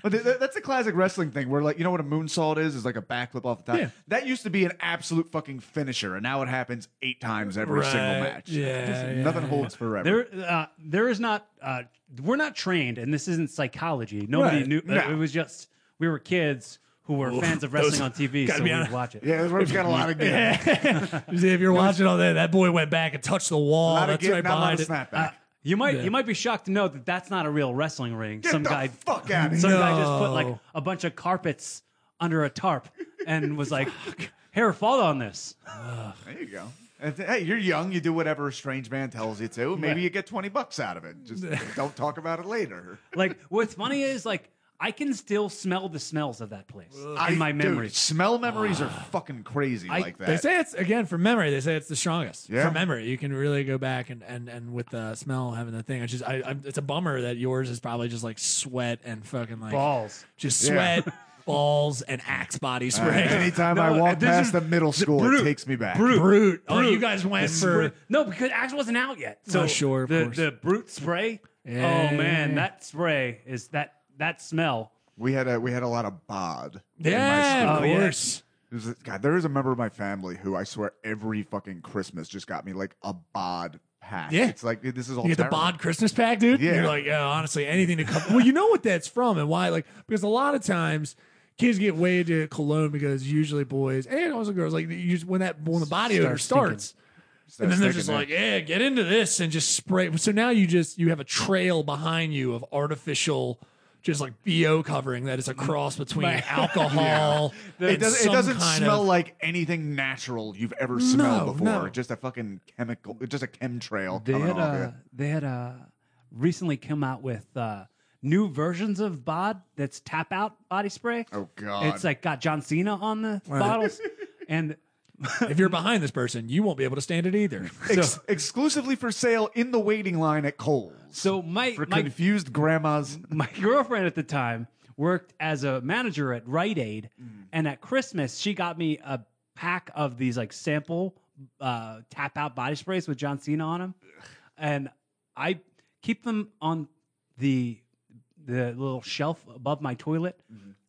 [SPEAKER 3] But th- th- that's a classic wrestling thing where, like, you know what a moonsault is? Is like a backflip off the top.
[SPEAKER 2] Yeah.
[SPEAKER 3] That used to be an absolute fucking finisher, and now it happens eight times every single
[SPEAKER 2] Right.
[SPEAKER 3] match.
[SPEAKER 2] Yeah, yeah,
[SPEAKER 3] nothing
[SPEAKER 2] yeah.
[SPEAKER 3] holds forever.
[SPEAKER 4] There, uh, there is not. Uh, we're not trained, and this isn't psychology. Nobody
[SPEAKER 2] Right.
[SPEAKER 4] knew. uh,
[SPEAKER 3] No.
[SPEAKER 4] It was just we were kids who were fans of
[SPEAKER 2] those-
[SPEAKER 4] wrestling on TV,
[SPEAKER 2] gotta
[SPEAKER 4] so
[SPEAKER 2] be
[SPEAKER 4] we'd
[SPEAKER 2] honest.
[SPEAKER 4] watch it.
[SPEAKER 3] yeah, that's where it's got a lot of give.
[SPEAKER 2] You see, if you're watching all that, that boy went back and touched the
[SPEAKER 3] A
[SPEAKER 2] wall.
[SPEAKER 3] lot of
[SPEAKER 2] That's
[SPEAKER 3] give,
[SPEAKER 2] right
[SPEAKER 3] not a lot
[SPEAKER 2] behind
[SPEAKER 3] of
[SPEAKER 2] it. Uh,
[SPEAKER 3] snapback.
[SPEAKER 4] You might you might be shocked to know that that's not a real wrestling ring.
[SPEAKER 3] Get
[SPEAKER 4] some
[SPEAKER 3] the
[SPEAKER 4] guy
[SPEAKER 3] fuck out of
[SPEAKER 4] some
[SPEAKER 3] here.
[SPEAKER 4] guy just put like
[SPEAKER 2] No.
[SPEAKER 4] a bunch of carpets under a tarp and was like, "Here, fall on this."
[SPEAKER 3] There you go. And th- Hey, you're young. You do whatever a strange man tells you to. Maybe you get 20 bucks out of it. Just don't talk about it later.
[SPEAKER 4] Like what's funny is like I can still smell the smells of that place in my
[SPEAKER 3] dude,
[SPEAKER 4] memories.
[SPEAKER 3] smell memories are fucking crazy like that.
[SPEAKER 2] They say it's again from memory. They say it's the strongest
[SPEAKER 3] Yeah.
[SPEAKER 2] from memory. You can really go back and and and with the smell having the thing. It's just I, I'm, it's a bummer that yours is probably just like sweat and fucking like
[SPEAKER 4] Balls.
[SPEAKER 2] just
[SPEAKER 3] Yeah.
[SPEAKER 2] sweat, balls, and axe body
[SPEAKER 3] Uh,
[SPEAKER 2] spray.
[SPEAKER 3] Anytime I
[SPEAKER 4] No,
[SPEAKER 3] walk
[SPEAKER 4] this
[SPEAKER 3] past
[SPEAKER 4] is-
[SPEAKER 3] the middle school, it
[SPEAKER 4] brute.
[SPEAKER 3] takes me back.
[SPEAKER 2] brute, brute. Oh,
[SPEAKER 4] Brute.
[SPEAKER 2] you guys went for
[SPEAKER 4] no, because Axe wasn't out yet. So
[SPEAKER 2] Oh, sure, of
[SPEAKER 4] the
[SPEAKER 2] course.
[SPEAKER 4] the brute spray.
[SPEAKER 2] Yeah.
[SPEAKER 4] Oh man, that spray is that that smell.
[SPEAKER 3] We had a we had a lot of bod. In my
[SPEAKER 2] yeah,
[SPEAKER 3] school.
[SPEAKER 2] of
[SPEAKER 4] Oh, yeah.
[SPEAKER 2] course.
[SPEAKER 3] There's a- God, there is a member of my family who I swear every fucking Christmas just got me like a bod pack.
[SPEAKER 2] Yeah.
[SPEAKER 3] It's like dude, this is all
[SPEAKER 2] You get the
[SPEAKER 3] terrible.
[SPEAKER 2] Bod Christmas pack, dude.
[SPEAKER 3] Yeah.
[SPEAKER 2] You're like, yeah, honestly, anything to cover. well, you know what that's from and why? Like, because a lot of times kids get way into cologne because usually boys and also girls like you just, when that when the body odor starts.
[SPEAKER 4] Starts
[SPEAKER 2] And then they're
[SPEAKER 3] Sticking
[SPEAKER 2] just
[SPEAKER 3] there.
[SPEAKER 2] like, yeah, get into this and just spray. So now you just you have a trail behind you of artificial, just like bo covering that is a cross between alcohol.
[SPEAKER 3] it doesn't, it
[SPEAKER 2] some
[SPEAKER 3] doesn't
[SPEAKER 2] kind
[SPEAKER 3] smell
[SPEAKER 2] of,
[SPEAKER 3] like anything natural you've ever smelled
[SPEAKER 2] No,
[SPEAKER 3] before.
[SPEAKER 2] no.
[SPEAKER 3] Just a fucking chemical, just a chemtrail
[SPEAKER 4] They
[SPEAKER 3] coming
[SPEAKER 4] had
[SPEAKER 3] off
[SPEAKER 4] uh,
[SPEAKER 3] you.
[SPEAKER 4] they had uh, recently come out with uh, new versions of Bod that's tap out body spray.
[SPEAKER 3] Oh, God.
[SPEAKER 4] It's like got John Cena on the bottles, and
[SPEAKER 2] if you're behind this person, you won't be able to stand it either.
[SPEAKER 3] Ex- exclusively for sale in the waiting line at Kohl's.
[SPEAKER 4] so my
[SPEAKER 3] for
[SPEAKER 4] my,
[SPEAKER 3] confused grandmas.
[SPEAKER 4] my girlfriend at the time worked as a manager at Rite Aid,
[SPEAKER 2] Mm.
[SPEAKER 4] and at Christmas she got me a pack of these like sample uh, tap out body sprays with John Cena on them, and I keep them on the the little
[SPEAKER 2] Mm-hmm.
[SPEAKER 4] shelf above my toilet,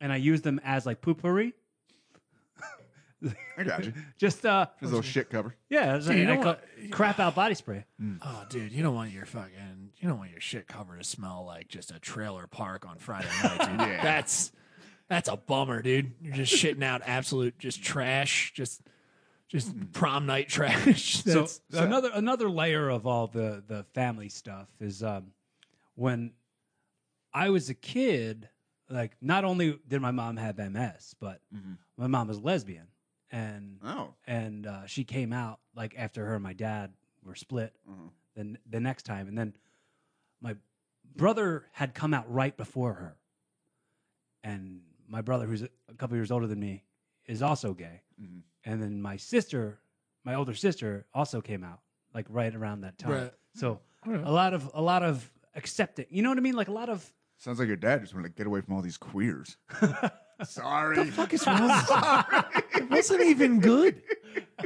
[SPEAKER 4] and I use them as like poopery.
[SPEAKER 3] I got you.
[SPEAKER 5] Just uh,
[SPEAKER 3] His little shit cover.
[SPEAKER 5] yeah, it's
[SPEAKER 2] Dude, you
[SPEAKER 5] like,
[SPEAKER 2] know
[SPEAKER 5] I
[SPEAKER 2] what?
[SPEAKER 5] call- crap out body spray.
[SPEAKER 2] Oh, dude, you don't want your fucking, you don't want your shit cover to smell like just a trailer park on Friday night, dude.
[SPEAKER 3] Yeah.
[SPEAKER 2] That's that's a bummer, dude. You're just shitting out absolute just trash, just just prom night trash.
[SPEAKER 4] so,
[SPEAKER 2] That's
[SPEAKER 4] another another layer of all the the family stuff is um, when I was a kid. Like, not only did my mom have MS, but
[SPEAKER 3] Mhm.
[SPEAKER 4] my mom was lesbian, and
[SPEAKER 3] Oh.
[SPEAKER 4] and uh, she came out like after her and my dad were split.
[SPEAKER 2] Mm-hmm.
[SPEAKER 3] Mhm.
[SPEAKER 4] Then the next time, and then my brother had come out right before her, and my brother, who's a couple years older than me, is also gay.
[SPEAKER 2] Mm-hmm.
[SPEAKER 3] Mhm.
[SPEAKER 4] And then my sister, my older sister, also came out like right around that time.
[SPEAKER 2] Right.
[SPEAKER 4] So
[SPEAKER 2] Alright.
[SPEAKER 4] a lot of a lot of accepting. You know what I mean? Like a lot of
[SPEAKER 3] Sounds like your dad just wanted to get away from all these queers. Sorry. the fuck is wrong? Sorry.
[SPEAKER 2] it wasn't even good.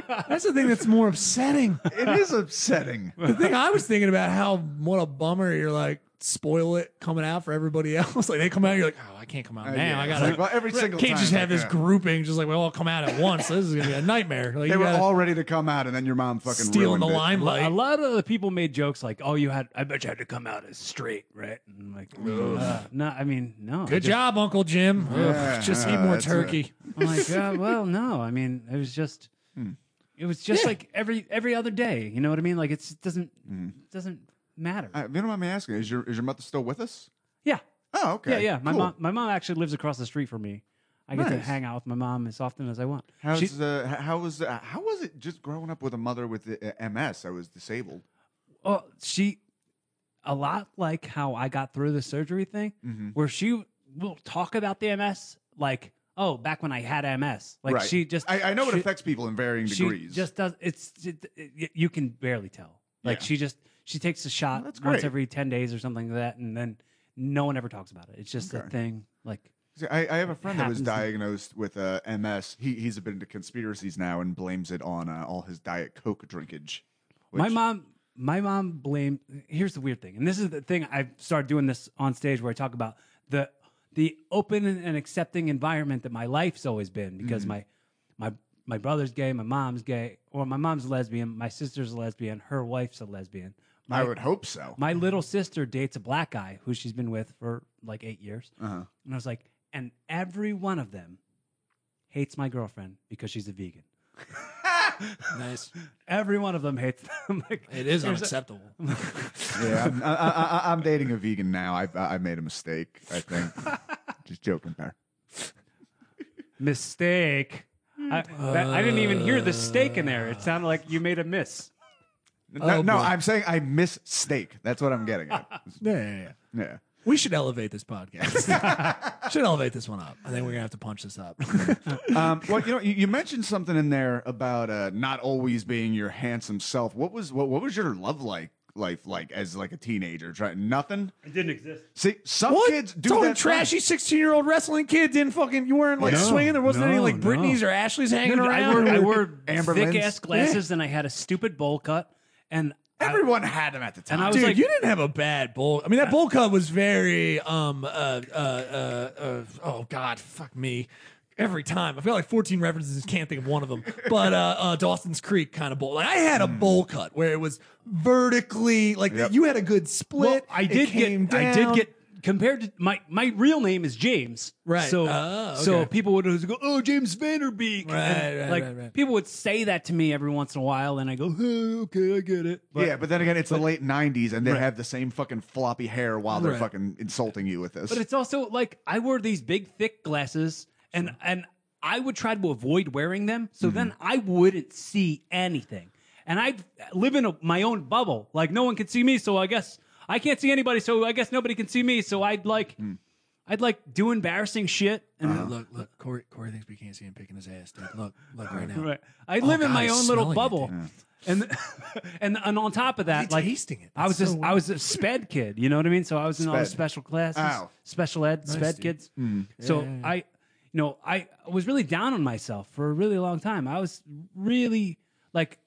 [SPEAKER 2] That's the thing that's more upsetting.
[SPEAKER 3] it is upsetting.
[SPEAKER 2] The thing I was thinking about how what a bummer you're like spoil it coming out for everybody else. Like they come out, you're like, oh, I can't come out
[SPEAKER 3] Uh,
[SPEAKER 2] now.
[SPEAKER 3] yeah,
[SPEAKER 2] I
[SPEAKER 3] it's
[SPEAKER 2] gotta
[SPEAKER 3] like, well, every single
[SPEAKER 2] can't
[SPEAKER 3] time,
[SPEAKER 2] just have
[SPEAKER 3] like,
[SPEAKER 2] this
[SPEAKER 3] yeah.
[SPEAKER 2] grouping just like we all come out at once. this is gonna be a nightmare. Like
[SPEAKER 3] They
[SPEAKER 2] you
[SPEAKER 3] were
[SPEAKER 2] gotta
[SPEAKER 3] all ready to come out, and then your mom fucking
[SPEAKER 2] stealing
[SPEAKER 3] ruined
[SPEAKER 2] the
[SPEAKER 3] it.
[SPEAKER 2] limelight.
[SPEAKER 4] a lot of the people made jokes like, "Oh, you had I bet you had to come out as straight, right?" And I'm like, uh, no, I mean, no. I
[SPEAKER 2] Good
[SPEAKER 4] just-
[SPEAKER 2] job, Uncle Jim. Ugh,
[SPEAKER 3] Yeah,
[SPEAKER 2] just
[SPEAKER 3] yeah,
[SPEAKER 2] eat more
[SPEAKER 3] that's it.
[SPEAKER 2] turkey.
[SPEAKER 4] I'm like, uh, well, no. I mean, it was just,
[SPEAKER 3] Hmm.
[SPEAKER 4] it was just like every every other day. You know what I mean? Like it's, it doesn't it doesn't matter.
[SPEAKER 3] Hmm. Uh, if you don't mind me asking, is your is your mother still with us?
[SPEAKER 4] yeah,
[SPEAKER 3] Oh, okay.
[SPEAKER 4] yeah, yeah. My
[SPEAKER 3] Cool.
[SPEAKER 4] mom, my mom actually lives across the street from me. I get to
[SPEAKER 3] Nice.
[SPEAKER 4] hang out with my mom as often as I want.
[SPEAKER 3] How's
[SPEAKER 4] She-
[SPEAKER 3] uh, h- how was uh, how was it just growing up with a mother with uh, MS? I was disabled.
[SPEAKER 4] Oh, she a lot like how I got through the surgery thing,
[SPEAKER 3] Mm-hmm.
[SPEAKER 4] where she will talk about the MS like, oh, back when I had MS. Like
[SPEAKER 3] right.
[SPEAKER 4] she just,
[SPEAKER 3] I, I know it
[SPEAKER 4] she-
[SPEAKER 3] affects people in varying
[SPEAKER 4] she
[SPEAKER 3] degrees.
[SPEAKER 4] just does. It's it, it- you can barely tell. Like
[SPEAKER 3] Yeah.
[SPEAKER 4] she just she takes a shot
[SPEAKER 3] that's
[SPEAKER 4] once
[SPEAKER 3] great.
[SPEAKER 4] every ten days or something like that, and then no one ever talks about it. It's just
[SPEAKER 3] Okay.
[SPEAKER 4] a thing. Like
[SPEAKER 3] See, I, I have a friend that was
[SPEAKER 4] happens to-
[SPEAKER 3] diagnosed with uh, MS. He he's been into conspiracies now and blames it on uh, all his diet coke drinkage.
[SPEAKER 4] my
[SPEAKER 3] which-
[SPEAKER 4] mom, my mom blamed. Here's the weird thing, and this is the thing I started doing this on stage where I talk about the the open and accepting environment that my life's always been because
[SPEAKER 3] Mm-hmm.
[SPEAKER 4] my my my brother's gay, my mom's gay, or my mom's lesbian, my sister's a lesbian, her wife's a lesbian.
[SPEAKER 3] I would hope so.
[SPEAKER 4] My little sister dates a black guy who she's been with for like eight years.
[SPEAKER 3] Uh-huh.
[SPEAKER 4] And I was like, and every one of them hates my girlfriend because she's a vegan.
[SPEAKER 2] Nice.
[SPEAKER 4] Every one of them hates them. like,
[SPEAKER 2] It is
[SPEAKER 4] there's a-
[SPEAKER 2] unacceptable.
[SPEAKER 3] yeah, I'm, I, I, I- I'm dating a vegan now. I I I made a mistake. I think. just joking, there.
[SPEAKER 4] mistake. I, that- I didn't even hear the steak in there. It sounded like you made a miss.
[SPEAKER 3] No, no,
[SPEAKER 2] boy.
[SPEAKER 3] I'm saying I miss steak. That's what I'm getting at.
[SPEAKER 2] Yeah, yeah, yeah.
[SPEAKER 3] yeah.
[SPEAKER 2] We should elevate this podcast. should elevate this one up. I think we're gonna have to punch this up.
[SPEAKER 3] Um, well, you know, you, you mentioned something in there about uh, not always being your handsome self. What was what, what was your love like life like as like a teenager? Try nothing.
[SPEAKER 5] It didn't exist.
[SPEAKER 3] See, some
[SPEAKER 2] what?
[SPEAKER 3] kids do
[SPEAKER 2] Totally
[SPEAKER 3] that.
[SPEAKER 2] trashy sixteen-year-old wrestling kid didn't fucking. You weren't like
[SPEAKER 3] Yeah.
[SPEAKER 2] swinging. There wasn't
[SPEAKER 4] No,
[SPEAKER 2] any like
[SPEAKER 4] no.
[SPEAKER 2] Britneys or Ashleys hanging
[SPEAKER 4] Dude, I
[SPEAKER 2] around.
[SPEAKER 4] wore, I wore
[SPEAKER 3] Amber
[SPEAKER 4] thick
[SPEAKER 3] Lynn's.
[SPEAKER 4] ass glasses and I had a stupid bowl cut. And I-
[SPEAKER 3] Everyone had them at the time.
[SPEAKER 4] And I was
[SPEAKER 2] Dude,
[SPEAKER 4] like-
[SPEAKER 2] you didn't have a bad bowl. I mean, that bowl cut was very um uh uh uh, uh oh god, fuck me. Every time I've got like 14 references, just can't think of one of them. But uh, uh, Dawson's Creek kind of bowl. Like I had a bowl cut where it was vertically, like
[SPEAKER 3] Yep.
[SPEAKER 2] you had a good split.
[SPEAKER 4] I
[SPEAKER 2] it
[SPEAKER 4] did
[SPEAKER 2] came
[SPEAKER 4] get. I
[SPEAKER 2] down.
[SPEAKER 4] did get compared to my my real name is James.
[SPEAKER 2] Right.
[SPEAKER 4] So
[SPEAKER 2] Oh, okay.
[SPEAKER 4] so people would always go, "Oh, James Vanderbeek."
[SPEAKER 2] Right,
[SPEAKER 4] And,
[SPEAKER 2] right,
[SPEAKER 4] like
[SPEAKER 2] right, right.
[SPEAKER 4] people would say that to me every once in a while, and I go, "Hey, "Okay, I get it." But,
[SPEAKER 3] yeah, but then again, it's the late '90s, and they have the same fucking floppy hair while they're
[SPEAKER 2] Right.
[SPEAKER 3] fucking insulting you with this.
[SPEAKER 4] but it's also like I wore these big thick glasses, and and I would try to avoid wearing them, so then I wouldn't see anything, and I would live in a, my own bubble. Like no one can see me, so I guess I can't see anybody, so I guess nobody can see me. So I'd like. I'd like do embarrassing shit and
[SPEAKER 2] Look, look, Corey, Corey thinks we can't see him picking his ass. Dude. Look, look right now.
[SPEAKER 4] Right. I live in
[SPEAKER 2] Oh, God,
[SPEAKER 4] my
[SPEAKER 2] he's
[SPEAKER 4] own
[SPEAKER 2] smelling
[SPEAKER 4] little
[SPEAKER 2] it,
[SPEAKER 4] bubble. And, and and on top of that,
[SPEAKER 2] He's
[SPEAKER 4] like
[SPEAKER 2] tasting it.
[SPEAKER 4] I was
[SPEAKER 2] That's
[SPEAKER 4] just
[SPEAKER 2] so
[SPEAKER 4] I was a sped kid, you know what I mean? So I was in all the
[SPEAKER 3] Sped.
[SPEAKER 4] special classes,
[SPEAKER 3] Ow.
[SPEAKER 4] special ed, sped
[SPEAKER 2] dude. Mm.
[SPEAKER 4] kids. So I, you know, I was really down on myself for a really long time. I was really like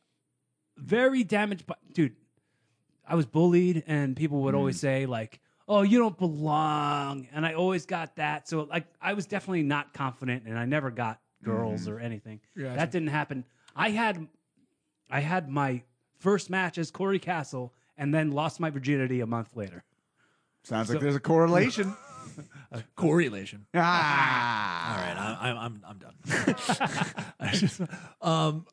[SPEAKER 4] very damaged, by, dude. I was bullied, and people would always say like, "Oh, you don't belong," and I always got that. So like, I was definitely not confident, and I never got girls or anything.
[SPEAKER 2] Gotcha.
[SPEAKER 4] That didn't happen. I had I had my first match as Corey Castle and then lost my virginity a month later.
[SPEAKER 3] Sounds like there's a correlation.
[SPEAKER 2] Correlation.
[SPEAKER 3] ah.
[SPEAKER 2] All right, I'm I'm I'm done. I just, um,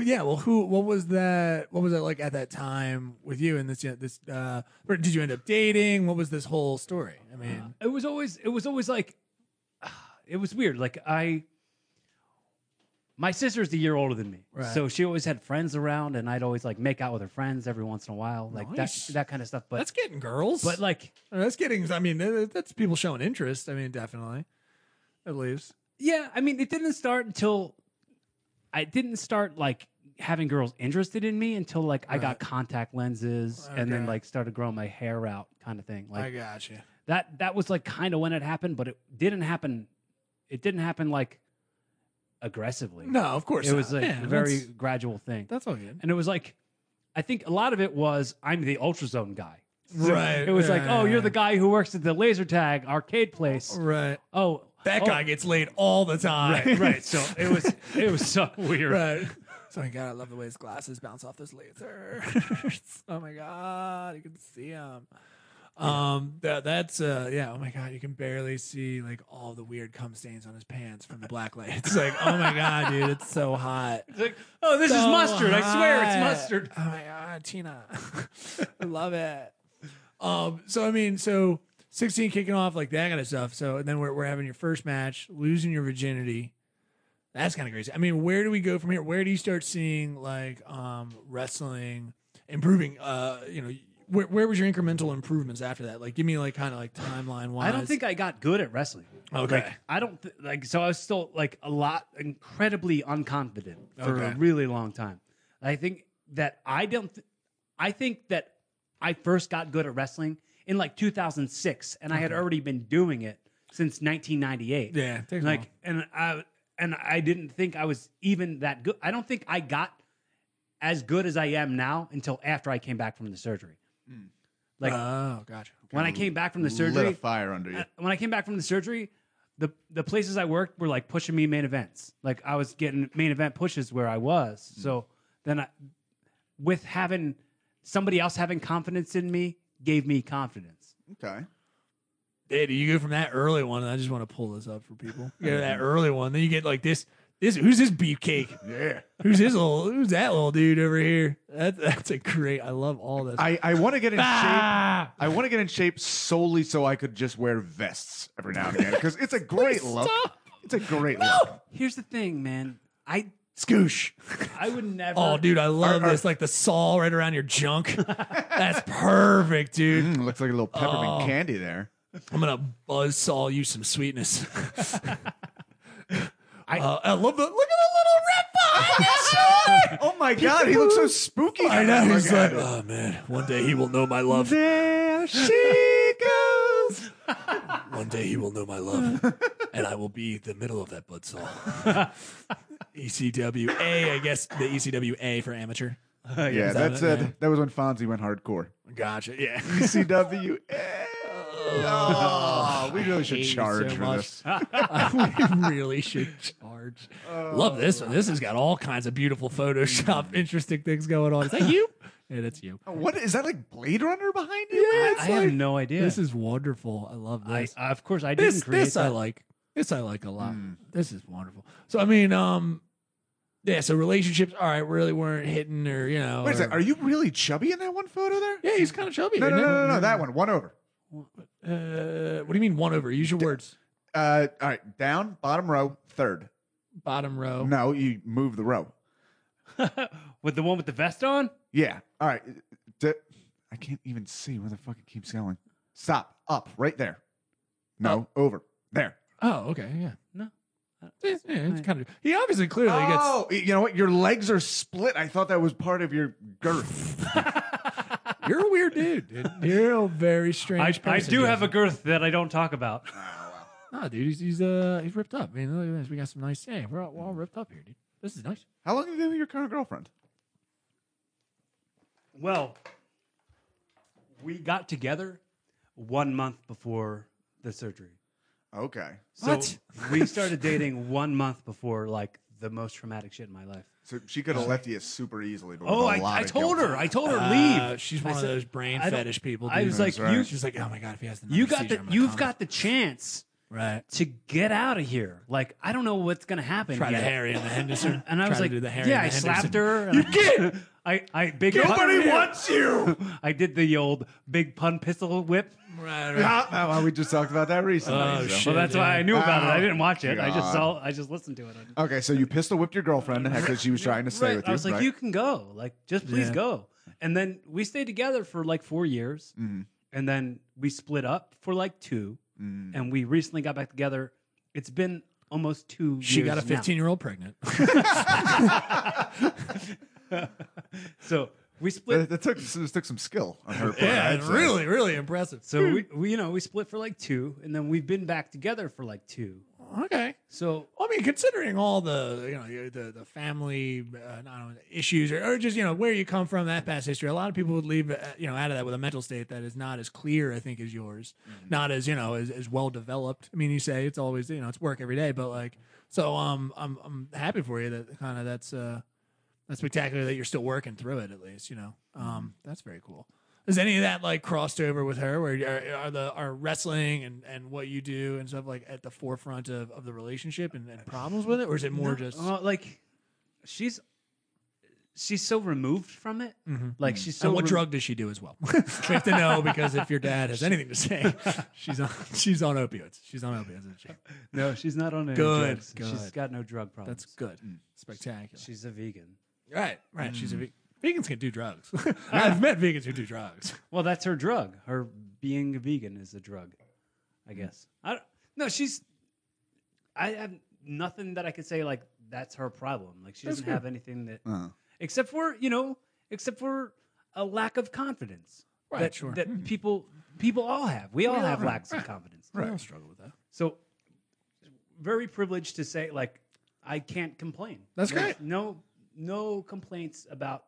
[SPEAKER 2] yeah. Well, who? What was that? What was it like at that time with you and this? This? Uh, or did you end up dating? What was this whole story? I mean,
[SPEAKER 4] It was always it was always like it was weird. Like I my sister's a year older than me.
[SPEAKER 2] Right.
[SPEAKER 4] So she always had friends around and I'd always like make out with her friends every once in a while. Like
[SPEAKER 2] Nice.
[SPEAKER 4] that that kind of stuff. But
[SPEAKER 2] that's getting girls.
[SPEAKER 4] but like
[SPEAKER 2] that's getting. I mean, that- that's people showing interest. I mean, definitely. At least.
[SPEAKER 4] Yeah, I mean, it didn't start until I didn't start like having girls interested in me until like I got contact lenses and then
[SPEAKER 2] Okay.
[SPEAKER 4] like started growing my hair out, kind of thing. Like
[SPEAKER 2] I got you.
[SPEAKER 4] that. That was like kind of when it happened, but it didn't happen. It didn't happen like aggressively.
[SPEAKER 2] No, of course.
[SPEAKER 4] it was
[SPEAKER 2] not.
[SPEAKER 4] like
[SPEAKER 2] Yeah,
[SPEAKER 4] a very
[SPEAKER 2] That's,
[SPEAKER 4] gradual thing,
[SPEAKER 2] that's all good.
[SPEAKER 4] and it was like I think a lot of it was I'm the ultrazone guy.
[SPEAKER 2] Right,
[SPEAKER 4] It was like,
[SPEAKER 2] yeah,
[SPEAKER 4] oh,
[SPEAKER 2] yeah,
[SPEAKER 4] you're
[SPEAKER 2] yeah.
[SPEAKER 4] the guy who works at the laser tag arcade place.
[SPEAKER 2] Right.
[SPEAKER 4] Oh,
[SPEAKER 2] That
[SPEAKER 4] oh,
[SPEAKER 2] guy gets laid all the time.
[SPEAKER 4] right, right. So it was it was so weird.
[SPEAKER 2] Right. So my god, I love the way his glasses bounce off this laser. oh my god, you can see him. Um, that that's uh, yeah. Oh my god, you can barely see like all the weird cum stains on his pants from the black light. It's like, oh my god, dude, it's so hot. It's like,
[SPEAKER 4] Oh, this is
[SPEAKER 2] so
[SPEAKER 4] mustard. I swear it's
[SPEAKER 2] hot.
[SPEAKER 4] mustard.
[SPEAKER 2] Oh my god, Tina, I love it. Um, so I mean, so sixteen kicking off like that kind of stuff. So and then we're we're having your first match, losing your virginity. That's kind of crazy. I mean, where do we go from here? Where do you start seeing like um, wrestling improving? Uh, you know, where, where was your incremental improvements after that? Like, give me like kind of like timeline wise.
[SPEAKER 4] I don't think I got good at wrestling.
[SPEAKER 2] Okay.
[SPEAKER 4] Like, I don't th- like so I was still like a lot incredibly unconfident for
[SPEAKER 2] Okay.
[SPEAKER 4] a really long time. I think that I don't th- I think that I first got good at wrestling in like 2006 and I had already been doing it since 1998.
[SPEAKER 2] Yeah, it takes a
[SPEAKER 4] Like and I and I didn't think I was even that good. I don't think I got as good as I am now until after I came back from the surgery. Like
[SPEAKER 2] Oh, gotcha.
[SPEAKER 4] when I came back from the
[SPEAKER 3] Lit a
[SPEAKER 4] surgery,
[SPEAKER 3] fire under you.
[SPEAKER 4] uh, when I came back from the surgery, the the places I worked were like pushing me main events. Like I was getting main event pushes where I was.
[SPEAKER 2] Mm-hmm.
[SPEAKER 4] So then, I, with having somebody else having confidence in me, gave me confidence.
[SPEAKER 3] Okay.
[SPEAKER 2] Dude, you go from that early one, and I just want to pull this up for people. You go to that early one, then you get like this. This who's this beefcake?
[SPEAKER 3] Yeah.
[SPEAKER 2] Who's this little? Who's that little dude over here? That, that's a great. I love all this.
[SPEAKER 3] I, I want to get in
[SPEAKER 2] Ah!
[SPEAKER 3] shape. I want to get in shape solely so I could just wear vests every now and again because it's a great look.
[SPEAKER 2] stop.
[SPEAKER 3] It's a great look.
[SPEAKER 4] Here's the thing, man. I
[SPEAKER 2] Scoosh.
[SPEAKER 4] I would never.
[SPEAKER 2] Oh, dude, I love this. Like the saw right around your junk. That's perfect, dude.
[SPEAKER 3] Mm, looks like a little peppermint candy there.
[SPEAKER 2] I'm gonna buzz saw you some sweetness. I, uh, I love the look at the little rip behind his shoulder.
[SPEAKER 3] Oh my god, he looks so spooky.
[SPEAKER 2] I know
[SPEAKER 3] Look
[SPEAKER 2] he's
[SPEAKER 3] at
[SPEAKER 2] like, oh
[SPEAKER 3] him.
[SPEAKER 2] man, one day he will know my love.
[SPEAKER 3] there she goes.
[SPEAKER 2] One day he will know my love, and I will be the middle of that buzz saw. E ECWA, I guess the E ECWA for amateur.
[SPEAKER 3] yeah,
[SPEAKER 2] that
[SPEAKER 3] that's
[SPEAKER 2] it?
[SPEAKER 3] it. That was when Fonzie went hardcore.
[SPEAKER 2] Gotcha. Yeah.
[SPEAKER 3] CW. Oh, we really should
[SPEAKER 2] hate you
[SPEAKER 3] charge
[SPEAKER 2] so
[SPEAKER 3] for
[SPEAKER 2] much.
[SPEAKER 3] this.
[SPEAKER 2] we really should charge. Love this one. This has got all kinds of beautiful Photoshop, interesting things going on. Is that you? Yeah, that's you.
[SPEAKER 3] What is that like Blade Runner behind you?
[SPEAKER 2] Yeah,
[SPEAKER 4] I,
[SPEAKER 2] it's
[SPEAKER 4] I have
[SPEAKER 2] like-
[SPEAKER 4] no idea.
[SPEAKER 2] This is wonderful. I love
[SPEAKER 4] I,
[SPEAKER 2] this.
[SPEAKER 4] I- of course I
[SPEAKER 2] this
[SPEAKER 4] didn't create
[SPEAKER 2] this uh, I
[SPEAKER 4] that.
[SPEAKER 2] like. This I like a lot. This is wonderful. So I mean, um, yeah. So relationships, all right, really weren't hitting, or you know,
[SPEAKER 3] Wait a
[SPEAKER 2] or-
[SPEAKER 3] second. Are you really chubby in that one photo there?
[SPEAKER 2] yeah, he's kind of chubby.
[SPEAKER 3] No, no,
[SPEAKER 2] isn't
[SPEAKER 3] no,
[SPEAKER 2] he?
[SPEAKER 3] no, no, that one. One over.
[SPEAKER 2] Uh, what do you mean one over? Use your words.
[SPEAKER 3] Uh, all right, down, bottom row, third.
[SPEAKER 2] Bottom row.
[SPEAKER 3] No, you move the row.
[SPEAKER 4] with the one with the vest on.
[SPEAKER 3] Yeah. All right. D- I can't even see where the fuck it keeps going. Stop. Up. Right there. No. Over. There.
[SPEAKER 2] Oh, okay, yeah.
[SPEAKER 4] No.
[SPEAKER 2] Yeah, yeah, it's kind of. He obviously clearly gets.
[SPEAKER 3] oh, y- you know what? Your legs are split. I thought that was part of your girth.
[SPEAKER 2] You're a weird dude. dude. You're a very strange.
[SPEAKER 4] I, I
[SPEAKER 2] person,
[SPEAKER 4] do
[SPEAKER 2] dude.
[SPEAKER 4] have a girth that I don't talk about.
[SPEAKER 2] Nah, dude, he's he's uh he's ripped up. I mean, look at this. We got some nice. Hey, we're all, we're all ripped up here, dude. This is nice.
[SPEAKER 3] How long have you been with your current girlfriend?
[SPEAKER 4] Well, we got together one month before the surgery.
[SPEAKER 3] Okay.
[SPEAKER 4] So we started dating one month before like the most traumatic shit in my life.
[SPEAKER 3] So she could have left you super easily, but with
[SPEAKER 4] Oh,
[SPEAKER 3] a
[SPEAKER 4] I,
[SPEAKER 3] lot
[SPEAKER 4] I
[SPEAKER 3] of
[SPEAKER 4] told
[SPEAKER 3] guilt.
[SPEAKER 4] her. I told her
[SPEAKER 2] Uh,
[SPEAKER 4] leave.
[SPEAKER 2] she's one
[SPEAKER 4] I
[SPEAKER 2] of
[SPEAKER 4] said-
[SPEAKER 2] those brain
[SPEAKER 4] I don't-
[SPEAKER 2] fetish people.
[SPEAKER 4] I
[SPEAKER 2] dude.
[SPEAKER 4] was like,
[SPEAKER 3] That's right.
[SPEAKER 4] you,
[SPEAKER 2] she's like, oh my god, if he has the
[SPEAKER 4] you got
[SPEAKER 2] seizure,
[SPEAKER 4] the,
[SPEAKER 2] I'm gonna
[SPEAKER 4] you've
[SPEAKER 2] come."
[SPEAKER 4] got the chance
[SPEAKER 2] right.
[SPEAKER 4] to get out of here. Like I don't know what's gonna happen.
[SPEAKER 2] Try
[SPEAKER 4] yet.
[SPEAKER 2] the Harry and the Henderson,
[SPEAKER 4] And I
[SPEAKER 2] Try
[SPEAKER 4] was
[SPEAKER 2] to
[SPEAKER 4] like,
[SPEAKER 2] do the Harry
[SPEAKER 4] yeah, I
[SPEAKER 2] and the
[SPEAKER 4] slapped
[SPEAKER 2] Henderson.
[SPEAKER 4] her. You get. I, I big.
[SPEAKER 3] Nobody
[SPEAKER 4] pun-
[SPEAKER 3] wants you.
[SPEAKER 4] I did the old big pun pistol whip.
[SPEAKER 2] Right, right.
[SPEAKER 3] Ah, ah, well, we just talked about that recently.
[SPEAKER 2] Oh,
[SPEAKER 3] so.
[SPEAKER 2] shit.
[SPEAKER 4] Well, that's why
[SPEAKER 2] yeah.
[SPEAKER 4] I knew about it. I
[SPEAKER 3] Oh,
[SPEAKER 4] didn't watch it. I
[SPEAKER 3] God.
[SPEAKER 4] just saw. I just listened to it. on-
[SPEAKER 3] Okay, so you pistol whipped your girlfriend because she was trying to stay
[SPEAKER 4] Right.
[SPEAKER 3] with you.
[SPEAKER 4] I was like,
[SPEAKER 3] right?
[SPEAKER 4] you can go. Like, just please
[SPEAKER 2] Yeah.
[SPEAKER 4] go. And then we stayed together for like four years,
[SPEAKER 3] Mhm.
[SPEAKER 4] and then we split up for like two,
[SPEAKER 3] Mm.
[SPEAKER 4] and we recently got back together. It's been almost two.
[SPEAKER 2] She
[SPEAKER 4] years
[SPEAKER 2] got a
[SPEAKER 4] now.
[SPEAKER 2] 15 year old pregnant.
[SPEAKER 4] So we
[SPEAKER 3] That,
[SPEAKER 4] split.
[SPEAKER 3] that took this took some skill on her part. I'd say.
[SPEAKER 2] really, really impressive.
[SPEAKER 4] So we, we, you know, we split for like two, and then we've been back together for like two.
[SPEAKER 2] Okay.
[SPEAKER 4] So
[SPEAKER 2] I mean, considering all the you know the the family uh, not only issues or, or just you know where you come from, that past history, a lot of people would leave uh, you know out of that with a mental state that is not as clear, I think, as yours, not as you know as, as well developed. I mean, you say it's always you know it's work every day, but like so um I'm I'm happy for you that kind of that's uh that's spectacular that you're still working through it at least you know um that's very cool. Is any of that like crossed over with her? Where are, are the are wrestling and, and what you do and stuff like at the forefront of, of the relationship and, and problems with it, or is it more
[SPEAKER 4] No,
[SPEAKER 2] just
[SPEAKER 4] uh, like she's she's so removed from it. Like she's so
[SPEAKER 2] and what
[SPEAKER 4] rem-
[SPEAKER 2] drug does she do as well? we have to know because if your dad has anything to say, she's on she's on opioids. She's on opioids. Isn't she?
[SPEAKER 4] No, she's not on any
[SPEAKER 2] Good,
[SPEAKER 4] drugs. She's
[SPEAKER 2] good.
[SPEAKER 4] got no drug problems.
[SPEAKER 2] That's good, Mm. spectacular.
[SPEAKER 4] she's a vegan.
[SPEAKER 2] right, right. She's a ve- vegans can do drugs. I've met vegans who do drugs.
[SPEAKER 4] Well, that's her drug. Her being a vegan is a drug,
[SPEAKER 2] Hmm.
[SPEAKER 4] I guess. I don't, no, she's. I have nothing that I could say like that's her problem. Like she doesn't have anything that,
[SPEAKER 3] Uh-huh.
[SPEAKER 4] except for you know, except for a lack of confidence.
[SPEAKER 2] Right,
[SPEAKER 4] that,
[SPEAKER 2] sure. Hmm.
[SPEAKER 4] That people people all have. We all have lacks of confidence.
[SPEAKER 2] Right. I don't struggle with that.
[SPEAKER 4] So, very privileged to say like I can't complain.
[SPEAKER 2] That's
[SPEAKER 4] There's
[SPEAKER 2] great.
[SPEAKER 4] No, no complaints about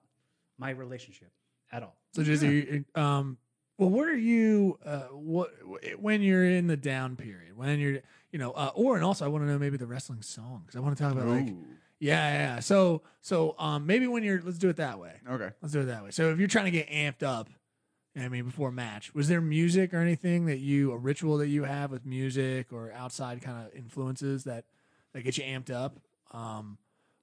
[SPEAKER 4] my relationship at all.
[SPEAKER 2] So just you- um, well, what are you? Uh, what when you're in the down period? When you're, you know, uh, or and also I want to know maybe the wrestling song because I want to talk about like, yeah,
[SPEAKER 3] Ooh.
[SPEAKER 2] yeah, yeah. So so um, maybe when you're, let's do it that way.
[SPEAKER 3] Okay.
[SPEAKER 2] Let's do it that way. So if you're trying to get amped up, you know what I mean, before a match, was there music or anything that you a ritual that you have with music or outside kind of influences that that get you amped up, um,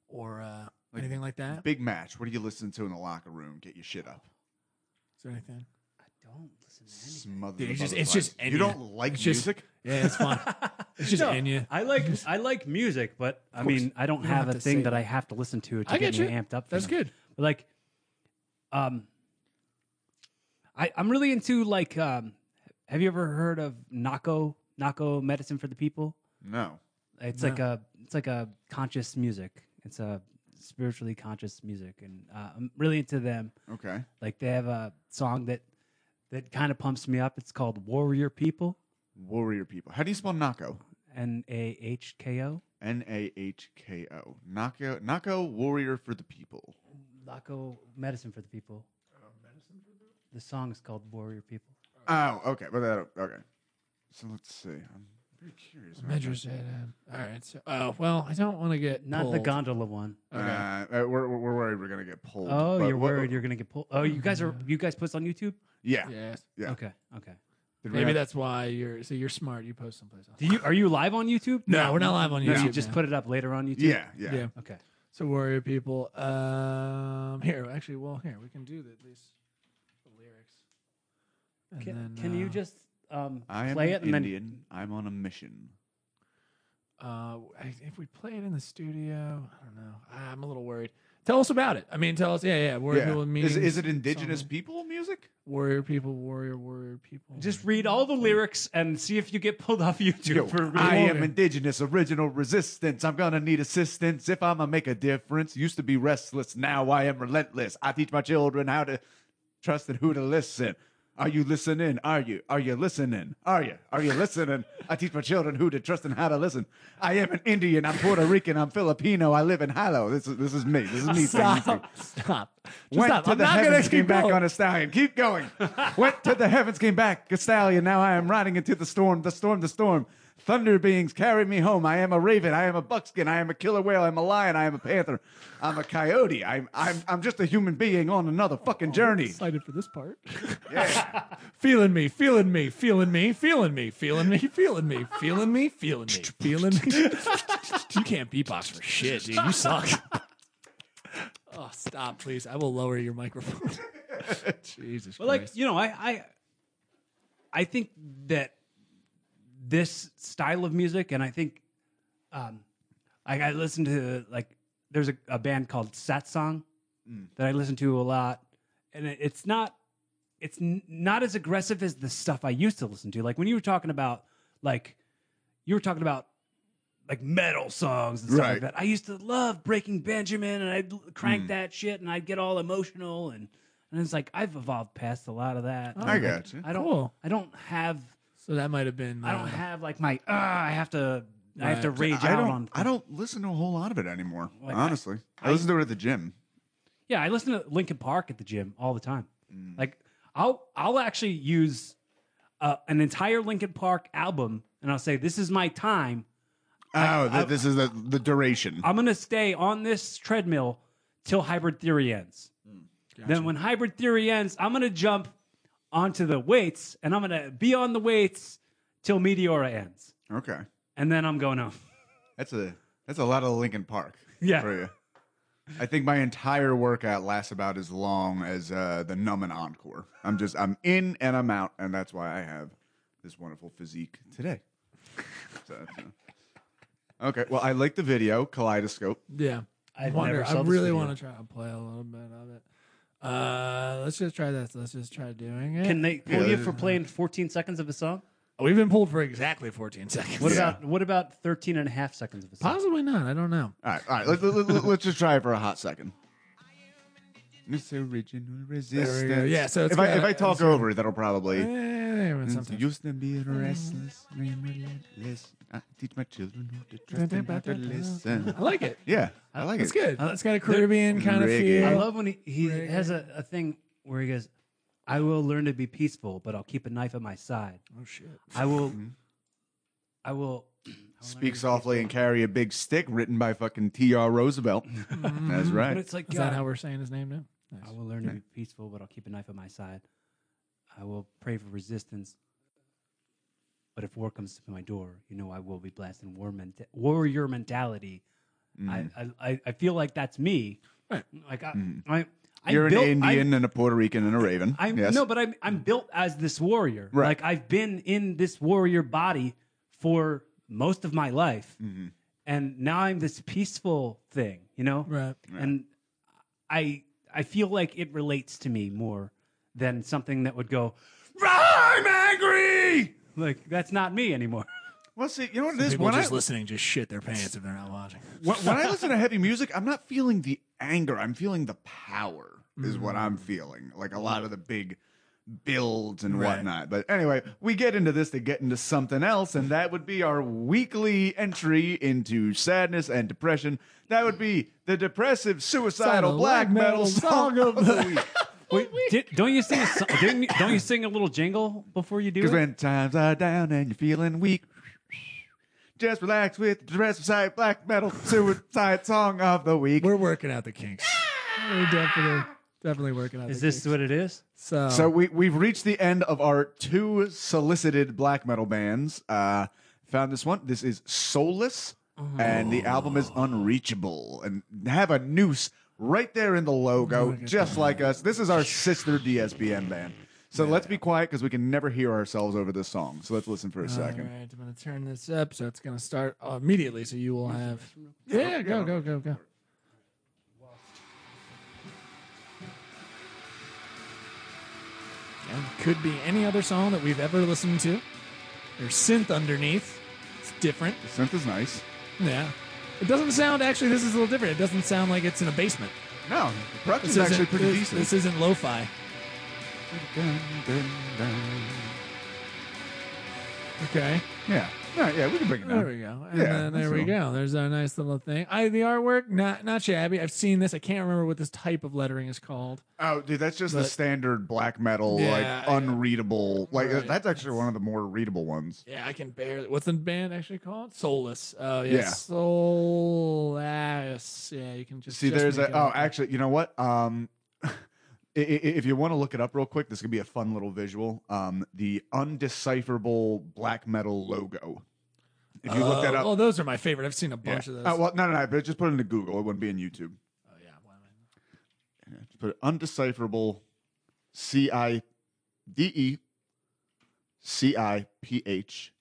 [SPEAKER 2] or uh,
[SPEAKER 3] Like
[SPEAKER 2] anything like that? Is
[SPEAKER 3] Big match. What do you listen to in the locker room? Get your shit up.
[SPEAKER 2] there anything?
[SPEAKER 4] I don't listen to anything.
[SPEAKER 3] Smother
[SPEAKER 2] Dude,
[SPEAKER 3] the
[SPEAKER 2] it's just-
[SPEAKER 3] motherfuckers.
[SPEAKER 2] it's just
[SPEAKER 3] you
[SPEAKER 2] Enya.
[SPEAKER 3] don't like
[SPEAKER 2] It's just-
[SPEAKER 3] music.
[SPEAKER 2] Yeah, it's fun. it's just
[SPEAKER 4] No,
[SPEAKER 2] in you.
[SPEAKER 4] I like I like music, but I mean I don't
[SPEAKER 2] You don't
[SPEAKER 4] have
[SPEAKER 2] have
[SPEAKER 4] a
[SPEAKER 2] to
[SPEAKER 4] thing
[SPEAKER 2] say
[SPEAKER 4] that
[SPEAKER 2] that.
[SPEAKER 4] I have to listen to to
[SPEAKER 2] I
[SPEAKER 4] get,
[SPEAKER 2] get
[SPEAKER 4] me
[SPEAKER 2] you.
[SPEAKER 4] amped up. For
[SPEAKER 2] That's
[SPEAKER 4] something.
[SPEAKER 2] good.
[SPEAKER 4] But, like, um, I I'm really into like um, have you ever heard of Nako Nako Medicine for the People?
[SPEAKER 3] no.
[SPEAKER 4] It's like a it's like a conscious music. It's a spiritually conscious music, and uh, I'm really into them.
[SPEAKER 3] Okay.
[SPEAKER 4] Like they have a song that that kind of pumps me up. It's called Warrior People,
[SPEAKER 3] Warrior people. How do you spell Nako?
[SPEAKER 4] N A H K O.
[SPEAKER 3] N A H K O. Nako. Nako. Warrior for the people.
[SPEAKER 4] Laco Medicine for the People. The song is called Warrior People.
[SPEAKER 3] Oh, okay. Well, that okay. So let's see. I'm very curious. about
[SPEAKER 2] Measures it. uh, all right. So, oh well, I don't want to get
[SPEAKER 4] Not the
[SPEAKER 2] pulled.
[SPEAKER 4] gondola one.
[SPEAKER 3] that. Uh, uh, we're, we're we're worried we're gonna get pulled.
[SPEAKER 4] Oh,
[SPEAKER 3] but
[SPEAKER 4] you're
[SPEAKER 3] what-
[SPEAKER 4] worried you're gonna get pulled. Oh, you guys are you guys post on YouTube?
[SPEAKER 3] Yeah.
[SPEAKER 2] Yes.
[SPEAKER 3] Yeah.
[SPEAKER 4] Okay, okay.
[SPEAKER 3] Did we
[SPEAKER 2] Maybe
[SPEAKER 3] have-
[SPEAKER 2] that's why you're so you're smart. You post someplace else.
[SPEAKER 4] Do you are you live on YouTube?
[SPEAKER 2] No, we're not live on
[SPEAKER 4] No,
[SPEAKER 2] YouTube.
[SPEAKER 4] you just
[SPEAKER 2] now.
[SPEAKER 4] put it up later on YouTube.
[SPEAKER 3] Yeah. Yeah.
[SPEAKER 2] Yeah.
[SPEAKER 4] Okay.
[SPEAKER 2] So warrior people. Um, here actually, well, here we can do the, these the lyrics. And
[SPEAKER 4] Can,
[SPEAKER 2] then,
[SPEAKER 4] can you
[SPEAKER 2] uh,
[SPEAKER 4] just um,
[SPEAKER 3] I am
[SPEAKER 4] play
[SPEAKER 3] an
[SPEAKER 4] it and then
[SPEAKER 3] Indian. I'm on a mission.
[SPEAKER 2] uh, I- if we play it in the studio? I don't know. I'm a little worried. Tell us about it. I mean, tell us. Yeah, yeah. Warrior
[SPEAKER 3] Yeah.
[SPEAKER 2] people. Meaning
[SPEAKER 3] Is, is it indigenous
[SPEAKER 2] something.
[SPEAKER 3] people music?
[SPEAKER 2] Warrior people. Warrior warrior people.
[SPEAKER 4] just read all the lyrics and see if you get pulled off YouTube
[SPEAKER 3] Yo,
[SPEAKER 4] for
[SPEAKER 3] I
[SPEAKER 4] real.
[SPEAKER 3] am indigenous, original resistance. I'm gonna need assistance if I'ma make a difference. Used to be restless, now I am relentless. I teach my children how to trust and who to listen. Are you listening? Are you? Are you listening? Are you? Are you listening? I teach my children who to trust and how to listen. I am an Indian. I'm Puerto Rican. I'm Filipino. I live in Hilo. This is this is me. This is me. singing.
[SPEAKER 2] Stop. Stop. Just
[SPEAKER 3] Went
[SPEAKER 2] stop.
[SPEAKER 3] to
[SPEAKER 2] I'm
[SPEAKER 3] the
[SPEAKER 2] not gonna
[SPEAKER 3] heavens,
[SPEAKER 2] keep
[SPEAKER 3] came back
[SPEAKER 2] going.
[SPEAKER 3] on a stallion. Keep going. Went to the heavens, came back a stallion. Now I am riding into the storm, the storm, the storm. Thunder beings carry me home. I am a raven. I am a buckskin. I am a killer whale. I'm a lion. I am a panther. I'm a coyote. I'm I'm I'm just a human being on another fucking journey.
[SPEAKER 2] Excited for this part.
[SPEAKER 3] Yeah.
[SPEAKER 2] Feeling me, feeling me, feeling me, feeling me, feeling me, feeling me, feeling me, feeling me, feeling me. you can't beatbox for shit, dude. You suck. oh, stop, please. I will lower your microphone. Jesus
[SPEAKER 4] But like
[SPEAKER 2] Christ.
[SPEAKER 4] you know, I I I think that this style of music, and I think um, I, I listen to like there's a, a band called Satsang
[SPEAKER 2] Mm.
[SPEAKER 4] that I listen to a lot, and it, it's not it's n- not as aggressive as the stuff I used to listen to. Like when you were talking about like you were talking about like metal songs and stuff
[SPEAKER 3] Right.
[SPEAKER 4] like that. I used to love Breaking Benjamin, and I'd l-
[SPEAKER 3] Hmm.
[SPEAKER 4] crank that shit, and I'd get all emotional, and and it's like I've evolved past a lot of that.
[SPEAKER 3] I got you.
[SPEAKER 4] I don't.
[SPEAKER 2] Cool.
[SPEAKER 4] I don't have.
[SPEAKER 2] So that might have been. Uh,
[SPEAKER 4] I don't have like my. Uh, I have to. I have to rage
[SPEAKER 3] I
[SPEAKER 4] out
[SPEAKER 3] don't.
[SPEAKER 4] on.
[SPEAKER 3] I don't listen to a whole lot of it anymore.
[SPEAKER 4] Like, I-
[SPEAKER 3] honestly, I, listen to it at the gym.
[SPEAKER 4] Yeah, I listen to Linkin Park at the gym all the time.
[SPEAKER 3] Mm.
[SPEAKER 4] Like I'll I'll actually use uh, an entire Linkin Park album, and I'll say this is my time.
[SPEAKER 3] oh, th- this is the the duration.
[SPEAKER 4] I'm gonna stay on this treadmill till Hybrid Theory ends. Then when Hybrid Theory ends, I'm gonna jump onto the weights, and I'm gonna be on the weights till Meteora ends,
[SPEAKER 3] okay,
[SPEAKER 4] and then I'm going home.
[SPEAKER 3] that's a that's a lot of Lincoln Park.
[SPEAKER 4] Yeah.
[SPEAKER 3] for you. I think my entire workout lasts about as long as uh, the numb and encore. I'm just I'm in and I'm out, and that's why I have this wonderful physique today. So, that's, uh, okay, well, I like the video kaleidoscope.
[SPEAKER 2] Yeah. I
[SPEAKER 4] I've
[SPEAKER 2] wonder.
[SPEAKER 4] never saw
[SPEAKER 2] I
[SPEAKER 4] this
[SPEAKER 2] really
[SPEAKER 4] video.
[SPEAKER 2] want to try to play a little bit of it. Uh, let's just try this. Let's just try doing it.
[SPEAKER 4] Can they pull
[SPEAKER 3] Yeah,
[SPEAKER 4] you
[SPEAKER 3] they-
[SPEAKER 4] for playing 14 seconds of a song?
[SPEAKER 2] We've been pulled for exactly 14 seconds.
[SPEAKER 4] What
[SPEAKER 3] Yeah.
[SPEAKER 4] about what about 13 and a half seconds of a song?
[SPEAKER 2] Possibly not. I don't know.
[SPEAKER 3] All right, all right. Let, let, let, let's just try it for a hot second. Miss Original Resistance.
[SPEAKER 2] go. Yeah, so it's
[SPEAKER 3] if I
[SPEAKER 2] got
[SPEAKER 3] if I
[SPEAKER 2] a-
[SPEAKER 3] talk
[SPEAKER 2] it's-
[SPEAKER 3] over it, that'll probably.
[SPEAKER 2] Eh, sometimes.
[SPEAKER 3] Used to be restless, now I'm relentless. I teach my children what to trust and how to listen.
[SPEAKER 2] I like it.
[SPEAKER 3] Yeah, I like
[SPEAKER 2] It's
[SPEAKER 3] it.
[SPEAKER 2] good. Oh, It's got a Caribbean kind of
[SPEAKER 3] Reggae.
[SPEAKER 2] feel.
[SPEAKER 4] I love when he, he has a, a thing where he goes, I will learn to be peaceful, but I'll keep a knife at my side.
[SPEAKER 2] oh shit.
[SPEAKER 4] I will I will
[SPEAKER 3] Speak softly and carry a big stick, written by fucking T.R. Roosevelt. That's
[SPEAKER 4] Mm-hmm. but
[SPEAKER 3] right.
[SPEAKER 4] it's like
[SPEAKER 2] Is
[SPEAKER 4] God,
[SPEAKER 2] that how we're saying his name now? Nice.
[SPEAKER 4] I will learn to be peaceful, but I'll keep a knife at my side. I will pray for resistance. But if war comes to my door, you know I will be blessed in war menta- warrior mentality. I
[SPEAKER 3] Mm.
[SPEAKER 4] I, I, I feel like that's me. Like I, I, I
[SPEAKER 3] You're
[SPEAKER 4] built-
[SPEAKER 3] an
[SPEAKER 4] I-
[SPEAKER 3] Indian and a Puerto Rican and a Raven.
[SPEAKER 4] I'm
[SPEAKER 3] yes.
[SPEAKER 4] no, but I'm I'm built as this warrior.
[SPEAKER 3] Right.
[SPEAKER 4] Like I've been in this warrior body for most of my life,
[SPEAKER 3] Mm-hmm.
[SPEAKER 4] and now I'm this peaceful thing, you know.
[SPEAKER 2] Right.
[SPEAKER 4] And I I feel like it relates to me more than something that would go,
[SPEAKER 3] I'm angry.
[SPEAKER 4] like that's not me anymore.
[SPEAKER 3] Well, see, you know what it is.
[SPEAKER 2] People
[SPEAKER 3] When I,
[SPEAKER 2] just listening just shit their pants if they're not watching.
[SPEAKER 3] when, when I listen to heavy music, I'm not feeling the anger. I'm feeling the power, is what I'm feeling. Like a lot of the big builds and
[SPEAKER 2] Right.
[SPEAKER 3] whatnot. But anyway, we get into this to get into something else, and that would be our weekly entry into sadness and depression. That would be the depressive suicidal
[SPEAKER 2] Suicidal
[SPEAKER 3] black
[SPEAKER 2] black
[SPEAKER 3] metal
[SPEAKER 2] metal
[SPEAKER 3] song of the week.
[SPEAKER 4] Wait, did, don't you sing a so- didn't you, don't you sing a little jingle before you do it?
[SPEAKER 3] Because when times are down and you're feeling weak, just relax with the depressive side black metal suicide song of the week.
[SPEAKER 2] We're working out the kinks. We're definitely, definitely working out
[SPEAKER 4] Is
[SPEAKER 2] the
[SPEAKER 4] this
[SPEAKER 2] kinks.
[SPEAKER 4] what it is?
[SPEAKER 2] So,
[SPEAKER 3] So we we've reached the end of our two solicited black metal bands. Uh, found this one. This is Soulless, and the album is Unreachable. And have a noose right there in the logo, just like us. This is our sister DSBM band. So let's be quiet because we can never hear ourselves over this song. So let's listen for a
[SPEAKER 2] all right,
[SPEAKER 3] second.
[SPEAKER 2] I'm going to turn this up. So it's going to start immediately. So you will have. Yeah, go, go, go, go. Yeah, could be any other song that we've ever listened to. There's synth underneath. It's different.
[SPEAKER 3] The synth is nice.
[SPEAKER 2] Yeah. It doesn't sound actually. This is a little different. It doesn't sound like it's in a basement.
[SPEAKER 3] No, the production's
[SPEAKER 2] isn't-
[SPEAKER 3] actually pretty
[SPEAKER 2] this,
[SPEAKER 3] decent.
[SPEAKER 2] This isn't lo-fi.
[SPEAKER 3] Dun, dun, dun.
[SPEAKER 2] Okay.
[SPEAKER 3] Yeah, No, yeah, we can bring it
[SPEAKER 2] There
[SPEAKER 3] down.
[SPEAKER 2] we go. And
[SPEAKER 3] Yeah,
[SPEAKER 2] then there
[SPEAKER 3] that's
[SPEAKER 2] we
[SPEAKER 3] all.
[SPEAKER 2] go. There's our nice little thing. I the artwork not not shabby. I've seen this. I can't remember what this type of lettering is called.
[SPEAKER 3] Oh, dude, that's just the
[SPEAKER 2] But-
[SPEAKER 3] standard black metal,
[SPEAKER 2] Yeah, yeah.
[SPEAKER 3] like unreadable. Like
[SPEAKER 2] Right.
[SPEAKER 3] that's actually one of the more readable ones.
[SPEAKER 2] Yeah, I can barely. What's the band actually called? Soulless. Oh yeah,
[SPEAKER 3] Yeah.
[SPEAKER 2] Soulless. Yeah, you can just
[SPEAKER 3] See,
[SPEAKER 2] just
[SPEAKER 3] there's
[SPEAKER 2] make
[SPEAKER 3] a.
[SPEAKER 2] it
[SPEAKER 3] Oh,
[SPEAKER 2] up.
[SPEAKER 3] actually, you know what? Um, i- i- if you want to look it up real quick, this could be a fun little visual. Um, the undecipherable black metal logo. If you look that
[SPEAKER 2] Oh,
[SPEAKER 3] up,
[SPEAKER 2] Oh, those are my favorite. I've seen a
[SPEAKER 3] yeah.
[SPEAKER 2] bunch of those.
[SPEAKER 3] Uh, well, no, no, no. But just put it into Google. It wouldn't be in YouTube.
[SPEAKER 2] oh yeah. why am I-
[SPEAKER 3] Just put undecipherable, C I D E C I P H.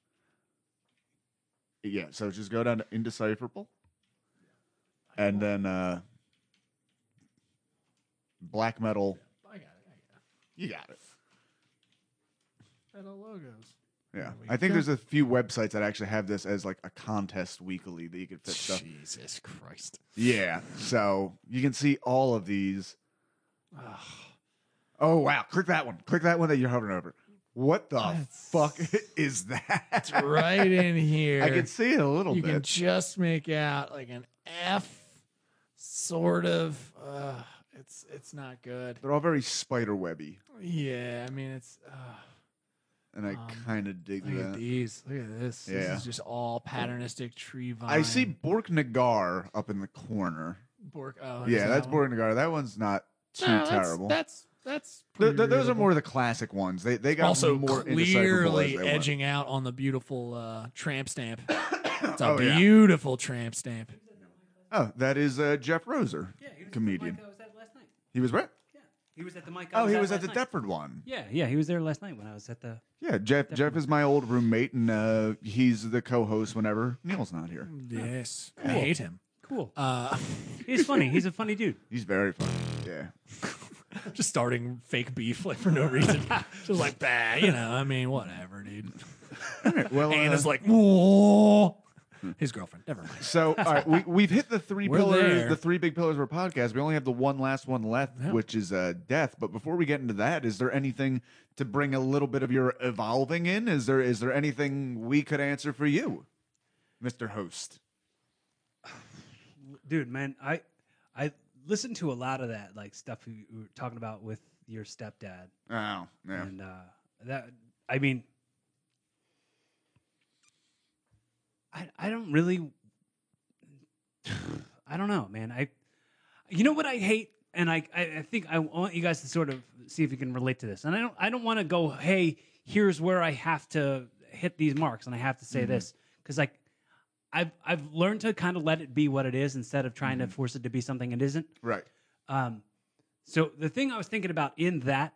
[SPEAKER 3] Yeah, so just go down to indecipherable, and then uh, black metal.
[SPEAKER 2] I got it. I
[SPEAKER 3] You got
[SPEAKER 2] got it.
[SPEAKER 3] it.
[SPEAKER 2] Metal logos.
[SPEAKER 3] Yeah,
[SPEAKER 2] There we
[SPEAKER 3] I think
[SPEAKER 2] go.
[SPEAKER 3] there's a few websites that actually have this as like a contest weekly that you could fit stuff.
[SPEAKER 2] Jesus Christ.
[SPEAKER 3] Yeah, so you can see all of these.
[SPEAKER 2] Ugh.
[SPEAKER 3] Oh wow! Click that one. Click that one that you're hovering over. What the
[SPEAKER 2] That's-
[SPEAKER 3] fuck is that?
[SPEAKER 2] It's right in here.
[SPEAKER 3] I can see it a little
[SPEAKER 2] you can
[SPEAKER 3] bit.
[SPEAKER 2] just make out like an F, sort of. Uh, it's it's not good.
[SPEAKER 3] They're all very spider webby,
[SPEAKER 2] Yeah, I mean it's. Uh,
[SPEAKER 3] and I
[SPEAKER 2] Um,
[SPEAKER 3] kind of dig
[SPEAKER 2] look at
[SPEAKER 3] that.
[SPEAKER 2] these. Look at this.
[SPEAKER 3] Yeah.
[SPEAKER 2] This is just all patternistic tree vine.
[SPEAKER 3] I see Bork Nagar up in the corner.
[SPEAKER 2] Bork. Oh,
[SPEAKER 3] yeah, that's
[SPEAKER 2] Bork.
[SPEAKER 3] Bork Nagar. That one's not too terrible.
[SPEAKER 2] That's that's.
[SPEAKER 3] Th-
[SPEAKER 2] pretty
[SPEAKER 3] th- those are
[SPEAKER 2] readable.
[SPEAKER 3] more of the classic ones. They they got
[SPEAKER 2] also
[SPEAKER 3] more indecipherable as
[SPEAKER 2] clearly
[SPEAKER 3] they went.
[SPEAKER 2] edging out on the beautiful uh, tramp stamp. It's a
[SPEAKER 3] Oh, yeah.
[SPEAKER 2] beautiful tramp stamp.
[SPEAKER 3] Oh, that is uh, Jeff Roser,
[SPEAKER 4] Yeah, he was At
[SPEAKER 3] comedian.
[SPEAKER 4] the mic I was at last night.
[SPEAKER 3] He was right.
[SPEAKER 4] Yeah, he was at the mic. I
[SPEAKER 3] Oh, he was at
[SPEAKER 4] last
[SPEAKER 3] the
[SPEAKER 4] night.
[SPEAKER 3] Deptford one.
[SPEAKER 4] Yeah, yeah, he was there last night when I was at the.
[SPEAKER 3] Yeah, Jeff. Jeff is my old roommate, and uh, he's the co-host whenever Neil's not here.
[SPEAKER 2] Hmm. Yes, I hate him.
[SPEAKER 4] Cool.
[SPEAKER 2] Uh,
[SPEAKER 4] He's funny. He's a funny dude.
[SPEAKER 3] He's very funny. Yeah.
[SPEAKER 2] just starting fake beef like for no reason. just like bah, you know. I mean, whatever, dude.
[SPEAKER 3] Well,
[SPEAKER 2] And
[SPEAKER 3] uh, hmm.
[SPEAKER 2] it's like, whoa. His girlfriend. Never mind.
[SPEAKER 3] So all right, we we've hit the 3
[SPEAKER 2] We're
[SPEAKER 3] pillars,
[SPEAKER 2] there.
[SPEAKER 3] the three big pillars of our podcast. We only have the one last one left,
[SPEAKER 2] Yeah.
[SPEAKER 3] which is uh, death. But before we get into that, is there anything to bring a little bit of your evolving in? Is there is there anything we could answer for you, Mister Host?
[SPEAKER 4] dude man i i listened to a lot of that like stuff you were talking about with your stepdad
[SPEAKER 3] Oh, yeah.
[SPEAKER 4] and uh that i mean i i don't really i don't know man i you know what i hate and I, I i think i want you guys to sort of see if you can relate to this and i don't i don't want to go hey here's where i have to hit these marks and i have to say this because like I've I've learned to kind of let it be what it is instead of trying to force it to be something it isn't.
[SPEAKER 3] Right.
[SPEAKER 4] Um, so the thing I was thinking about in that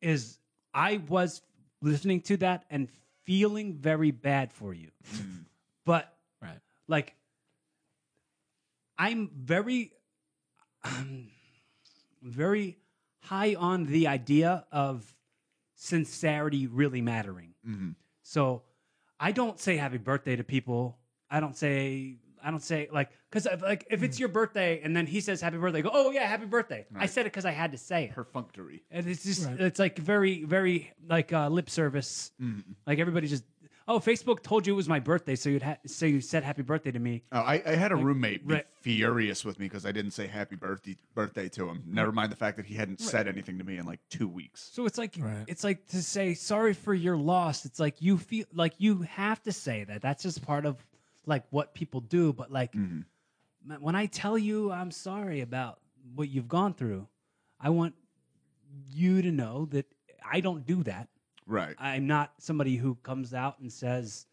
[SPEAKER 4] is I was listening to that and feeling very bad for you, but
[SPEAKER 2] Right.
[SPEAKER 4] like I'm very um, very high on the idea of sincerity really mattering.
[SPEAKER 3] Mhm.
[SPEAKER 4] So I don't say happy birthday to people. I don't say I don't say like because like if it's your birthday and then he says happy birthday, I go oh yeah happy birthday. I said it because I had to say it,
[SPEAKER 3] Perfunctory.
[SPEAKER 4] and it's just
[SPEAKER 2] Right.
[SPEAKER 4] it's like very very like uh, lip service.
[SPEAKER 2] Mm-hmm.
[SPEAKER 4] Like everybody just oh Facebook told you it was my birthday, so you'd ha- so you said happy birthday to me.
[SPEAKER 3] Oh, I, I had a roommate be
[SPEAKER 4] right.
[SPEAKER 3] furious with me because I didn't say happy birthday birthday to him. Never mind the fact that he hadn't said anything to me in like two weeks.
[SPEAKER 4] So it's like
[SPEAKER 2] Right.
[SPEAKER 4] it's like to say sorry for your loss. It's like you feel like you have to say that. That's just part of like what people do. But like
[SPEAKER 2] Mm.
[SPEAKER 3] Mm-hmm.
[SPEAKER 4] man, when I tell you I'm sorry about what you've gone through, I want you to know that I don't do that.
[SPEAKER 3] Right.
[SPEAKER 4] I'm not somebody who comes out and says,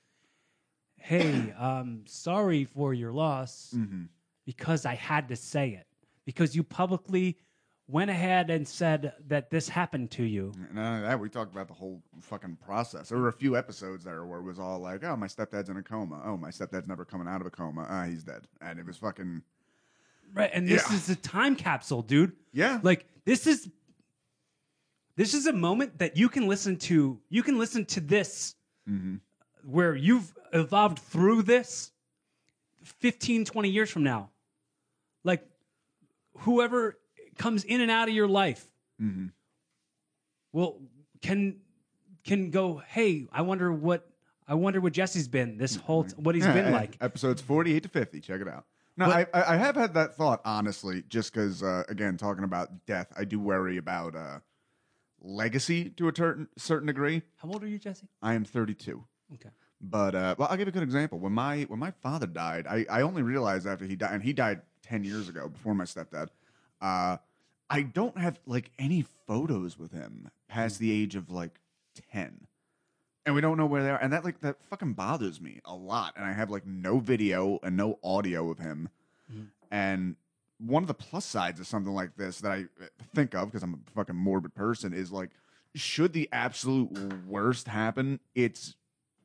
[SPEAKER 4] "Hey, um, sorry for your loss,"
[SPEAKER 3] Mm. Mm-hmm.
[SPEAKER 4] because I had to say it because you publicly went ahead and said that this happened to you.
[SPEAKER 3] And None of that. We talked about the whole fucking process. There were a few episodes there where it was all like, "Oh, my stepdad's in a coma. Oh, my stepdad's never coming out of a coma. Ah, he's dead." And it was fucking
[SPEAKER 4] Right, and this
[SPEAKER 3] Yeah.
[SPEAKER 4] is a time capsule, dude.
[SPEAKER 3] yeah,
[SPEAKER 4] Like this is this is a moment that you can listen to. You can listen to this where you've evolved through this 15 20 years from now. Like whoever comes in and out of your life
[SPEAKER 3] Mhm.
[SPEAKER 4] well can can go, "Hey, I wonder what I wonder what Jesse's been this whole t- what he's
[SPEAKER 3] Yeah,
[SPEAKER 4] been
[SPEAKER 3] yeah.
[SPEAKER 4] like.
[SPEAKER 3] e-, Episodes 48 to 50. Check it out. No, I, I I have had that thought, honestly, just because, uh, again, talking about death, I do worry about uh, legacy to a certain certain degree.
[SPEAKER 4] How old are you, Jesse?
[SPEAKER 3] I am 32.
[SPEAKER 4] Okay.
[SPEAKER 3] But uh, well, I'll give you a good example. When my when my father died, I, I only realized after he died, and he died ten years ago before my stepdad. Uh, I don't have like any photos with him past the age of like ten, and we don't know where they are. And that like that fucking bothers me a lot. And I have like no video and no audio of him. And one of the plus sides of something like this that I uh, think of because I'm a fucking morbid person is like, should the absolute worst happen, it's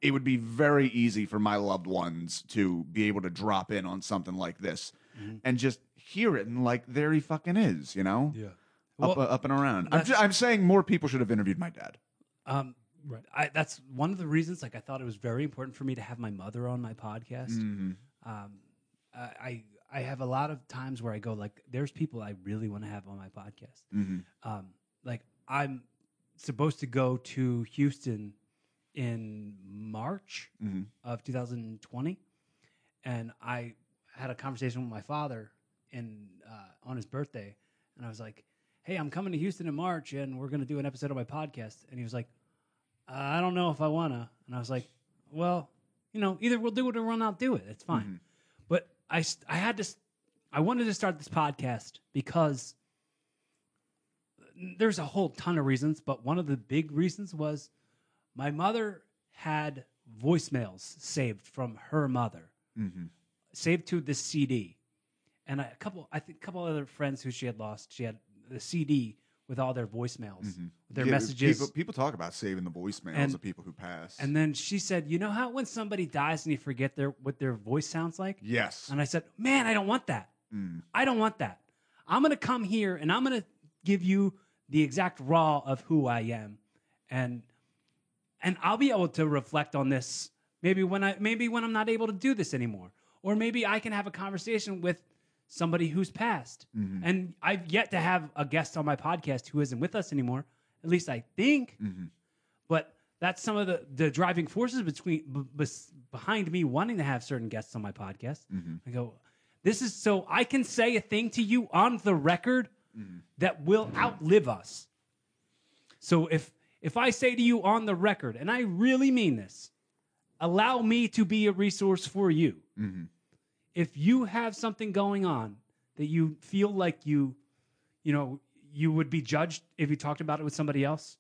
[SPEAKER 3] it would be very easy for my loved ones to be able to drop in on something like this and just hear it and like there he fucking is, you know?
[SPEAKER 2] Yeah.
[SPEAKER 3] up, uh, up and around. I'm, ju- I'm saying more people should have interviewed my dad.
[SPEAKER 4] Um, I, that's one of the reasons. Like, I thought it was very important for me to have my mother on my podcast.
[SPEAKER 3] Mm. Mm-hmm.
[SPEAKER 4] Um, I, I I have a lot of times where I go like, "There's people I really want to have on my podcast."
[SPEAKER 3] Mm-hmm.
[SPEAKER 4] Um, like, I'm supposed to go to Houston in March of 2020, and I had a conversation with my father in uh, on his birthday, and I was like, "Hey, I'm coming to Houston in March, and we're going to do an episode of my podcast." And he was like, uh, "I don't know if I wanna," and I was like, "Well, you know, either we'll do it or we'll not do it. It's fine." But I s- I had to s- I wanted to start this podcast because there's a whole ton of reasons, but one of the big reasons was my mother had voicemails saved from her mother
[SPEAKER 3] Mm-hmm.
[SPEAKER 4] saved to this CD, and I- a couple, I think, a couple other friends who she had lost. She had the CD with all their voicemails, with their
[SPEAKER 3] Mm-hmm. Yeah,
[SPEAKER 4] messages,
[SPEAKER 3] People, people talk about saving the voicemails
[SPEAKER 4] And-
[SPEAKER 3] of people who pass.
[SPEAKER 4] and then she said, "You know how when somebody dies and you forget their what their voice sounds like?"
[SPEAKER 3] yes. Mm.
[SPEAKER 4] And I said, "Man, I don't want that. I don't want that. I'm gonna come here and I'm gonna give you the exact raw of who I am, and and I'll be able to reflect on this maybe when I maybe when I'm not able to do this anymore, or maybe I can have a conversation with somebody who's passed. And I've yet to have a guest on my podcast who isn't with us anymore. At least I think. But that's some of the, the driving forces between b- bes- behind me wanting to have certain guests on my podcast. I go, this is so I can say a thing to you on the record that will outlive us. So if if I say to you on the record, and I really mean this, allow me to be a resource for you. If you have something going on that you feel like you, you know, you would be judged if you talked about it with somebody else,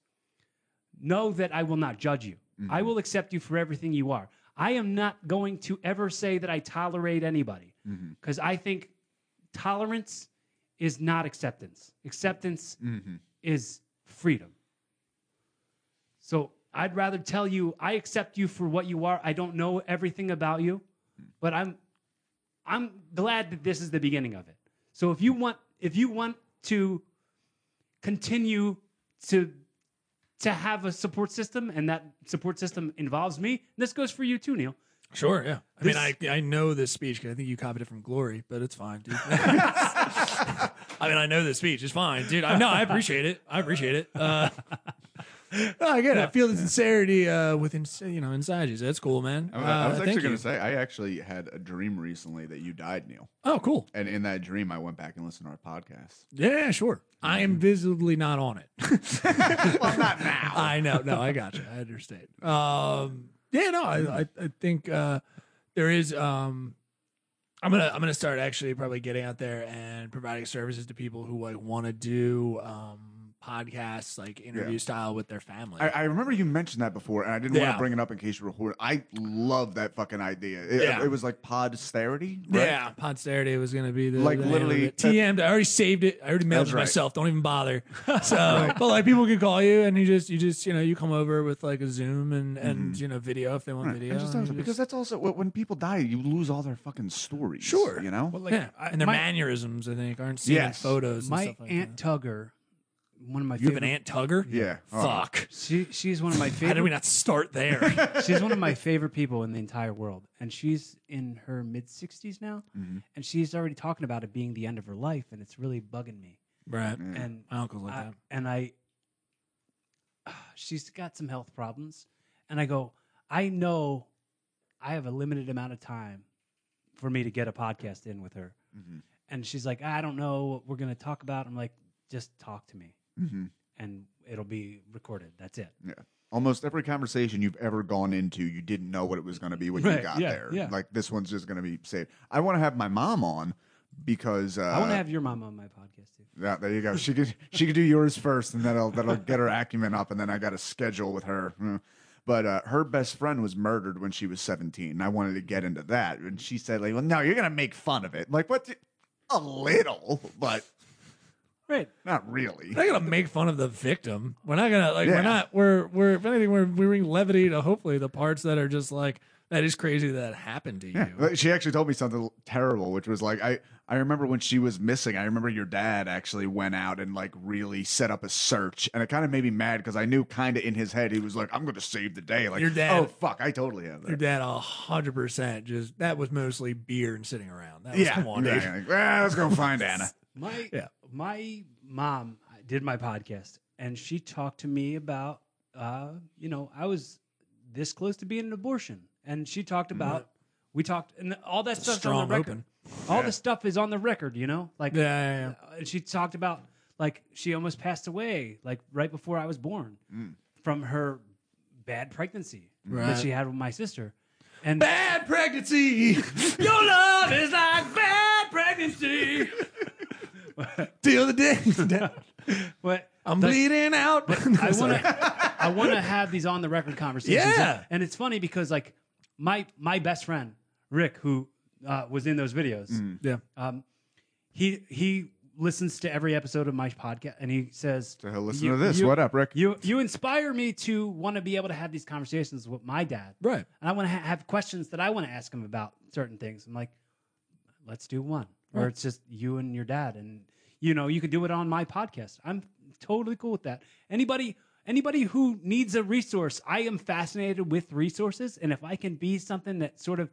[SPEAKER 4] know that I will not judge you. I will accept you for everything you are. I am not going to ever say that I tolerate anybody because I think tolerance is not acceptance. Acceptance is freedom. So I'd rather tell you I accept you for what you are. I don't know everything about you, but I'm I'm glad that this is the beginning of it. So if you want if you want to continue to to have a support system and that support system involves me, and this goes for you too, Neil.
[SPEAKER 2] Sure. Yeah. I
[SPEAKER 4] This-
[SPEAKER 2] mean, I I know this speech because I think you copied it from Glory, but it's fine, dude. I mean, I know this speech. It's fine, dude. I, no, I appreciate it. I appreciate it. Uh, no, again, I feel the sincerity uh, within you know inside you. So that's cool, man.
[SPEAKER 3] I was, I
[SPEAKER 2] Uh,
[SPEAKER 3] was
[SPEAKER 2] thank
[SPEAKER 3] actually going
[SPEAKER 2] you.
[SPEAKER 3] to say, I actually had a dream recently that you died, Neil.
[SPEAKER 2] Oh, cool.
[SPEAKER 3] And in that dream, I went back and listened to our podcast.
[SPEAKER 2] Yeah, sure. I am visibly not on it.
[SPEAKER 3] Mm-hmm. well, not now.
[SPEAKER 2] I know. No, I gotcha. I understand. Um, yeah, no, I, I, I think uh, there is. Um, I'm gonna I'm gonna start actually probably getting out there and providing services to people who like want to do um, podcasts like interview
[SPEAKER 3] Yeah.
[SPEAKER 2] style with their family.
[SPEAKER 3] I, I remember you mentioned that before, and I didn't want
[SPEAKER 2] Yeah.
[SPEAKER 3] to bring it up in case you were hoarding. I love that fucking idea. It,
[SPEAKER 2] Yeah.
[SPEAKER 3] it was like posterity, right?
[SPEAKER 2] Yeah, Pod Saturday was gonna be the
[SPEAKER 3] Like,
[SPEAKER 2] the name
[SPEAKER 3] literally,
[SPEAKER 2] of it. TM'd. I already saved it. I already mailed
[SPEAKER 3] That's
[SPEAKER 2] it
[SPEAKER 3] right.
[SPEAKER 2] myself. Don't even bother. So, but like people could call you and you just you just you know you come over with like a Zoom and and you know video if they want
[SPEAKER 3] Mm-hmm. Right.
[SPEAKER 2] video.
[SPEAKER 3] I just
[SPEAKER 2] and
[SPEAKER 3] thought-
[SPEAKER 2] you
[SPEAKER 3] because that's also wh- when people die, you lose all their fucking stories.
[SPEAKER 2] Sure.
[SPEAKER 3] you know.
[SPEAKER 4] like,
[SPEAKER 2] yeah,
[SPEAKER 4] I-
[SPEAKER 2] and their
[SPEAKER 4] my-
[SPEAKER 2] mannerisms I think aren't seen
[SPEAKER 3] Yes.
[SPEAKER 2] in photos. And
[SPEAKER 4] My
[SPEAKER 2] stuff like
[SPEAKER 4] aunt Tugger, one of my
[SPEAKER 2] that. you have
[SPEAKER 4] favorite
[SPEAKER 2] an aunt Tugger.
[SPEAKER 3] Yeah. Oh.
[SPEAKER 2] Fuck.
[SPEAKER 4] She she's one of my
[SPEAKER 2] How did we
[SPEAKER 4] favorite.
[SPEAKER 2] not start there?
[SPEAKER 4] she's one of my favorite people in the entire world, and she's in her mid sixties now,
[SPEAKER 2] Mm-hmm.
[SPEAKER 4] and she's already talking about it being the end of her life, and it's really bugging me.
[SPEAKER 2] right.
[SPEAKER 4] And
[SPEAKER 2] My uncle's like
[SPEAKER 4] I-
[SPEAKER 2] that.
[SPEAKER 4] and I, she's got some health problems, and I go, I know I have a limited amount of time for me to get a podcast in with her.
[SPEAKER 3] Mhm.
[SPEAKER 4] And she's like, I don't know what we're going to talk about. I'm like, just talk to me
[SPEAKER 3] Mm-hmm.
[SPEAKER 4] and it'll be recorded. That's it.
[SPEAKER 3] Almost every conversation you've ever gone into, you didn't know what it was going to be when you
[SPEAKER 4] Right,
[SPEAKER 3] got
[SPEAKER 4] yeah,
[SPEAKER 3] there.
[SPEAKER 4] yeah.
[SPEAKER 3] Like this one's just going to be safe. I want to have my mom on because uh,
[SPEAKER 4] I want to have your mom on my podcast too.
[SPEAKER 3] Yeah, there you go. She could she could do yours first, and that'll that'll get her acumen up, and then I got a schedule with her. Mm. But uh, her best friend was murdered when she was seventeen, and I wanted to get into that. And she said, "Like, well, no, you're gonna make fun of it. Like, what? the- a little, but
[SPEAKER 4] Right.
[SPEAKER 3] not really.
[SPEAKER 2] We're not gonna make fun of the victim. We're not gonna like.
[SPEAKER 3] Yeah.
[SPEAKER 2] We're not. We're we're if anything, we're we bring levity to hopefully the parts that are just like that is crazy that happened to you.
[SPEAKER 3] Like, She actually told me something terrible, which was like, I, I remember when she was missing, I remember your dad actually went out and like really set up a search. And it kind of made me mad because I knew kind of in his head, he was like, I'm going to save the day. Like,
[SPEAKER 2] Your dad-
[SPEAKER 3] oh, fuck, I totally have
[SPEAKER 2] Your
[SPEAKER 3] that.
[SPEAKER 2] dad, a hundred percent. Just that was mostly beer and sitting around. That was,
[SPEAKER 3] yeah.
[SPEAKER 2] come on,
[SPEAKER 3] yeah,
[SPEAKER 2] dude.
[SPEAKER 3] yeah. Like, well, let's go find Anna.
[SPEAKER 4] My
[SPEAKER 2] Yeah.
[SPEAKER 4] my mom did my podcast, and she talked to me about uh, you know I was this close to being an abortion, and she talked about we talked and all that stuff
[SPEAKER 2] Mm-hmm. Strong
[SPEAKER 4] on the record.
[SPEAKER 2] open.
[SPEAKER 4] All the stuff is on the record, you know, like
[SPEAKER 2] Yeah, yeah, yeah.
[SPEAKER 4] uh, and she talked about like she almost passed away like right before I was born from her bad pregnancy
[SPEAKER 2] Mm. Right.
[SPEAKER 4] that she had with my sister, and
[SPEAKER 2] Bad pregnancy.
[SPEAKER 4] your love is like bad pregnancy.
[SPEAKER 2] Till the day.
[SPEAKER 4] What?
[SPEAKER 2] I'm
[SPEAKER 4] like,
[SPEAKER 2] bleeding out.
[SPEAKER 4] I want to I want to have these on the record conversations.
[SPEAKER 2] Yeah.
[SPEAKER 4] And it's funny because like my my best friend Rick who uh, was in those videos.
[SPEAKER 3] Mm.
[SPEAKER 2] Yeah.
[SPEAKER 4] Um he he listens to every episode of my podcast and he says
[SPEAKER 3] So he'll listen
[SPEAKER 4] "You-
[SPEAKER 3] to this.
[SPEAKER 4] you-
[SPEAKER 3] what up, Rick?
[SPEAKER 4] You you inspire me to want to be able to have these conversations with my dad.
[SPEAKER 2] Right.
[SPEAKER 4] And I want to ha- have questions that I want to ask him about certain things. I'm like let's do one where it's just you and your dad and you know you could do it on my podcast i'm totally cool with that anybody anybody who needs a resource i am fascinated with resources and if i can be something that sort of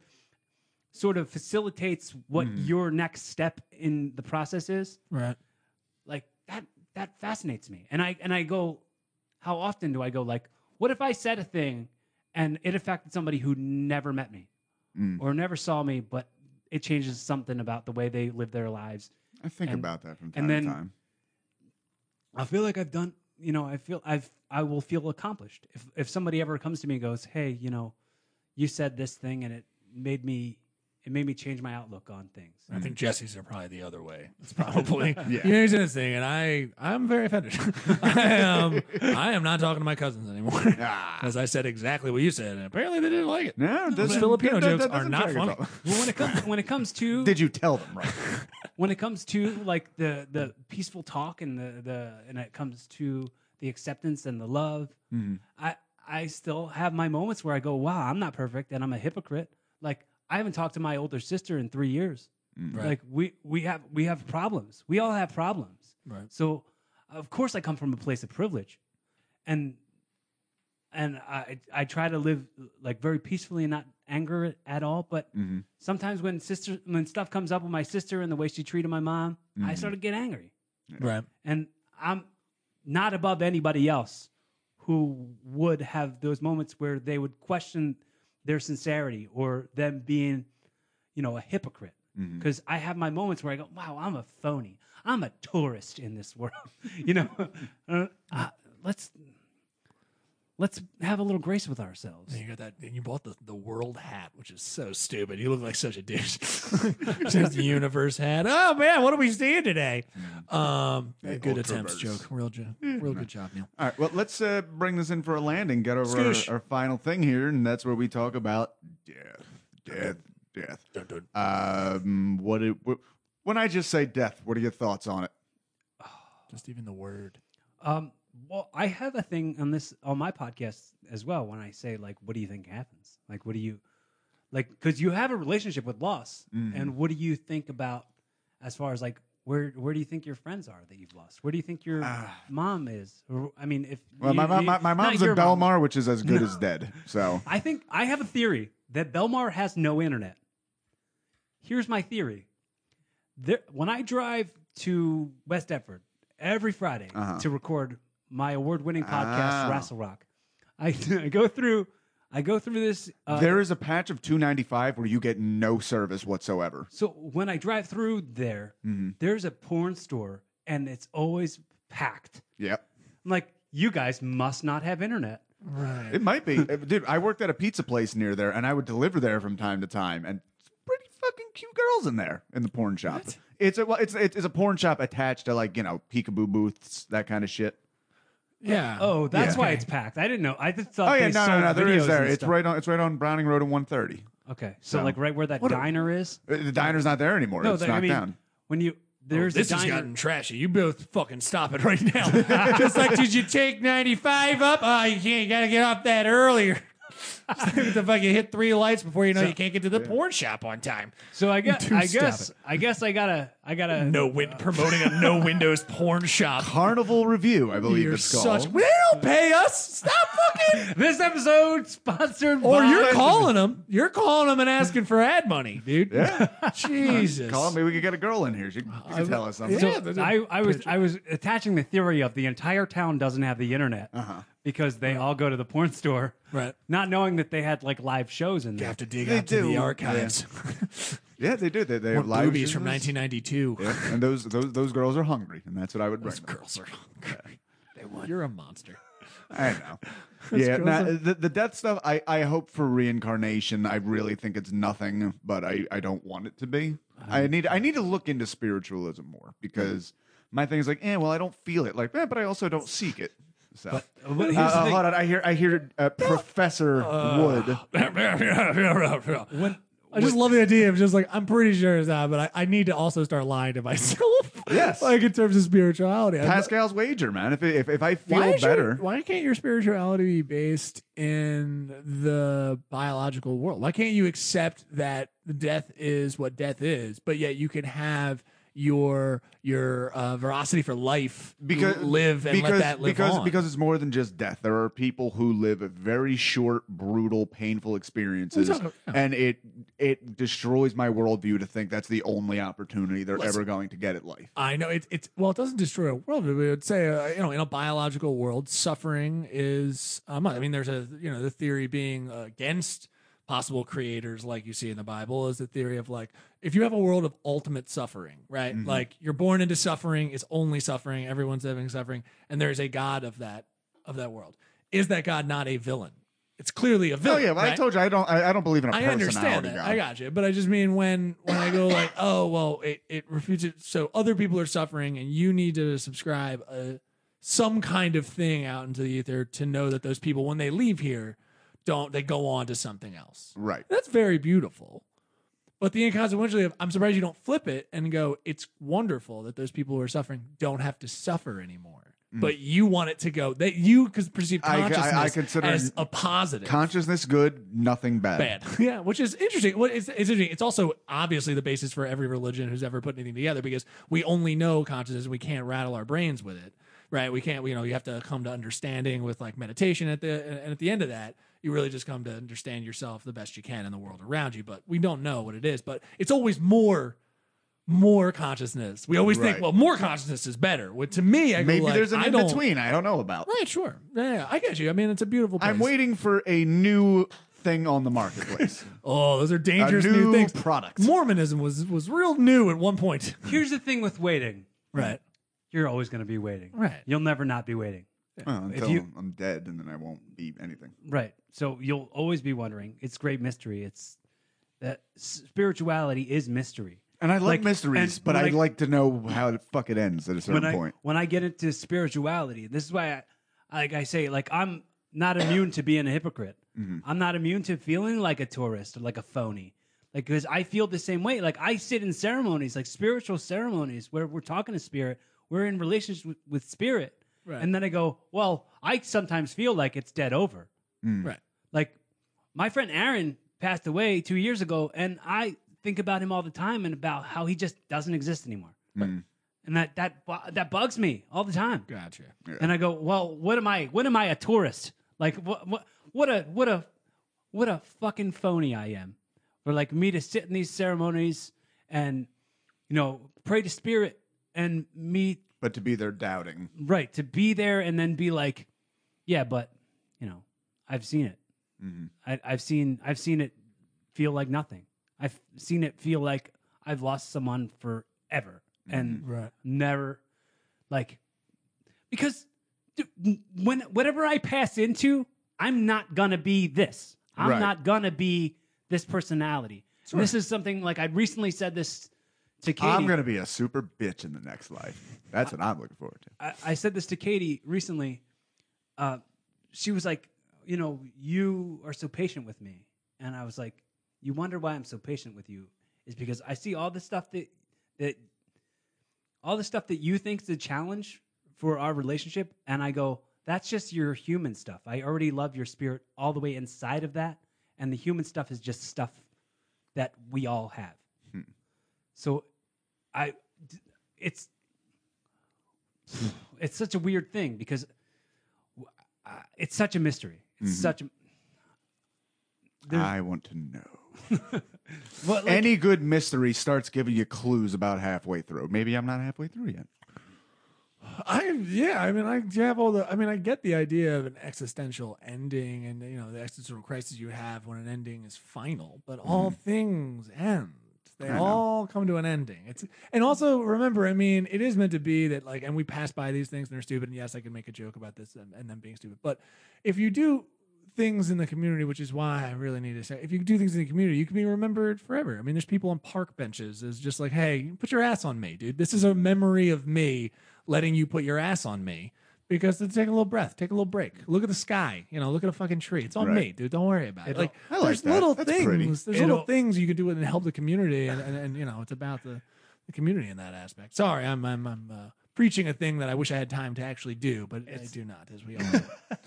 [SPEAKER 4] sort of facilitates what your next step in the process is
[SPEAKER 2] Right.
[SPEAKER 4] like that that fascinates me and i and i go how often do i go like what if i said a thing and it affected somebody who never met me
[SPEAKER 3] Mm.
[SPEAKER 4] or never saw me but it changes something about the way they live their lives
[SPEAKER 3] I think
[SPEAKER 4] and-
[SPEAKER 3] about that from time
[SPEAKER 4] and then-
[SPEAKER 3] to time.
[SPEAKER 4] i feel like i've done you know i feel i've i will feel accomplished if if somebody ever comes to me and goes hey you know you said this thing and it made me it made me change my outlook on things
[SPEAKER 2] I think Jesse's are probably the other way. It's probably
[SPEAKER 3] Yeah.
[SPEAKER 2] you know he's in this thing, and I I'm very offended. I am I am not talking to my cousins anymore.
[SPEAKER 3] Ah.
[SPEAKER 2] As I said exactly what you said, and apparently they didn't like it.
[SPEAKER 3] No,
[SPEAKER 2] Those
[SPEAKER 3] doesn't-
[SPEAKER 2] Filipino
[SPEAKER 3] that- that
[SPEAKER 2] jokes are
[SPEAKER 3] doesn't
[SPEAKER 2] not
[SPEAKER 3] trigger
[SPEAKER 2] funny.
[SPEAKER 3] something.
[SPEAKER 4] well when it comes when it comes to
[SPEAKER 3] Did you tell them right?
[SPEAKER 4] when it comes to like the the peaceful talk and the the and it comes to the acceptance and the love i i still have my moments where i go wow i'm not perfect and i'm a hypocrite like i haven't talked to my older sister in three years
[SPEAKER 2] Right.
[SPEAKER 4] like we we have we have problems we all have problems
[SPEAKER 2] Right.
[SPEAKER 4] so of course i come from a place of privilege and and i i try to live like very peacefully and not anger it at all but
[SPEAKER 3] Mhm.
[SPEAKER 4] sometimes when sister when stuff comes up with my sister and the way she treated my mom i
[SPEAKER 3] Mhm.
[SPEAKER 4] start to get angry
[SPEAKER 2] Right.
[SPEAKER 4] and i'm not above anybody else who would have those moments where they would question their sincerity or them being you know a hypocrite
[SPEAKER 3] Mhm.
[SPEAKER 4] because i have my moments where i go wow i'm a phony i'm a tourist in this world you know Uh, uh, let's let's have a little grace with ourselves
[SPEAKER 2] And you got that, and you bought the, the world hat, which is so stupid. You look like such a douche. Just the universe hat. Oh man, what are we seeing today? Um, good attempts,
[SPEAKER 3] Ultraverse.
[SPEAKER 2] joke, real joke, real good job, Neil.
[SPEAKER 3] All right, well, let's uh, bring this in for a landing, get over our,
[SPEAKER 2] Skoosh.
[SPEAKER 3] our final thing here, and that's where we talk about death, death, death. Um, what it, wh- when I just say death, what are your thoughts on it?
[SPEAKER 2] Just even the word.
[SPEAKER 4] Um, well, I have a thing on this on my podcast as well. When I say like, what do you think happens? Like, what do you like? Because you have a relationship with loss,
[SPEAKER 3] Mm-hmm.
[SPEAKER 4] and what do you think about as far as like where where do you think your friends are that you've lost? Where do you think your mom is? Or, I mean, if
[SPEAKER 3] Ah. Well, my,
[SPEAKER 4] you-
[SPEAKER 3] my,
[SPEAKER 4] you-
[SPEAKER 3] my, my
[SPEAKER 4] not
[SPEAKER 3] mom's in
[SPEAKER 4] your mom.
[SPEAKER 3] Belmar, which is as good as dead. So,
[SPEAKER 4] I think I have a theory that Belmar has no internet. Here's my theory. There, when I drive to West Deptford every Friday to record my award-winning podcast,
[SPEAKER 3] Uh-huh. Ah.
[SPEAKER 4] Wrestle Rock, I, I go through. I go through this. Uh,
[SPEAKER 3] there is a patch of 295 where you get no service whatsoever.
[SPEAKER 4] So when I drive through there,
[SPEAKER 3] Mm-hmm.
[SPEAKER 4] there's a porn store and it's always packed.
[SPEAKER 3] Yep.
[SPEAKER 4] I'm like, you guys must not have internet.
[SPEAKER 2] Right.
[SPEAKER 3] It might be. Uh, Dude, I worked at a pizza place near there and I would deliver there from time to time and it's pretty fucking cute girls in there in the porn shop. It's a well, it's it's it's a porn shop attached to like, you know, peekaboo booths, that kind of shit.
[SPEAKER 2] Yeah.
[SPEAKER 4] Oh, that's
[SPEAKER 2] Yeah.
[SPEAKER 4] why it's packed. I didn't know. I just thought.
[SPEAKER 3] Oh yeah,
[SPEAKER 4] they
[SPEAKER 3] no, no,
[SPEAKER 4] sold
[SPEAKER 3] no, there
[SPEAKER 4] videos
[SPEAKER 3] is there.
[SPEAKER 4] and
[SPEAKER 3] It's
[SPEAKER 4] stuff.
[SPEAKER 3] right on it's right on Browning Road and 130.
[SPEAKER 4] Okay, so,
[SPEAKER 3] So-
[SPEAKER 4] like right where that diner is.
[SPEAKER 3] Uh, The diner's not there anymore.
[SPEAKER 4] No,
[SPEAKER 3] it's
[SPEAKER 4] that-
[SPEAKER 3] knocked
[SPEAKER 4] I mean,
[SPEAKER 3] down.
[SPEAKER 4] when you there's
[SPEAKER 2] Oh, this
[SPEAKER 4] a
[SPEAKER 2] has
[SPEAKER 4] diner.
[SPEAKER 2] gotten trashy. You both fucking stop it right now. Just like, did you take 95 up? Oh, you can't. You got to get off that earlier. It's like fucking hit three lights before you know you can't get to the porn shop on time.
[SPEAKER 4] so I guess
[SPEAKER 2] Do
[SPEAKER 4] I
[SPEAKER 2] stop
[SPEAKER 4] guess I guess I gotta I gotta
[SPEAKER 2] No win-
[SPEAKER 3] uh,
[SPEAKER 2] promoting a no windows porn shop.
[SPEAKER 3] Carnival Review, I believe
[SPEAKER 2] You're
[SPEAKER 3] it's called.
[SPEAKER 2] such. They don't pay us. Stop fucking.
[SPEAKER 4] This episode sponsored
[SPEAKER 2] Or
[SPEAKER 4] by
[SPEAKER 2] Oh, you're calling them. You're calling them and asking for ad money, dude.
[SPEAKER 3] Yeah.
[SPEAKER 2] Jesus.
[SPEAKER 3] Call maybe we could get a girl in here. She, she can tell us something.
[SPEAKER 4] So
[SPEAKER 2] Yeah, there's a
[SPEAKER 4] I, I was I was attaching the theory of the entire town doesn't have the internet because they all go to the porn
[SPEAKER 2] Uh-huh.
[SPEAKER 4] store,
[SPEAKER 2] Right.
[SPEAKER 4] Not knowing that they had like live shows in
[SPEAKER 2] You
[SPEAKER 4] there.
[SPEAKER 2] have to dig
[SPEAKER 3] They
[SPEAKER 2] out to
[SPEAKER 3] do.
[SPEAKER 2] the
[SPEAKER 3] Yeah.
[SPEAKER 2] archives.
[SPEAKER 3] Yeah, they do. They they
[SPEAKER 2] More
[SPEAKER 3] have live
[SPEAKER 2] boobies from
[SPEAKER 3] shows.
[SPEAKER 2] 1992.
[SPEAKER 3] Yeah, and those those those girls are hungry, and that's what I would bring.
[SPEAKER 2] Those
[SPEAKER 3] them.
[SPEAKER 2] girls are hungry. They want. You're a monster.
[SPEAKER 3] I know. yeah,
[SPEAKER 2] girls
[SPEAKER 3] nah,
[SPEAKER 2] are-
[SPEAKER 3] the, the death stuff. I, I hope for reincarnation. I really think it's nothing, but I, I don't want it to be. I need I need to look into spiritualism more because my thing is like, eh, well, I don't feel it, like, eh, but I also don't seek it. So,
[SPEAKER 4] But here's
[SPEAKER 3] Uh,
[SPEAKER 4] the
[SPEAKER 3] uh,
[SPEAKER 4] thing. Uh,
[SPEAKER 3] hold on, I hear I hear uh, Professor Wood.
[SPEAKER 2] I just love the idea of just like I'm pretty sure it's not, but I, I need to also start lying to myself.
[SPEAKER 3] Yes.
[SPEAKER 2] like in terms of spirituality. I'm-
[SPEAKER 3] Pascal's wager, man. If it, if if I feel
[SPEAKER 2] why is your-
[SPEAKER 3] better,
[SPEAKER 2] why can't your spirituality be based in the biological world? Why can't you accept that death is what death is, but yet you can have your your uh, veracity for life
[SPEAKER 3] because
[SPEAKER 2] l- live and
[SPEAKER 3] because,
[SPEAKER 2] let that live
[SPEAKER 3] because
[SPEAKER 2] on.
[SPEAKER 3] because it's more than just death. There are people who live very short, brutal, painful experiences,
[SPEAKER 2] Well, it's not-
[SPEAKER 3] and it it destroys my worldview to think that's the only opportunity they're
[SPEAKER 2] Listen.
[SPEAKER 3] ever going to get at life.
[SPEAKER 2] I know it's it's well, it doesn't destroy a world, but we would say uh, you know in a biological world, suffering is. Um, I mean, there's a you know the theory being uh, against possible creators, like you see in the Bible, is the theory of like if you have a world of ultimate suffering, right?
[SPEAKER 3] Mm-hmm.
[SPEAKER 2] Like you're born into suffering, it's only suffering, everyone's having suffering, and there's a God of that of that world. Is that God not a villain? It's clearly a
[SPEAKER 3] Oh
[SPEAKER 2] villain.
[SPEAKER 3] yeah, well, I
[SPEAKER 2] right?
[SPEAKER 3] told you I don't I, I don't believe in a
[SPEAKER 2] I
[SPEAKER 3] personality
[SPEAKER 2] understand that.
[SPEAKER 3] God.
[SPEAKER 2] I got you. But I just mean when when I go like, oh well, it it refutes it. So other people are suffering, and you need to subscribe uh some kind of thing out into the ether to know that those people, when they leave here, don't they go on to something else.
[SPEAKER 3] right.
[SPEAKER 2] That's very beautiful. But the inconsequentiality of I'm surprised you don't flip it and go, it's wonderful that those people who are suffering don't have to suffer anymore. But you want it to go that you cause perceive
[SPEAKER 3] Mm. I- I- I
[SPEAKER 2] consciousness
[SPEAKER 3] consider
[SPEAKER 2] as a positive
[SPEAKER 3] Consciousness good, nothing bad.
[SPEAKER 2] bad. Yeah, which is interesting. What is it's interesting? It's also obviously the basis for every religion who's ever put anything together because we only know consciousness and we can't rattle our brains with it, right? We can't. You know, you have to come to understanding with like meditation at the and at the end of that, you really just come to understand yourself the best you can and the world around you. But we don't know what it is. But it's always more. More consciousness. We always
[SPEAKER 3] Right.
[SPEAKER 2] think, well, more consciousness is better. Well, to me, I go
[SPEAKER 3] Maybe
[SPEAKER 2] like,
[SPEAKER 3] there's an
[SPEAKER 2] I
[SPEAKER 3] in
[SPEAKER 2] don't-
[SPEAKER 3] between. I don't know about.
[SPEAKER 2] Right, sure. Yeah, yeah, I get you. I mean, it's a beautiful. Place.
[SPEAKER 3] I'm waiting for a new thing on the marketplace.
[SPEAKER 2] Oh, those are
[SPEAKER 3] a
[SPEAKER 2] dangerous
[SPEAKER 3] new,
[SPEAKER 2] new things.
[SPEAKER 3] product.
[SPEAKER 2] Mormonism was was real new at one point.
[SPEAKER 4] here's the thing with waiting.
[SPEAKER 2] Right.
[SPEAKER 4] You're always going to be waiting.
[SPEAKER 2] Right.
[SPEAKER 4] You'll never not be waiting.
[SPEAKER 3] Well, until
[SPEAKER 4] you-
[SPEAKER 3] I'm dead, and then I won't be anything.
[SPEAKER 4] Right. So you'll always be wondering. It's great mystery. It's that spirituality is mystery.
[SPEAKER 3] And I like,
[SPEAKER 4] Like,
[SPEAKER 3] mysteries,
[SPEAKER 4] and
[SPEAKER 3] but
[SPEAKER 4] when
[SPEAKER 3] I'd
[SPEAKER 4] I-
[SPEAKER 3] like to know how the fuck it ends at a certain
[SPEAKER 4] when I
[SPEAKER 3] point.
[SPEAKER 4] when I get into spirituality, this is why, I, like I say, like I'm not immune to being a hypocrite.
[SPEAKER 3] Mm-hmm.
[SPEAKER 4] I'm not immune to feeling like a tourist or like a phony, like because I feel the same way. Like I sit in ceremonies, like spiritual ceremonies, where we're talking to spirit, we're in relationship with, with spirit,
[SPEAKER 2] Right.
[SPEAKER 4] and then I go, well, I sometimes feel like it's dead over.
[SPEAKER 2] Right.
[SPEAKER 4] Like my friend Aaron passed away two years ago, and I think about him all the time and about how he just doesn't exist anymore. And that that bu- that bugs me all the time.
[SPEAKER 2] Gotcha.
[SPEAKER 4] And I go, well, what am I? What am I a tourist? Like what what what a what a what a fucking phony I am. Or like me to sit in these ceremonies and you know pray to spirit and me
[SPEAKER 3] But to be there doubting.
[SPEAKER 4] right to be there and then be like, yeah, but you know I've seen it.
[SPEAKER 3] Mm-hmm.
[SPEAKER 4] I, I've seen I've seen it feel like nothing. I've seen it feel like I've lost someone forever and
[SPEAKER 3] Mm-hmm.
[SPEAKER 2] Right.
[SPEAKER 4] never like because dude, when whatever I pass into, I'm not gonna be this. I'm
[SPEAKER 3] Right.
[SPEAKER 4] not gonna be this personality. And This is something like I recently said this to Katie.
[SPEAKER 3] I'm gonna be a super bitch in the next life. That's what I'm looking forward to.
[SPEAKER 4] I, I said this to Katie recently. Uh, she was like, you know, you are so patient with me, and I was like, you wonder why I'm so patient with you is because I see all the stuff that that all the stuff that you think's a challenge for our relationship, and I go, that's just your human stuff. I already love your spirit all the way inside of that, and the human stuff is just stuff that we all have. So, I, d- it's it's such a weird thing because w- uh, it's such a mystery. It's
[SPEAKER 3] Mm-hmm.
[SPEAKER 4] such a
[SPEAKER 3] I want to know.
[SPEAKER 4] well, like,
[SPEAKER 3] Any good mystery starts giving you clues about halfway through. Maybe I'm not halfway through yet.
[SPEAKER 2] I yeah, I mean, I do have all the. I mean, I get the idea of an existential ending, and you know the existential crisis you have when an ending is final. But all things end; they all come to an ending. It's and also remember, I mean, it is meant to be that like, and we pass by these things and they're stupid. And yes, I can make a joke about this and, and them being stupid, but if you do things in the community, which is why I really need to say, if you do things in the community, you can be remembered forever. I mean, there's people on park benches is just like, hey, put your ass on me, dude. This is a memory of me letting you put your ass on me because to take a little breath, take a little break, look at the sky, you know, look at a fucking tree. It's on
[SPEAKER 3] Right.
[SPEAKER 2] me, dude. Don't worry about it. Like,
[SPEAKER 3] I like
[SPEAKER 2] there's
[SPEAKER 3] that.
[SPEAKER 2] little
[SPEAKER 3] That's
[SPEAKER 2] things,
[SPEAKER 3] pretty.
[SPEAKER 2] there's little things you can do and help the community, and, and, and you know, it's about the, the community in that aspect. Sorry, I'm I'm, I'm uh, preaching a thing that I wish I had time to actually do, but I do not, as we all. know.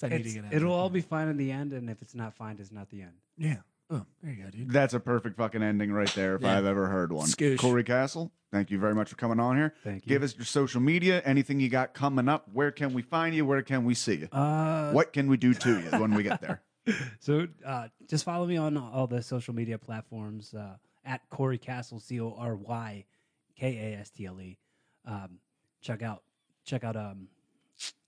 [SPEAKER 2] So I need to
[SPEAKER 4] it's-
[SPEAKER 2] get out of
[SPEAKER 4] it'll
[SPEAKER 2] it.
[SPEAKER 4] all be fine in the end, and if it's not fine, it's not the end.
[SPEAKER 2] Yeah. Oh, there you go, dude.
[SPEAKER 3] That's a perfect fucking ending right there if
[SPEAKER 2] Yeah.
[SPEAKER 3] I've ever heard one.
[SPEAKER 2] Skoosh.
[SPEAKER 3] Corey Castle, thank you very much for coming on here.
[SPEAKER 4] Thank you.
[SPEAKER 3] Give us your social media, anything you got coming up. Where can we find you? Where can we see you?
[SPEAKER 4] Uh,
[SPEAKER 3] what can we do to you when we get there?
[SPEAKER 4] so uh, just follow me on all the social media platforms uh, at Corey Castle C O R Y K A S T L E. Um, check out check out um,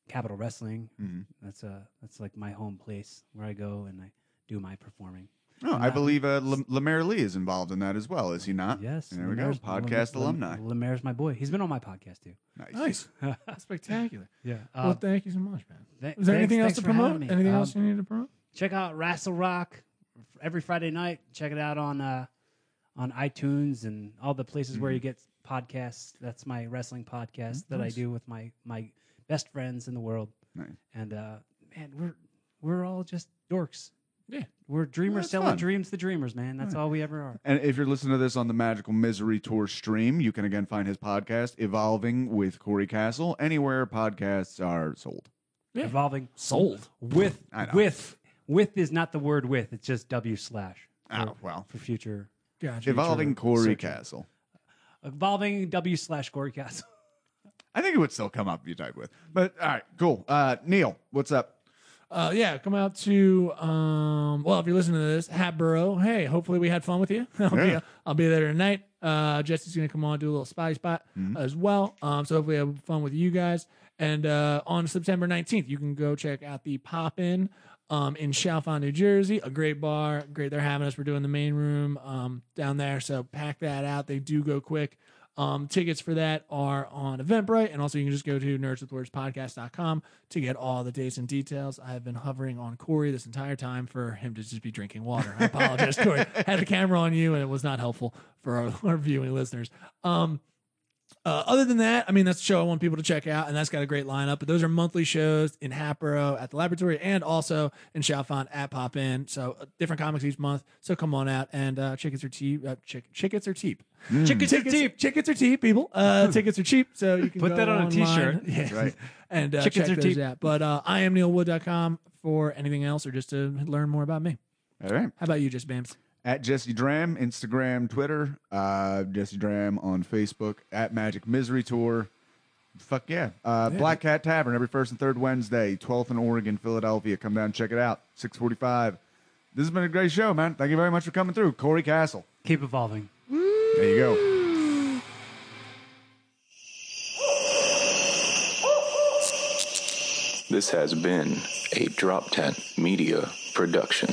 [SPEAKER 4] Capital Wrestling.
[SPEAKER 3] Mhm.
[SPEAKER 4] That's uh that's like my home place where I go and I do my performing.
[SPEAKER 3] Oh, I
[SPEAKER 4] Um,
[SPEAKER 3] believe uh, Lam- Lemaire Lee is involved in that as well, is he not?
[SPEAKER 4] Yes,
[SPEAKER 3] There we
[SPEAKER 4] Lemaire's-
[SPEAKER 3] go. Podcast
[SPEAKER 4] Lem-
[SPEAKER 3] alumni.
[SPEAKER 4] Lemaire's my boy. He's been on my podcast too.
[SPEAKER 3] Nice.
[SPEAKER 2] Nice. That's spectacular.
[SPEAKER 4] Yeah.
[SPEAKER 2] well, thank you so much, man. Is
[SPEAKER 4] Th-
[SPEAKER 2] there
[SPEAKER 4] Uh, thanks-
[SPEAKER 2] anything else
[SPEAKER 4] thanks
[SPEAKER 2] to
[SPEAKER 4] for having
[SPEAKER 2] promote?
[SPEAKER 4] me.
[SPEAKER 2] Anything
[SPEAKER 4] Um,
[SPEAKER 2] else you need to promote?
[SPEAKER 4] check out Wrestle Rock every Friday night. Check it out on uh, on iTunes and all the places where you
[SPEAKER 2] Mm-hmm.
[SPEAKER 4] get podcasts. That's my wrestling
[SPEAKER 2] Mm,
[SPEAKER 4] podcast that I do with my my best friends in the world.
[SPEAKER 3] Nice.
[SPEAKER 4] And uh, man, we're we're all just dorks.
[SPEAKER 2] Yeah.
[SPEAKER 4] We're dreamers
[SPEAKER 3] that's
[SPEAKER 4] selling
[SPEAKER 3] fun.
[SPEAKER 4] dreams to dreamers, man. That's all we ever are.
[SPEAKER 3] And if you're listening to this on the Magical Misery Tour stream, you can again find his podcast, Evolving with Corey Castle, anywhere podcasts are sold.
[SPEAKER 2] Yeah.
[SPEAKER 4] Evolving
[SPEAKER 2] Sold.
[SPEAKER 4] with
[SPEAKER 3] I know.
[SPEAKER 4] with with is not the word with. It's just W slash
[SPEAKER 3] Oh, well.
[SPEAKER 4] for future
[SPEAKER 2] Gotcha.
[SPEAKER 3] Evolving Corey Castle.
[SPEAKER 4] evolving W slash Corey Castle.
[SPEAKER 3] I think it would still come up if you type with. But all right, cool. Uh, Neil, what's up?
[SPEAKER 2] Uh, yeah, come out to um. Well, if you're listening to this, Hatboro. Hey, hopefully we had fun with you. I'll,
[SPEAKER 3] Yeah.
[SPEAKER 2] be, I'll be there tonight. Uh, Jesse's gonna come on do a little spotty spot as well. Um, so hopefully I have fun with you guys. And uh, on September 19th, you can go check out the Pop In um, in Chalfont, New Jersey. A great bar. Great, they're having us. We're doing the main room um, down there. So pack that out. They do go quick. Um, tickets for that are on Eventbrite, and also you can just go to nerdswithwordspodcast.com to get all the dates and details. I have been hovering on Corey this entire time for him to just be drinking water. I apologize, Corey. Had the camera on you, and it was not helpful for our, our viewing listeners. Um, uh, other than that, I mean, that's a show I want people to check out, and that's got a great lineup. But those are monthly shows in Hatboro at the laboratory and also in Chalfont at Pop In. So uh, different comics each month. So come on out, and uh, tickets are cheap. Uh, chick- tickets are cheap. Tickets are cheap. Tickets are cheap, people. Uh, tickets are cheap, so you can
[SPEAKER 4] Hmm. Put
[SPEAKER 2] go
[SPEAKER 4] that on a
[SPEAKER 2] online.
[SPEAKER 4] t-shirt.
[SPEAKER 2] Yeah.
[SPEAKER 3] right.
[SPEAKER 2] and uh,
[SPEAKER 4] Chickens
[SPEAKER 2] check
[SPEAKER 4] are
[SPEAKER 2] those
[SPEAKER 4] cheap.
[SPEAKER 2] out. But uh, I am neilwood.com for anything else or just to learn more about me.
[SPEAKER 3] All right.
[SPEAKER 2] How about you, just Bams?
[SPEAKER 3] At Jesse Dram, Instagram, Twitter, uh, Jesse Dram on Facebook, at Magic Misery Tour. Fuck yeah. Uh, Black Cat Tavern every first and third Wednesday, 12th in Oregon, Philadelphia. Come down and check it out. 645. This has been a great show, man. Thank you very much for coming through. Corey Castle.
[SPEAKER 4] Keep evolving.
[SPEAKER 3] There you go.
[SPEAKER 1] This has been a Drop Tent Media production.